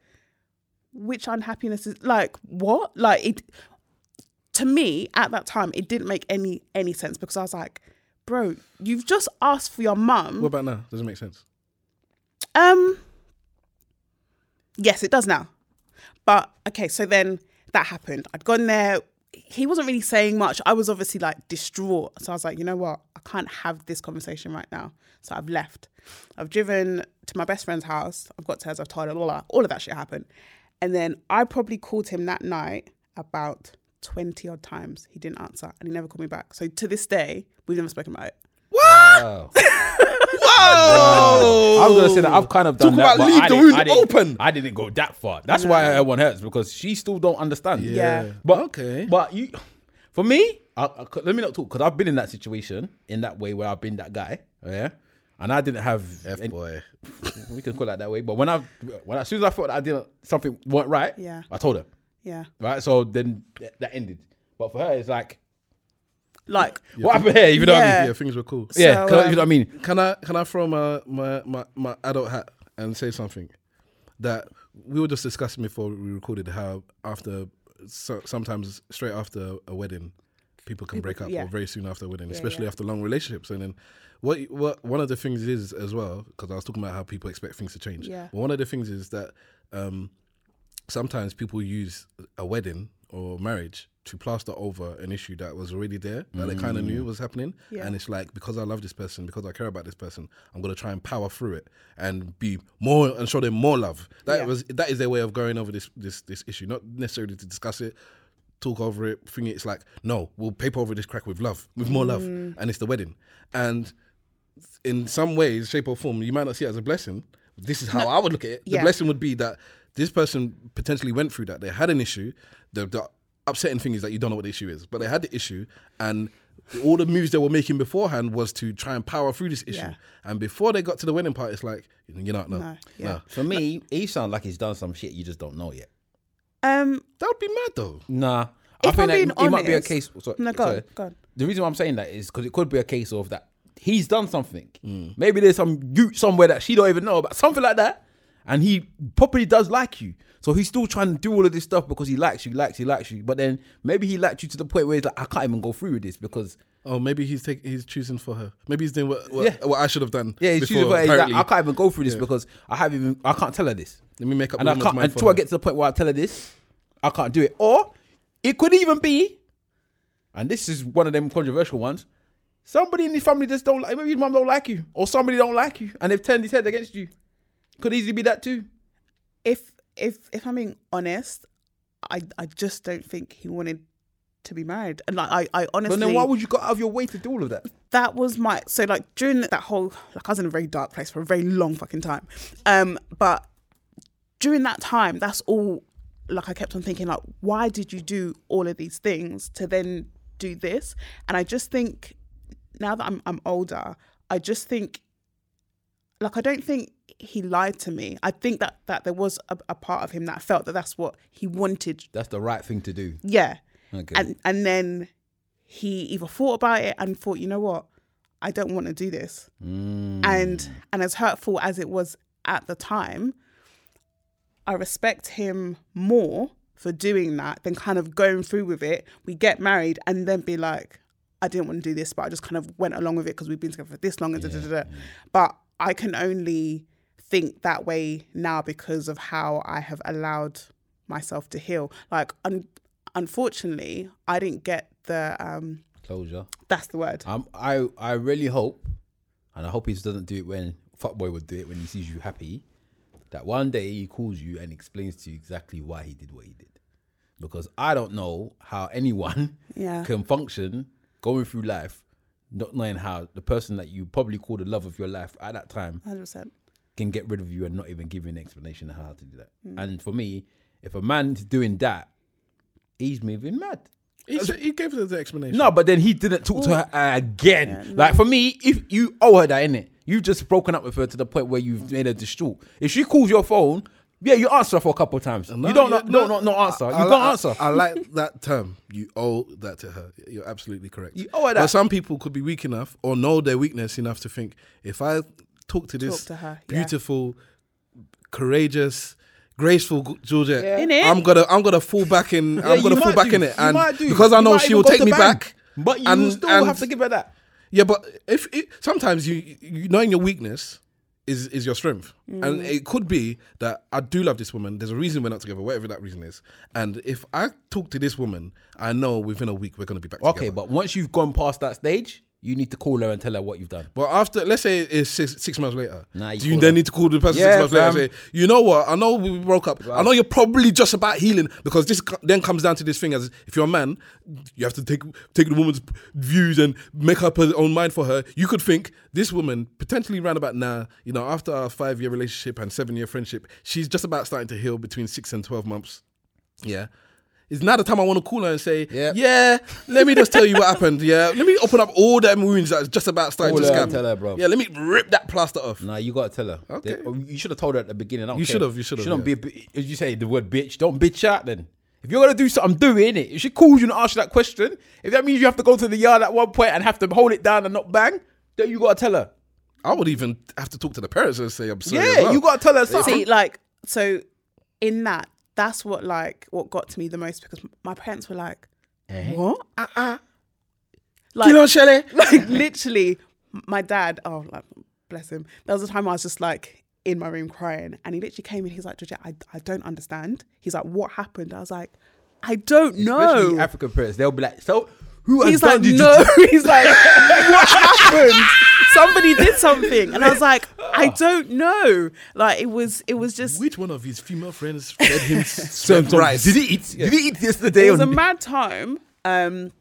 S3: Which unhappiness is like, what? Like, it to me at that time, it didn't make any any sense because I was like, Bro, you've just asked for your mum.
S4: What about now? Doesn't make sense.
S3: Um. Yes, it does now. But okay, so then that happened. I'd gone there. He wasn't really saying much. I was obviously like distraught. So I was like, you know what? I can't have this conversation right now. So I've left. I've driven to my best friend's house. I've got to hers. I've told her all that. All of that shit happened. And then I probably called him that night about 20 odd times. He didn't answer and he never called me back. So to this day, we've never spoken about it.
S5: Wow. Wow. I was gonna say that I've kind of
S4: Talk
S5: done that.
S4: about
S5: but
S4: leave
S5: I
S4: the
S5: didn't-
S4: wound
S5: I didn't-
S4: open.
S5: I didn't go that far. That's why her one hurts because she still don't understand.
S3: Yeah. Yeah.
S5: But
S4: Okay.
S5: But you, for me, I, I c- let me not talk because I've been in that situation in that way where I've been that guy. Yeah. And I didn't have.
S4: F
S5: any-
S4: boy.
S5: we can call it that way. But when I, when I- as soon as I felt that I didn't something weren't right,
S3: Yeah.
S5: I told her.
S3: Yeah.
S5: Right. So then th- that ended. But for her, it's like
S3: Like,
S5: what happened here. You know what I
S3: Yeah.
S5: mean?
S4: Yeah, things were cool.
S5: Yeah.
S3: So,
S5: 'cause
S3: um,
S5: you know what I mean?
S4: Can I can I throw my, my my my adult hat and say something that we were just discussing before we recorded how after so, sometimes straight after a wedding people can break up
S3: yeah.
S4: or very soon after a wedding especially after long relationships and then what what one of the things is as well because I was talking about how people expect things to change
S3: Yeah.
S4: well, one of the things is that um, sometimes people use a wedding or marriage to plaster over an issue that was already there that they kind of knew was happening
S3: Mm. Yeah.
S4: and it's like because i love this person because i care about this person i'm going to try and power through it and be more and show them more love that
S3: Yeah.
S4: was that is their way of going over this this this issue not necessarily to discuss it talk over it thing it's like no we'll paper over this crack with love with more love
S3: Mm.
S4: and it's the wedding and in some ways, shape or form, you might not see it as a blessing. This is how I would look at it. The
S3: Yeah.
S4: blessing would be that this person potentially went through that. They had an issue. The, the upsetting thing is that you don't know what the issue is, but they had the issue, and all the moves they were making beforehand was to try and power through this issue.
S3: Yeah.
S4: And before they got to the wedding part, it's like you know, no,
S3: No, yeah.
S4: no.
S5: For me, he sounds like he's done some shit you just don't know yet.
S3: um,
S4: That would be mad though.
S5: Nah. I
S3: If
S5: think
S3: I'm
S5: that
S3: being
S5: it might be a
S3: honest-
S5: case. Sorry,
S3: No, go on,
S5: sorry.
S3: go on.
S5: The reason why I'm saying that is because it could be a case of that he's done something. Maybe there's some you somewhere that she don't even know about, something like that. And he probably does like you, so he's still trying to do all of this stuff because he likes you, likes you, likes you. But then maybe he liked you to the point where he's like, I can't even go through with this because
S4: Oh, maybe he's take, he's choosing for her. Maybe he's doing what what,
S5: Yeah.
S4: what I should have done.
S5: yeah, he's
S4: before,
S5: choosing for- he's like,
S4: apparently.
S5: I can't even go through this because I have even I can't tell her this.
S4: Let me make up
S5: and I
S4: women's
S5: can't
S4: mind
S5: until
S4: for
S5: I
S4: her.
S5: get to the point where I tell her this, I can't do it. Or it could even be, and this is one of them controversial ones. Somebody in the family just don't like. Maybe your mum don't like you, or somebody don't like you, and they've turned his head against you. Could easily be that too.
S3: if if if I'm being honest, I I just don't think he wanted to be married, and like I I honestly
S5: But then why would you go out of your way to do all of that?
S3: that was my so like during that whole like I was in a very dark place for a very long fucking time, um, but during that time, that's all like I kept on thinking like why did you do all of these things to then do this, and I just think now that I'm I'm older, I just think, like, I don't think he lied to me. I think that that there was a, a part of him that felt that that's what he wanted.
S5: That's the right thing to do.
S3: Yeah,
S5: Okay.
S3: and and then he either thought about it and thought, you know what, I don't want to do this. And and as hurtful as it was at the time, I respect him more for doing that than kind of going through with it. We get married and then be like, I didn't want to do this, but I just kind of went along with it because we've been together for this long. And da, da, da, da. But I can only think that way now because of how I have allowed myself to heal. Like, un- unfortunately, I didn't get the um,
S5: Closure.
S3: that's the word.
S5: Um, I I really hope, and I hope he doesn't do it when fuckboy would do it when he sees you happy, that one day he calls you and explains to you exactly why he did what he did, because I don't know how anyone
S3: Yeah.
S5: can function going through life not knowing how the person that you probably call the love of your life at that time
S3: 100%.
S5: can get rid of you and not even give you an explanation of how to do that. And for me, if a man's doing that, he's moving mad.
S4: He, said- he gave us the explanation.
S5: No, but then he didn't talk to her again. Like for me, if you owe her that, innit? You've just broken up with her to the point where you've made her distraught. If she calls your phone, yeah, you answer her for a couple of times. you don't,
S4: yeah,
S5: no, no, no, answer.
S4: I-
S5: you
S4: I
S5: don't
S4: like-
S5: answer.
S4: I, I like that term. You owe that to her. You're absolutely correct.
S5: You owe her
S4: But
S5: that.
S4: some people could be weak enough or know their weakness enough to think if I talk to this
S3: Talk to her, yeah.
S4: beautiful, courageous, graceful G- Georgette,
S3: Innit?
S4: I'm gonna I'm gonna fall back in. I'm
S5: Yeah,
S4: gonna
S5: you
S4: fall
S5: might
S4: back
S5: do.
S4: in it,
S5: You
S4: and
S5: might do.
S4: because I
S5: You
S4: know
S5: might
S4: she
S5: even
S4: will
S5: go
S4: take
S5: to
S4: me
S5: bang.
S4: back.
S5: But you
S4: and-
S5: still
S4: and-
S5: have to give her that.
S4: yeah, but if it, sometimes you, you knowing your weakness is is your strength, and it could be that I do love this woman. There's a reason we're not together, whatever that reason is. And if I talk to this woman, I know within a week we're gonna be back.
S5: Okay,
S4: together.
S5: but once you've gone past that stage, you need to call her and tell her what you've done.
S4: But after, let's say it's six, six months later,
S5: Nah, you
S4: do you
S5: call
S4: then
S5: her.
S4: need to call the person
S5: Yeah,
S4: six months later and
S5: fam.
S4: say, you know what? I know we broke up. I know you're probably just about healing because this co- then comes down to this thing as if you're a man, you have to take take the woman's views and make up her own mind for her. You could think this woman potentially round about now, you know, after our five year relationship and seven year friendship, she's just about starting to heal between six and twelve months. Yeah. It's now the time I want to call her and say,
S5: Yep.
S4: yeah, let me just tell you what happened. Yeah, let me open up all them wounds that's just about starting
S5: Call
S4: to
S5: her
S4: scab.
S5: and tell her, bruv.
S4: Yeah, let me rip that plaster off.
S5: Nah, you gotta tell her.
S4: Okay.
S5: They- or you should have told her at the beginning. I don't
S4: You
S5: care.
S4: should have, you should have,
S5: Shouldn't
S4: yeah.
S5: be. A, bi- as you say the word bitch, don't bitch out then. If you're gonna do something, do it. Innit? If she calls you and asks you that question, if that means you have to go to the yard at one point and have to hold it down and not bang, then you gotta tell her.
S4: I would even have to talk to the parents and say, I'm sorry.
S5: yeah,
S4: as well.
S5: you gotta tell her something.
S3: See, like, so in that, that's what like what got to me the most because my parents were like, "What? Uh uh
S5: Uh-uh.
S3: Like,
S4: You know, Shelley?
S3: like literally, my dad. Oh, like, bless him. There was a time I was just like in my room crying, and he literally came in. He's like, "Georgia, I, I don't understand." He's like, "What happened?" I was like, "I don't
S5: Especially
S3: know."
S5: African parents, they'll be like, so who has
S3: He's
S5: done
S3: like,
S5: you-
S3: no. He's like, what happened? Somebody did something, and I was like,
S4: Ah.
S3: I don't know. Like it was, it was just
S4: Which one of his female friends fed him s-
S5: Some-
S4: spent
S5: some-
S4: rice?
S5: Did he eat? Did he eat yesterday?
S3: it was
S5: or
S3: a
S5: not?
S3: mad time um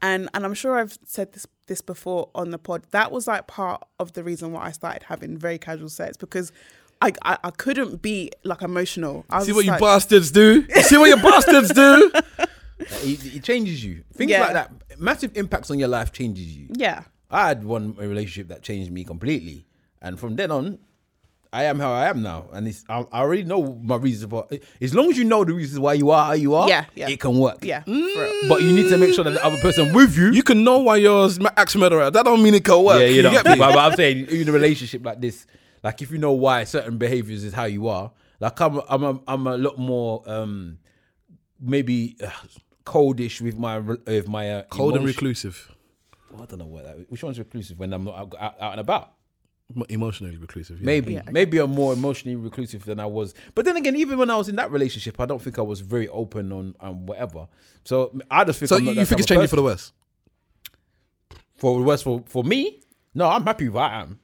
S3: and and i'm sure i've said this this before on the pod that was like part of the reason why i started having very casual sex because i i, I couldn't be like emotional i was
S4: See
S3: just
S4: what you
S3: like,
S4: bastards do? See what you bastards do?
S5: It, it changes you. Things
S3: Yeah.
S5: like that, massive impacts on your life changes you.
S3: yeah
S5: I had one relationship that changed me completely, and from then on, I am how I am now, and it's I, I already know my reasons for. As long as you know the reasons why you are how you are,
S3: Yeah, yeah.
S5: it can work.
S3: yeah for real.
S4: Mm.
S5: but you need to make sure that the other person with you.
S4: You can know why you're an axe murderer. That don't mean it can work.
S5: yeah, you know.
S4: get me?
S5: But, but I'm saying in a relationship like this, like if you know why certain behaviors is how you are, like I'm, I'm, a, I'm a lot more um, maybe uh, coldish with my re- with my uh,
S4: Cold and
S5: emotion- Oh,
S4: reclusive.
S5: I don't know what that. Which one's reclusive when I'm not out, out out and about?
S4: Mo- Emotionally reclusive. Yeah.
S5: Maybe, maybe I'm more emotionally reclusive than I was. But then again, even when I was in that relationship, I don't think I was very open on um, whatever. So I just think
S4: So
S5: I'm
S4: you
S5: not
S4: you
S5: that
S4: think it's
S5: type
S4: changing
S5: of
S4: for the worse?
S5: person. for the worse for for me? No, I'm happy with what I am.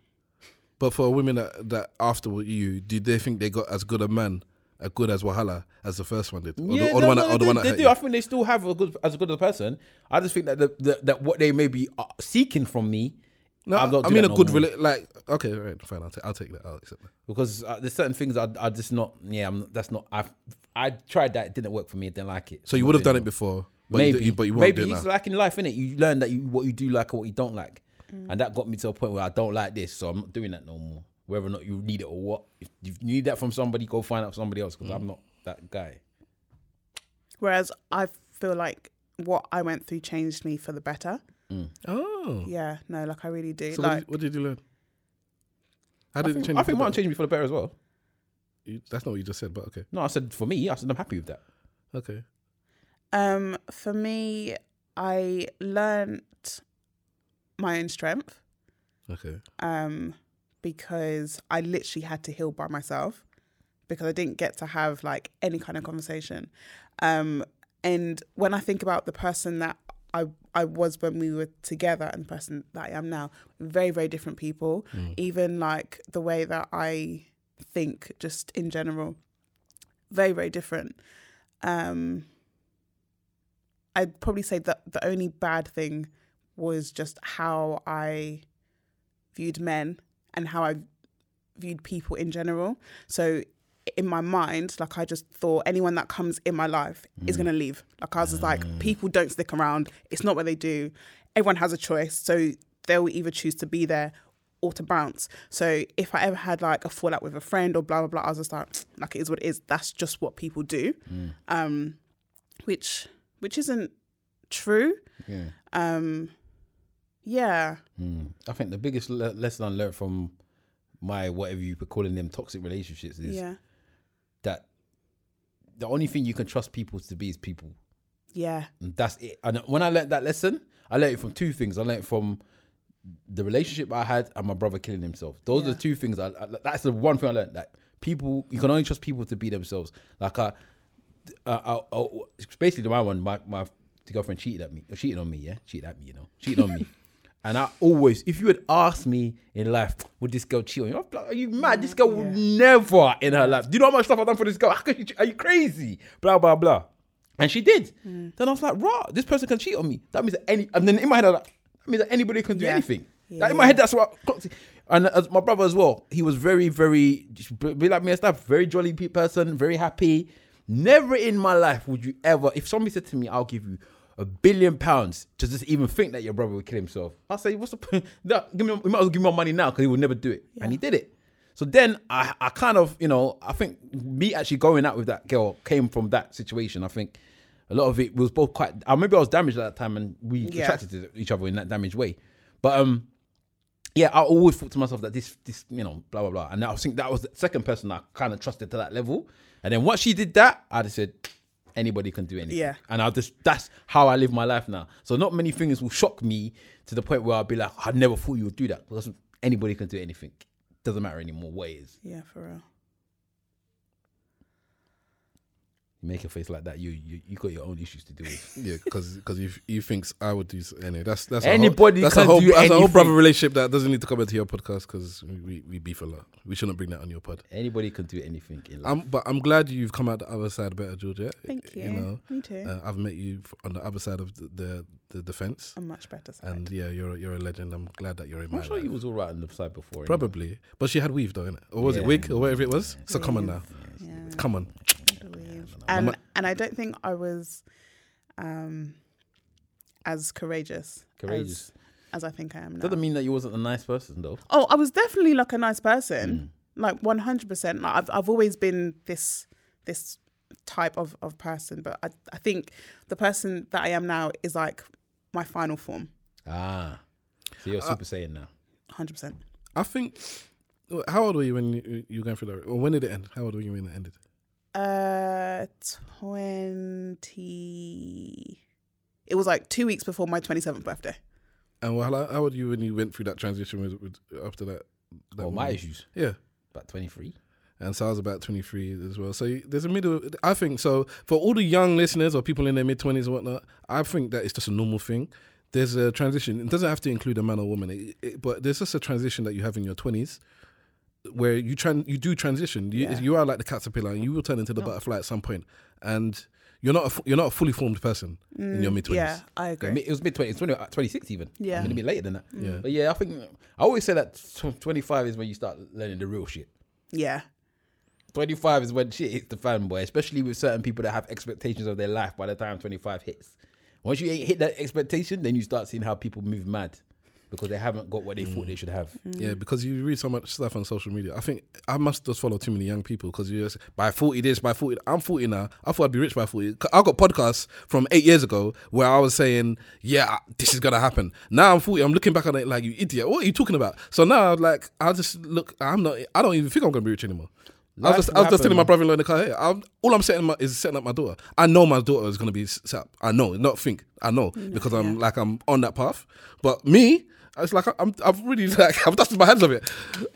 S4: But for women that, that after you, did they think they got as good a man, as good as Wahala, as the first one did? Or the, or the
S5: no,
S4: one,
S5: no,
S4: that- or the
S5: they,
S4: one that
S5: do- they
S4: hurt
S5: do.
S4: you?
S5: I think they still have a good as good as a person. I just think that the, the, that what they may be uh, seeking from me.
S4: No, I,
S5: don't do
S4: mean
S5: that
S4: a
S5: no
S4: good,
S5: more.
S4: rela- like, okay, right, fine, I'll, ta- I'll take that, I'll accept that.
S5: because uh, there's certain things I I just not. Yeah, I'm, that's not. I I tried that. It didn't work for me. I didn't like it.
S4: So you would have done it before, but you,
S5: maybe,
S4: d- you- but you won't
S5: maybe
S4: do it
S5: it's
S4: now.
S5: like in life, innit? You learn that you what you do like and what you don't like. And that got me to a point where I don't like this, so I'm not doing that no more. Whether or not you need it or what, if you need that from somebody, go find out somebody else because I'm not that guy.
S3: Whereas I feel like what I went through changed me for the better.
S4: Oh.
S3: Yeah, no, like I really do.
S4: So what,
S3: like
S4: did, what did you learn? How did it change?
S5: I
S4: you
S5: think
S4: for
S5: mine
S4: the
S5: changed me for the better as well.
S4: better? You- That's not what you just said, but okay.
S5: No, I said for me, I said I'm happy with that.
S4: Okay.
S3: um for me, I learnt my own strength.
S4: Okay.
S3: um, because I literally had to heal by myself because I didn't get to have like any kind of conversation. Um, and when I think about the person that I I was when we were together and the person that I am now, very very different people. Even like the way that I think, just in general, very very different. Um, I'd probably say that the only bad thing was just how I viewed men and how I viewed people in general. So in my mind, like I just thought anyone that comes in my life is gonna leave. Like I was just like, people don't stick around. It's not what they do. Everyone has a choice. So they'll either choose to be there or to bounce. So if I ever had like a fallout with a friend or blah blah blah, I was just like, "Mm, like it is what it is. That's just what people do.
S4: Mm,
S3: Um which which isn't true.
S5: Yeah.
S3: Um yeah.
S5: Mm. I think the biggest le- lesson I learned from my whatever you be calling them toxic relationships is
S3: Yeah.
S5: that the only thing you can trust people to be is people.
S3: Yeah.
S5: And that's it. And when I learned that lesson, I learned it from two things. I learned it from the relationship I had and my brother killing himself. Those are
S3: Yeah.
S5: the two things. I, I- that's the one thing I learned that people you can only trust people to be themselves. Like I, I, I, I it's basically my one. My my girlfriend cheated at me. Cheated on me. Yeah, cheated at me. You know, cheated on me. And I always, if you had asked me in life, would this girl cheat on you? I'd be like, Are you mad? This girl would never in her life. Do you know how much stuff I've done for this girl? How could you? che- Are you crazy? Blah blah blah. And she did.
S3: Mm.
S5: Then I was like, "Raw, this person can cheat on me. That means that any." And then in my head, I was like, "That means that anybody can do
S3: Yeah.
S5: anything."
S3: Yeah,
S5: Like, in my
S3: yeah.
S5: head, that's what. I clocked it. And as my brother as well, he was very, very, just be be like me and stuff. Very jolly pe- person, very happy. Never in my life would you ever, if somebody said to me, "I'll give you a billion pounds to just even think that your brother would kill himself," I say, "What's the point? No, give me, you might as well give me my money now because he would never do it." And he did it. So then I, I kind of, you know, I think me actually going out with that girl came from that situation. I think a lot of it was both quite. I remember I was damaged at that time, and we
S3: Yeah.
S5: attracted to each other in that damaged way. But um, yeah, I always thought to myself that this, this, you know, blah blah blah. And I think that was the second person I kind of trusted to that level. And then once she did that, I just said anybody can do anything.
S3: Yeah.
S5: And I just that's how I live my life now. So not many things will shock me to the point where I'll be like, I never thought you would do that because anybody can do anything. Doesn't matter anymore what it is.
S3: Yeah, for real.
S5: You make a face like that, you you, you got your own issues to deal with.
S4: Yeah, because you you thinks I would do so- anyway. That's that's A whole,
S5: Anybody
S4: that's
S5: can
S4: a whole,
S5: do
S4: that's a whole
S5: anything.
S4: brother relationship that doesn't need to come into your podcast because we, we we beef a lot. We shouldn't bring that on your pod.
S5: anybody can do anything in life.
S4: I'm but I'm glad you've come out the other side better, Georgia.
S3: Thank you.
S4: know,
S3: Me too.
S4: uh, I've met you f- on the other side of the the, the defense,
S3: a much better side.
S4: and yeah, you're you're a legend. I'm glad that you're in my
S5: I'm sure
S4: life.
S5: you was all right on the side before. anyway.
S4: Probably, but she had weave though, innit? or was it
S5: Yeah.
S4: wig or whatever it was? So come on now,
S3: yeah,
S4: come on.
S3: I believe. And and I don't think I was um as courageous.
S5: Courageous.
S3: As, as I think I am now.
S5: Doesn't mean that you wasn't a nice person though.
S3: oh, I was definitely like a nice person. Like one hundred percent. Like I've I've always been this this type of, of person, but I, I think the person that I am now is like my final form.
S5: Ah. So you're super saiyan now.
S3: Hundred percent.
S4: I think. How old were you when you, you were going through that? Or when did it end? How old were you when it ended?
S3: Uh, twenty. It was like two weeks before my twenty seventh birthday.
S4: And well, how, how old were you when you went through that transition with, with after that? that
S5: Well, Oh, my
S4: woman?
S5: issues.
S4: Yeah.
S5: About 23.
S4: And so I was about 23 as well. So you- there's a middle, I think, so for all the young listeners or people in their mid 20s and whatnot, I think that it's just a normal thing. There's a transition. It doesn't have to include a man or woman, it, it, but there's just a transition that you have in your 20s where you tran- you do transition. You, you are like the caterpillar and you will turn into the butterfly at some point. And you're not a, fu- you're not a fully formed person in your mid 20s.
S3: Yeah, I agree.
S5: Mid- It was mid 20s, 20, 26 even.
S3: Yeah.
S5: I mean, a bit later than that.
S4: Yeah.
S5: But yeah, I think I always say that tw- 25 is when you start learning the real shit.
S3: Yeah.
S5: 25 is when shit hits the fan, boy, especially with certain people that have expectations of their life by the time 25 hits. Once you ain't hit that expectation, then you start seeing how people move mad. because they haven't got what they thought they should have.
S4: Yeah, because you read so much stuff on social media. I think I must just follow too many young people because you just by forty this, by forty. I'm forty now. I thought I'd be rich by forty. I got podcasts from eight years ago where I was saying, "Yeah, this is gonna happen." Now I'm forty. I'm looking back on it like you idiot. What are you talking about? So now, like, I just look. I'm not. I don't even think I'm gonna be rich anymore. I was just, I was just telling my brother-in-law in the car. Hey, I'm, all I'm setting my, is setting up my daughter. I know my daughter is gonna be s- set up. I know, not think. I know because I'm like I'm on that path. But me, it's like I'm. I've really like I've dusted my hands of it.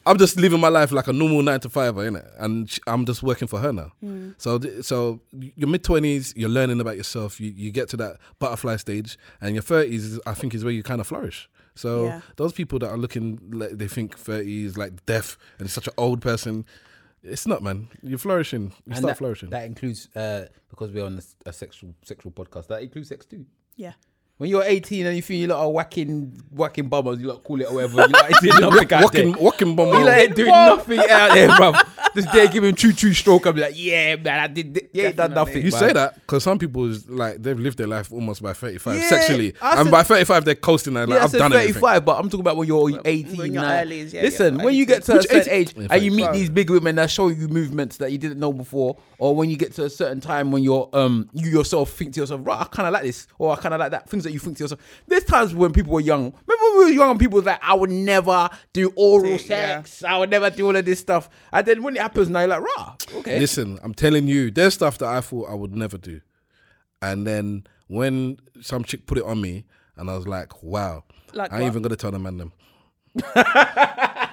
S4: I'm just living my life like a normal nine to fiver, innit? And sh- I'm just working for her now. So th- so your mid twenties, you're learning about yourself. You you get to that butterfly stage, and your thirties, I think, is where you kind of flourish. So
S3: Yeah.
S4: those people that are looking, like, they think thirty is like death and it's such an old person. It's not, man. You're flourishing. You
S5: And
S4: start
S5: that,
S4: flourishing.
S5: That includes uh, because we're on a s- a, sexual sexual podcast. That includes sex too.
S3: Yeah.
S5: When you're 18 and you feel you lot are whacking whacking bummers, you lot call it or whatever. You lot ain't doing nothing out there.
S4: walking, walking bomb.
S5: You lot ain't doing nothing out there, bro. This day giving choo choo stroke. I'm like, yeah, man, I did. Th- you ain't done nothing.
S4: You
S5: man.
S4: say that because some people is like they've lived their life almost by 35
S5: Yeah,
S4: sexually,
S5: I
S4: and
S5: said-
S4: by 35 they're coasting. And like
S5: Yeah, I
S4: I've
S5: said
S4: done
S5: 35,
S4: everything.
S5: but I'm talking about when you're 18.
S3: when you're
S5: now.
S3: early, yeah,
S5: Listen,
S3: you're
S5: when you get to a certain
S4: 18?
S5: age
S4: Yeah,
S5: and you meet
S4: 35.
S5: these big women that show you movements that you didn't know before, or when you get to a certain time when you're um you yourself think to yourself, right, I kind of like this, or I kind of like that. Things that you think to yourself. There's times when people were young. Remember when we were young, and people was like, I would never do oral sex. I would never do all of this stuff. And then when it happens now, you're like, rah, okay.
S4: Listen, I'm telling you, there's stuff that I thought I would never do, and then when some chick put it on me, and I was like, wow,
S3: Like
S4: I ain't
S3: what?
S4: even gonna tell the man them.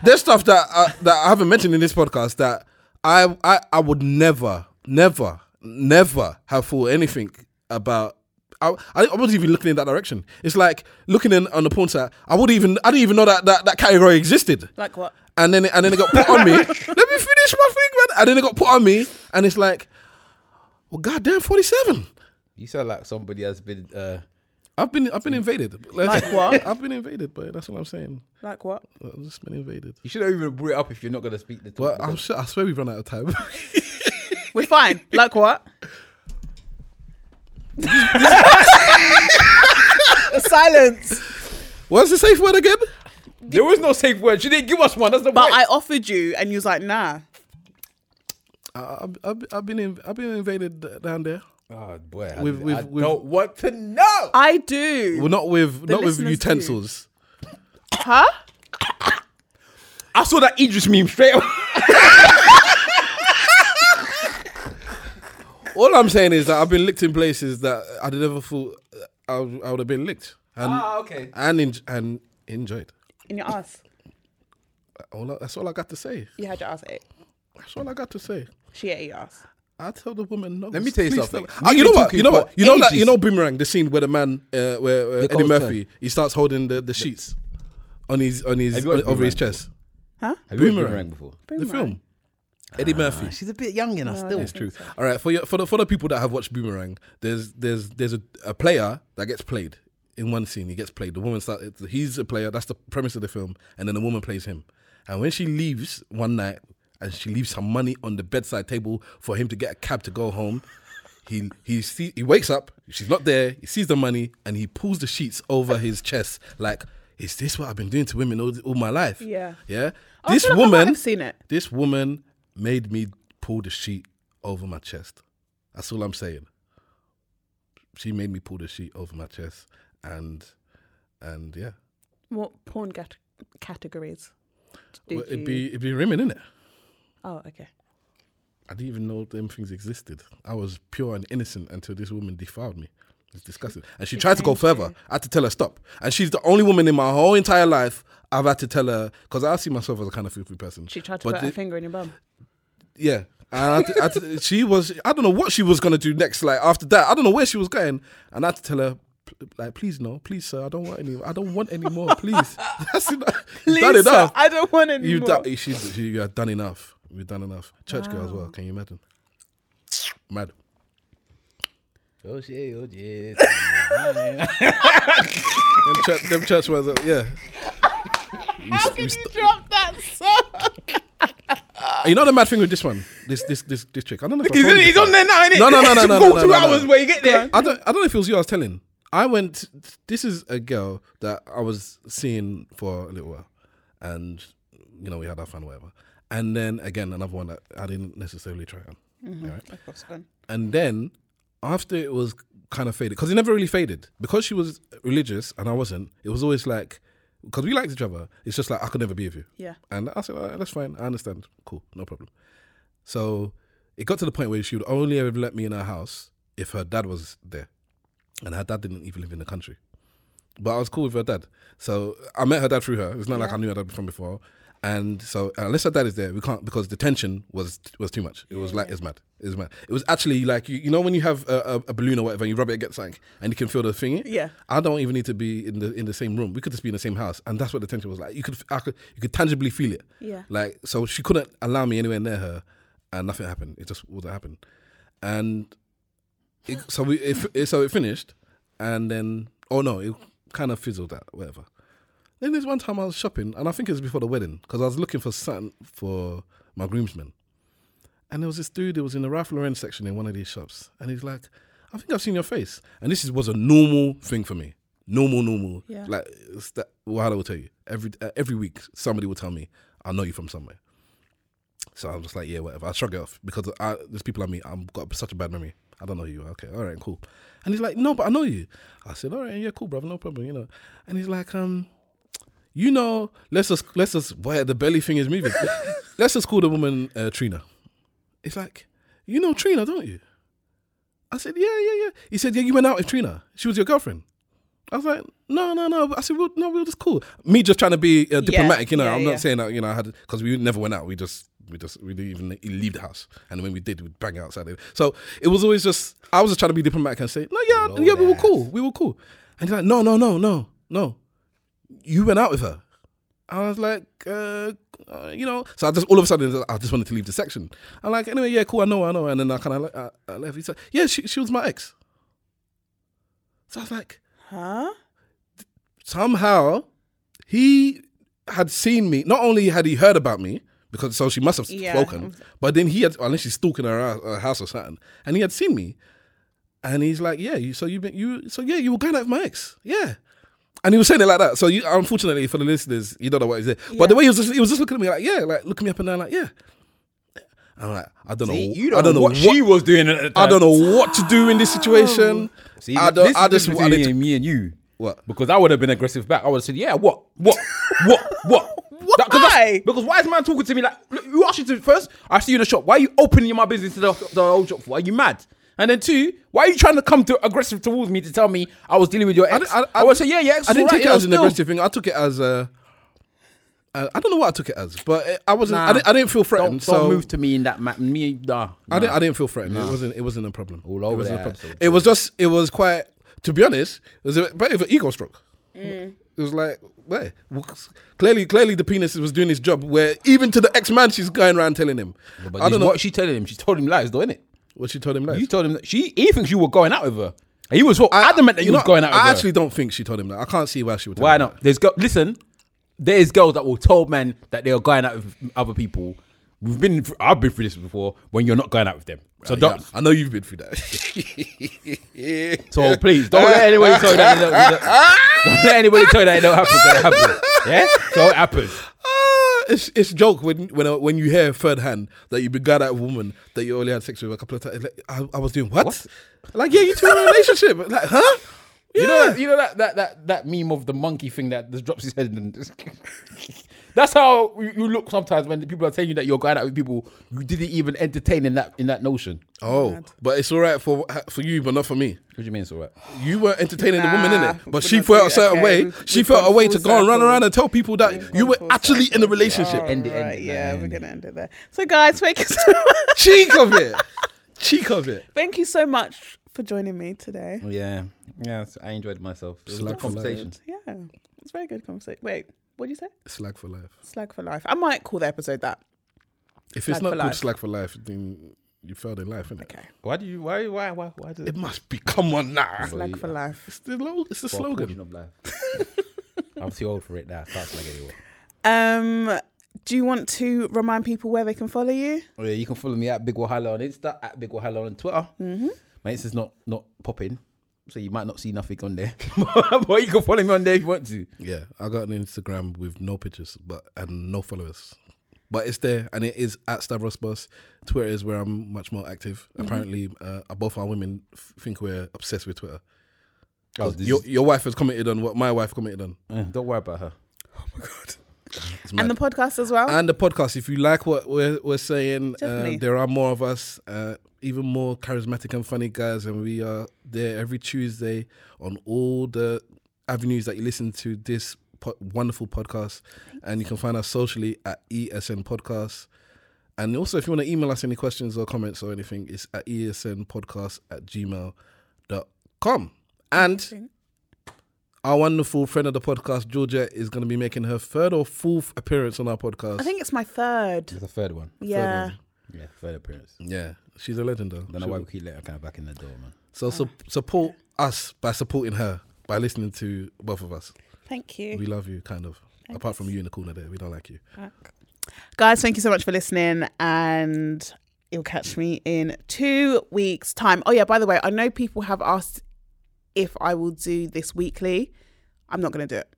S4: there's stuff that I, that I haven't mentioned in this podcast that I I, I would never, never, never have thought anything about. I, I I wasn't even looking in that direction. It's like looking in on the porn site. I wouldn't even I didn't even know that that, that category existed.
S3: Like what?
S4: And then it, and then it got put on me. Let me finish my thing, man. And then it got put on me, and it's like, well, goddamn, forty seven.
S5: You sound like somebody has been. Uh,
S4: I've been I've been invaded. Like
S3: what?
S4: I've been invaded, but that's what I'm saying.
S3: Like what?
S4: I've just been invaded.
S5: you should have even brought it up if you're not going to speak the
S4: But
S5: talk.
S4: I'm sure, I swear we've run out of time.
S3: We're fine. like what? Silence.
S4: What's the safe word again?
S5: there was no safe word. She didn't give us one. That's the
S3: But
S5: point.
S3: I offered you, and you was like, nah.
S4: I, I've, I've been in, I've been invaded down there.
S5: Oh boy, I,
S4: With- with-
S5: I
S4: with-
S5: don't want to know.
S3: I do.
S4: Well, not with not with
S3: listeners do.
S4: utensils.
S3: Huh?
S5: I saw that Idris meme straight away.
S4: All I'm saying is that I've been licked in places that I'd never thought uh, I, I would have been licked and
S5: Ah, okay.
S4: and en- and enjoyed.
S3: In your ass.
S4: All I, that's all I got to say.
S3: You had your ass ate.
S4: That's all I got to say.
S3: She ate your ass.
S4: I tell the woman no.
S5: Let me tell you
S4: please
S5: something.
S4: tell- Ah,
S5: We've
S4: you know
S5: been
S4: what? You know
S5: talking
S4: what?
S5: for
S4: You know that?
S5: ages.
S4: You know Boomerang, the scene where the man, uh, where uh, Eddie
S5: cold
S4: Murphy, he starts holding the, the sheets on his on his
S5: you watched
S4: on- over his
S5: Boomerang
S4: chest.
S5: Have you watched
S4: Boomerang.
S5: Boomerang before?
S4: The film. Eddie Murphy.
S5: She's a bit young in us still.
S4: It's true. All right, for your, for the for the people that have watched Boomerang, there's there's there's a, a player that gets played in one scene. He gets played. The woman start. it's- He's a player. That's the premise of the film. And then the woman plays him. And when she leaves one night, and she leaves her money on the bedside table for him to get a cab to go home. He he see, he wakes up. She's not there. He sees the money and he pulls the sheets over his chest like. Is this what I've been doing to women all, all my life?
S3: Yeah.
S4: Yeah.
S3: I
S4: this
S3: feel like Oh, I might
S4: woman
S3: have seen it.
S4: this woman made me pull the sheet over my chest. That's all I'm saying. She made me pull the sheet over my chest, and and yeah,
S3: What porn cat- categories? Did
S4: well, it'd
S3: you-
S4: be it'd be rimming, innit?
S3: Oh, okay.
S4: I didn't even know them things existed. I was pure and innocent until this woman defiled me. It's disgusting. And she tried to go further. I had to tell her stop. And she's the only woman in my whole entire life I've had to tell her because I see myself as a kind of filthy person.
S3: She tried to
S4: But
S3: put her
S4: thi-
S3: finger in your bum.
S4: Yeah. And I had to- I had to- she was, I don't know what she was going to do next. Like after that, I don't know where she was going. And I had to tell her, p- like, please no, please sir, I don't want any, I don't want any more, please. That's enough. You've done
S3: Please, sir,
S4: enough.
S3: I don't want any
S4: You've
S3: more.
S4: done, she's, she, you have done enough. You've done enough. Church girl as well. Can you imagine? Mad.
S5: Oh shit! Oh shit!
S4: Them church, them church ones, uh, yeah. How you, st-
S3: Drop that song.
S4: you know the mad thing with this one, this this this this trick. I don't know. If I
S5: He's,
S4: told you
S5: he's
S4: this
S5: on there now, innit?
S4: No, no, no, no,
S5: It's
S4: no,
S5: full
S4: no,
S5: two
S4: no, no.
S5: hours where you get there.
S4: I don't. I don't know if it was you. I was telling. I I went. This is a girl that I was seeing for a little while, and you know we had our fun, whatever. And then again, another one that I didn't necessarily try on.
S5: Mm-hmm.
S4: alright? And then after it was kind of faded, because it never really faded, because she was religious and I wasn't. It was always like because we liked each other. It's just like I could never be with you.
S3: Yeah.
S4: And I said, "Alright, that's fine. I understand. Cool, no problem. So it got to the point where she would only ever let me in her house if her dad was there. And her dad didn't even live in the country. But I was cool with her dad. So I met her dad through her. It's not like I knew her dad from before. And so uh, unless her dad is there, we can't because the tension was was too much. It was like it's mad. It's mad. It was actually like you, you know when you have a, a, a balloon or whatever and you rub it against something and you can feel the thingy?
S3: Yeah.
S4: I don't even need to be in the in the same room. We could just be in the same house, and that's what the tension was like. You could, I could, you could tangibly feel it.
S3: Yeah.
S4: Like so, she couldn't allow me anywhere near her, and nothing happened. It just wouldn't happen, and it, so we, it, it, so it finished, and then oh no, it kind of fizzled out, whatever. Then there's one time I was shopping, and I think it was before the wedding, because I was looking for something for my groomsmen. And there was this dude that was in the Ralph Lauren section in one of these shops. And he's like, I think I've seen your face. And this is, was a normal thing for me. Normal, normal.
S3: Yeah.
S4: Like, it's that, well, how do I tell you? Every, uh, every week, somebody will tell me, I know you from somewhere. So I'm just like, yeah, whatever. I shrug it off because I, there's people I meet. I've got such a bad memory. I don't know who you. are. Okay, all right, cool. And he's like, no, but I know you. I said, all right, yeah, cool, brother, no problem, you know. And he's like, um, you know, let's just let's just boy, the belly thing is moving. let's just call the woman uh, Trina. It's like, you know Trina, don't you? I said, yeah, yeah, yeah. He said, yeah, you went out with Trina. She was your girlfriend. I was like, no, no, no. I said, well, no, we were just cool. Me just trying to be uh, diplomatic, you know.
S3: yeah,
S4: I'm
S3: yeah.
S4: not saying that, you know, I had because we never went out. We just, we just, we didn't even leave the house. And when we did, we'd bang outside. So it was always just, I was just trying to be diplomatic and say, no, yeah, yeah, we were cool, we were cool. And he's like, no, no, no, no, no. You went out with her. I was like, uh, uh, you know, so I just all of a sudden I just wanted to leave the section. I'm like, anyway, yeah, cool, I know, I know, and then I kind of I, I left. He said, yeah, she, she was my ex. So I was like,
S3: Huh?
S4: somehow he had seen me. Not only had he heard about me, because so she must have
S3: Yeah.
S4: spoken, but then he had, unless she's stalking her, hou- her house or something, and he had seen me, and he's like, yeah, you, so you been you so yeah, you were going out with my ex, yeah. And he was saying it like that. So you, unfortunately for the listeners, you don't know what he said. But the way he was, just, he was just looking at me like, yeah, like looking me up and down, like, yeah. I'm like, I don't know.
S5: You
S4: I don't know what,
S5: she was doing at the time.
S4: I don't know what to do in this situation.
S5: See,
S4: I don't.
S5: this
S4: I
S5: is
S4: just
S5: the
S4: wanted
S5: difference
S4: to
S5: between me and you.
S4: What?
S5: Because I would have been aggressive back. I would have said, "Yeah, what, what, what, what." That- 'cause that's-
S3: Why?
S5: Because why is man talking to me like? Look, you asked you to first. I see you in the shop. Why are you opening my business to the, the old shop for? Are you mad? And then two, why are you trying to come to aggressive towards me to tell me I was dealing with your ex? I,
S4: I- I-
S5: would say, yeah, yeah, ex.
S4: I didn't
S5: was
S4: take it
S5: alright,
S4: as an
S5: yeah, still."
S4: aggressive thing. I took it as a. I I don't know what I took it as, but it- I wasn't. I, didn't, I didn't feel
S5: Don't,
S4: threatened.
S5: don't
S4: so
S5: move to me in that. Ma- me, nah.
S4: I didn't. I didn't feel threatened. It wasn't. It wasn't a problem. All
S5: over
S4: it wasn't
S5: the
S4: a problem.
S5: ass.
S4: It was just. It was quite. To be honest, it was a bit of an ego stroke. It was like, where? Well, clearly, clearly, the penis was doing his job. Where even to the ex man, she's going around telling him.
S5: But
S4: I don't know
S5: What she telling him? She told him lies, though, innit?
S4: what she told him. Last.
S5: You told him that she. He thinks you were going out with her. And he was so adamant that you,
S4: know,
S5: was going out. with
S4: I
S5: her.
S4: actually don't think she told him that. I can't see why she would. Tell
S5: Why
S4: him
S5: not? There's girl. Listen, there's girls that will tell men that they are going out with other people. We've been. thr- I've been through this before. When you're not going out with them, so
S4: that.
S5: don't.
S4: Yeah, I know you've been through that.
S5: So please don't let anybody tell you that. They don't, you don't- don't let anybody tell you that it don't happen. 'cause It happens. Yeah. So it happens.
S4: Ah, it's it's joke when when uh, when you hear third hand that you begat that woman that you only had sex with a couple of times. Like, I, I was doing what? Like yeah, you two in a relationship. Like huh? Yeah.
S5: You know. You know that that that that meme of the monkey thing that just drops his head and. Just That's how you you look sometimes when people are telling you that you're going out with people you didn't even entertain in that in that notion.
S4: oh, but it's all right for for you, but not for me.
S5: What do you mean it's all right?
S4: You weren't entertaining the woman in
S3: Nah,
S4: it,
S3: we
S4: but she
S3: cannot
S4: felt
S3: do
S4: a
S3: that,
S4: certain
S3: okay?
S4: way.
S3: We've-
S4: she
S3: we've
S4: felt a
S3: gone
S4: way
S3: full
S4: to go and run
S3: circle.
S4: around and tell people that you were
S3: full
S4: actually in a relationship.
S5: End it, end
S3: Alright,
S5: it,
S3: yeah,
S5: end
S3: we're
S5: it.
S3: gonna end it there. So, guys, thank you so
S4: Cheek of it, cheek of it.
S3: thank you so much for joining me today.
S5: Yeah, yeah, so I enjoyed myself. It was a
S4: Slack
S5: good
S4: for life.
S5: conversation.
S3: Yeah, it's a very good conversation. Wait, what did you say?
S4: Slag for life.
S3: Slag for life. I might call the episode that.
S4: If
S3: Slag
S4: it's
S3: for
S4: not called
S3: life.
S4: slag for life, then you failed in life, innit? Okay.
S5: Why do you? Why? Why? Why? Why do?
S4: It must be. Come on now.
S3: Slag for life.
S4: It's the, lo- it's the slogan.
S5: Of life. I'm too old for it now. I can't slag anymore.
S3: Um, do you want to remind people where they can follow you?
S5: Oh, yeah, you can follow me at Big Wahala on Insta, at Big Wahala on Twitter. Mm-hmm. My Insta's not not popping, so you might not see nothing on there. but you can follow me on there if you want to.
S4: Yeah, I got an Instagram with no pictures, but and no followers, but it's there and it is at Stavros Bus. Twitter is where I'm much more active. Apparently, uh, both our women f- think we're obsessed with Twitter. 'Cause
S5: Oh, this
S4: your your wife has commented on what my wife commented on.
S5: Eh, Don't worry about her.
S4: It's
S3: and
S4: mad.
S3: the podcast as well.
S4: and the podcast. If you like what we're, we're saying, uh,
S3: Oh. Definitely.
S4: there are more of us, uh, even more charismatic and funny guys, and we are there every Tuesday on all the avenues that you listen to this po- wonderful podcast. And you can find us socially at ESN Podcast. And also, if you want to email us any questions or comments or anything, it's at E esnpodcast at gmail.com. And our wonderful friend of the podcast, Georgia, is going to be making her third or fourth appearance on our podcast.
S3: I think it's my third.
S5: There's a third one.
S3: Yeah.
S5: Yeah, third appearance.
S4: Yeah, she's a legend though.
S5: Don't know why we keep letting her kind of back in the door, man.
S4: So su- support us by supporting her by listening to both of us.
S3: Thank you.
S4: We love you, kind of. Apart from you in the corner there, we don't like you.
S3: Guys, thank you so much for listening and you'll catch me in two weeks' time. Oh, yeah, by the way, I know people have asked if I will do this weekly. I'm not going to do it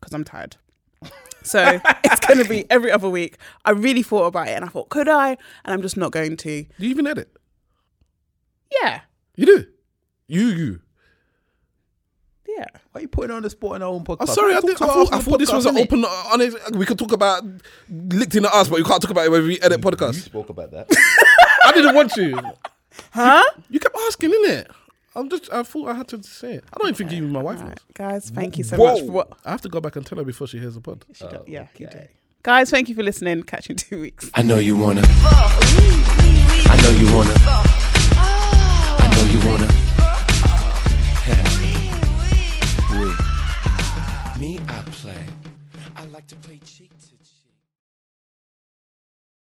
S3: because I'm tired. So it's going to be every other week. I really thought about it and I thought, could I? And I'm just not going to.
S4: Do you even edit?
S3: Yeah.
S4: You do. You you.
S3: Yeah.
S5: Why are you putting her on the spot in her own podcast?
S4: I'm sorry. I,
S5: Talk
S4: did, I
S5: to her
S4: thought,
S5: after
S4: I
S5: the
S4: thought this
S5: podcast,
S4: was an
S5: innit?
S4: open. Uh, honest, we could talk about licked in the ass, but you can't talk about it when we edit
S5: You
S4: podcasts.
S5: spoke about that.
S4: I didn't want you.
S3: Huh?
S4: You kept asking, innit? I'm just. I thought I had to say it. I don't even think you, my wife, knows.
S3: Guys, thank you so
S5: Whoa.
S3: much for what
S4: I have to go back and tell her before she hears the pod.
S3: she does. Yeah, you did. Guys, thank you for listening. Catch you in two weeks.
S1: I know you wanna.
S2: I
S1: I know you wanna.
S2: know.
S1: I know you wanna.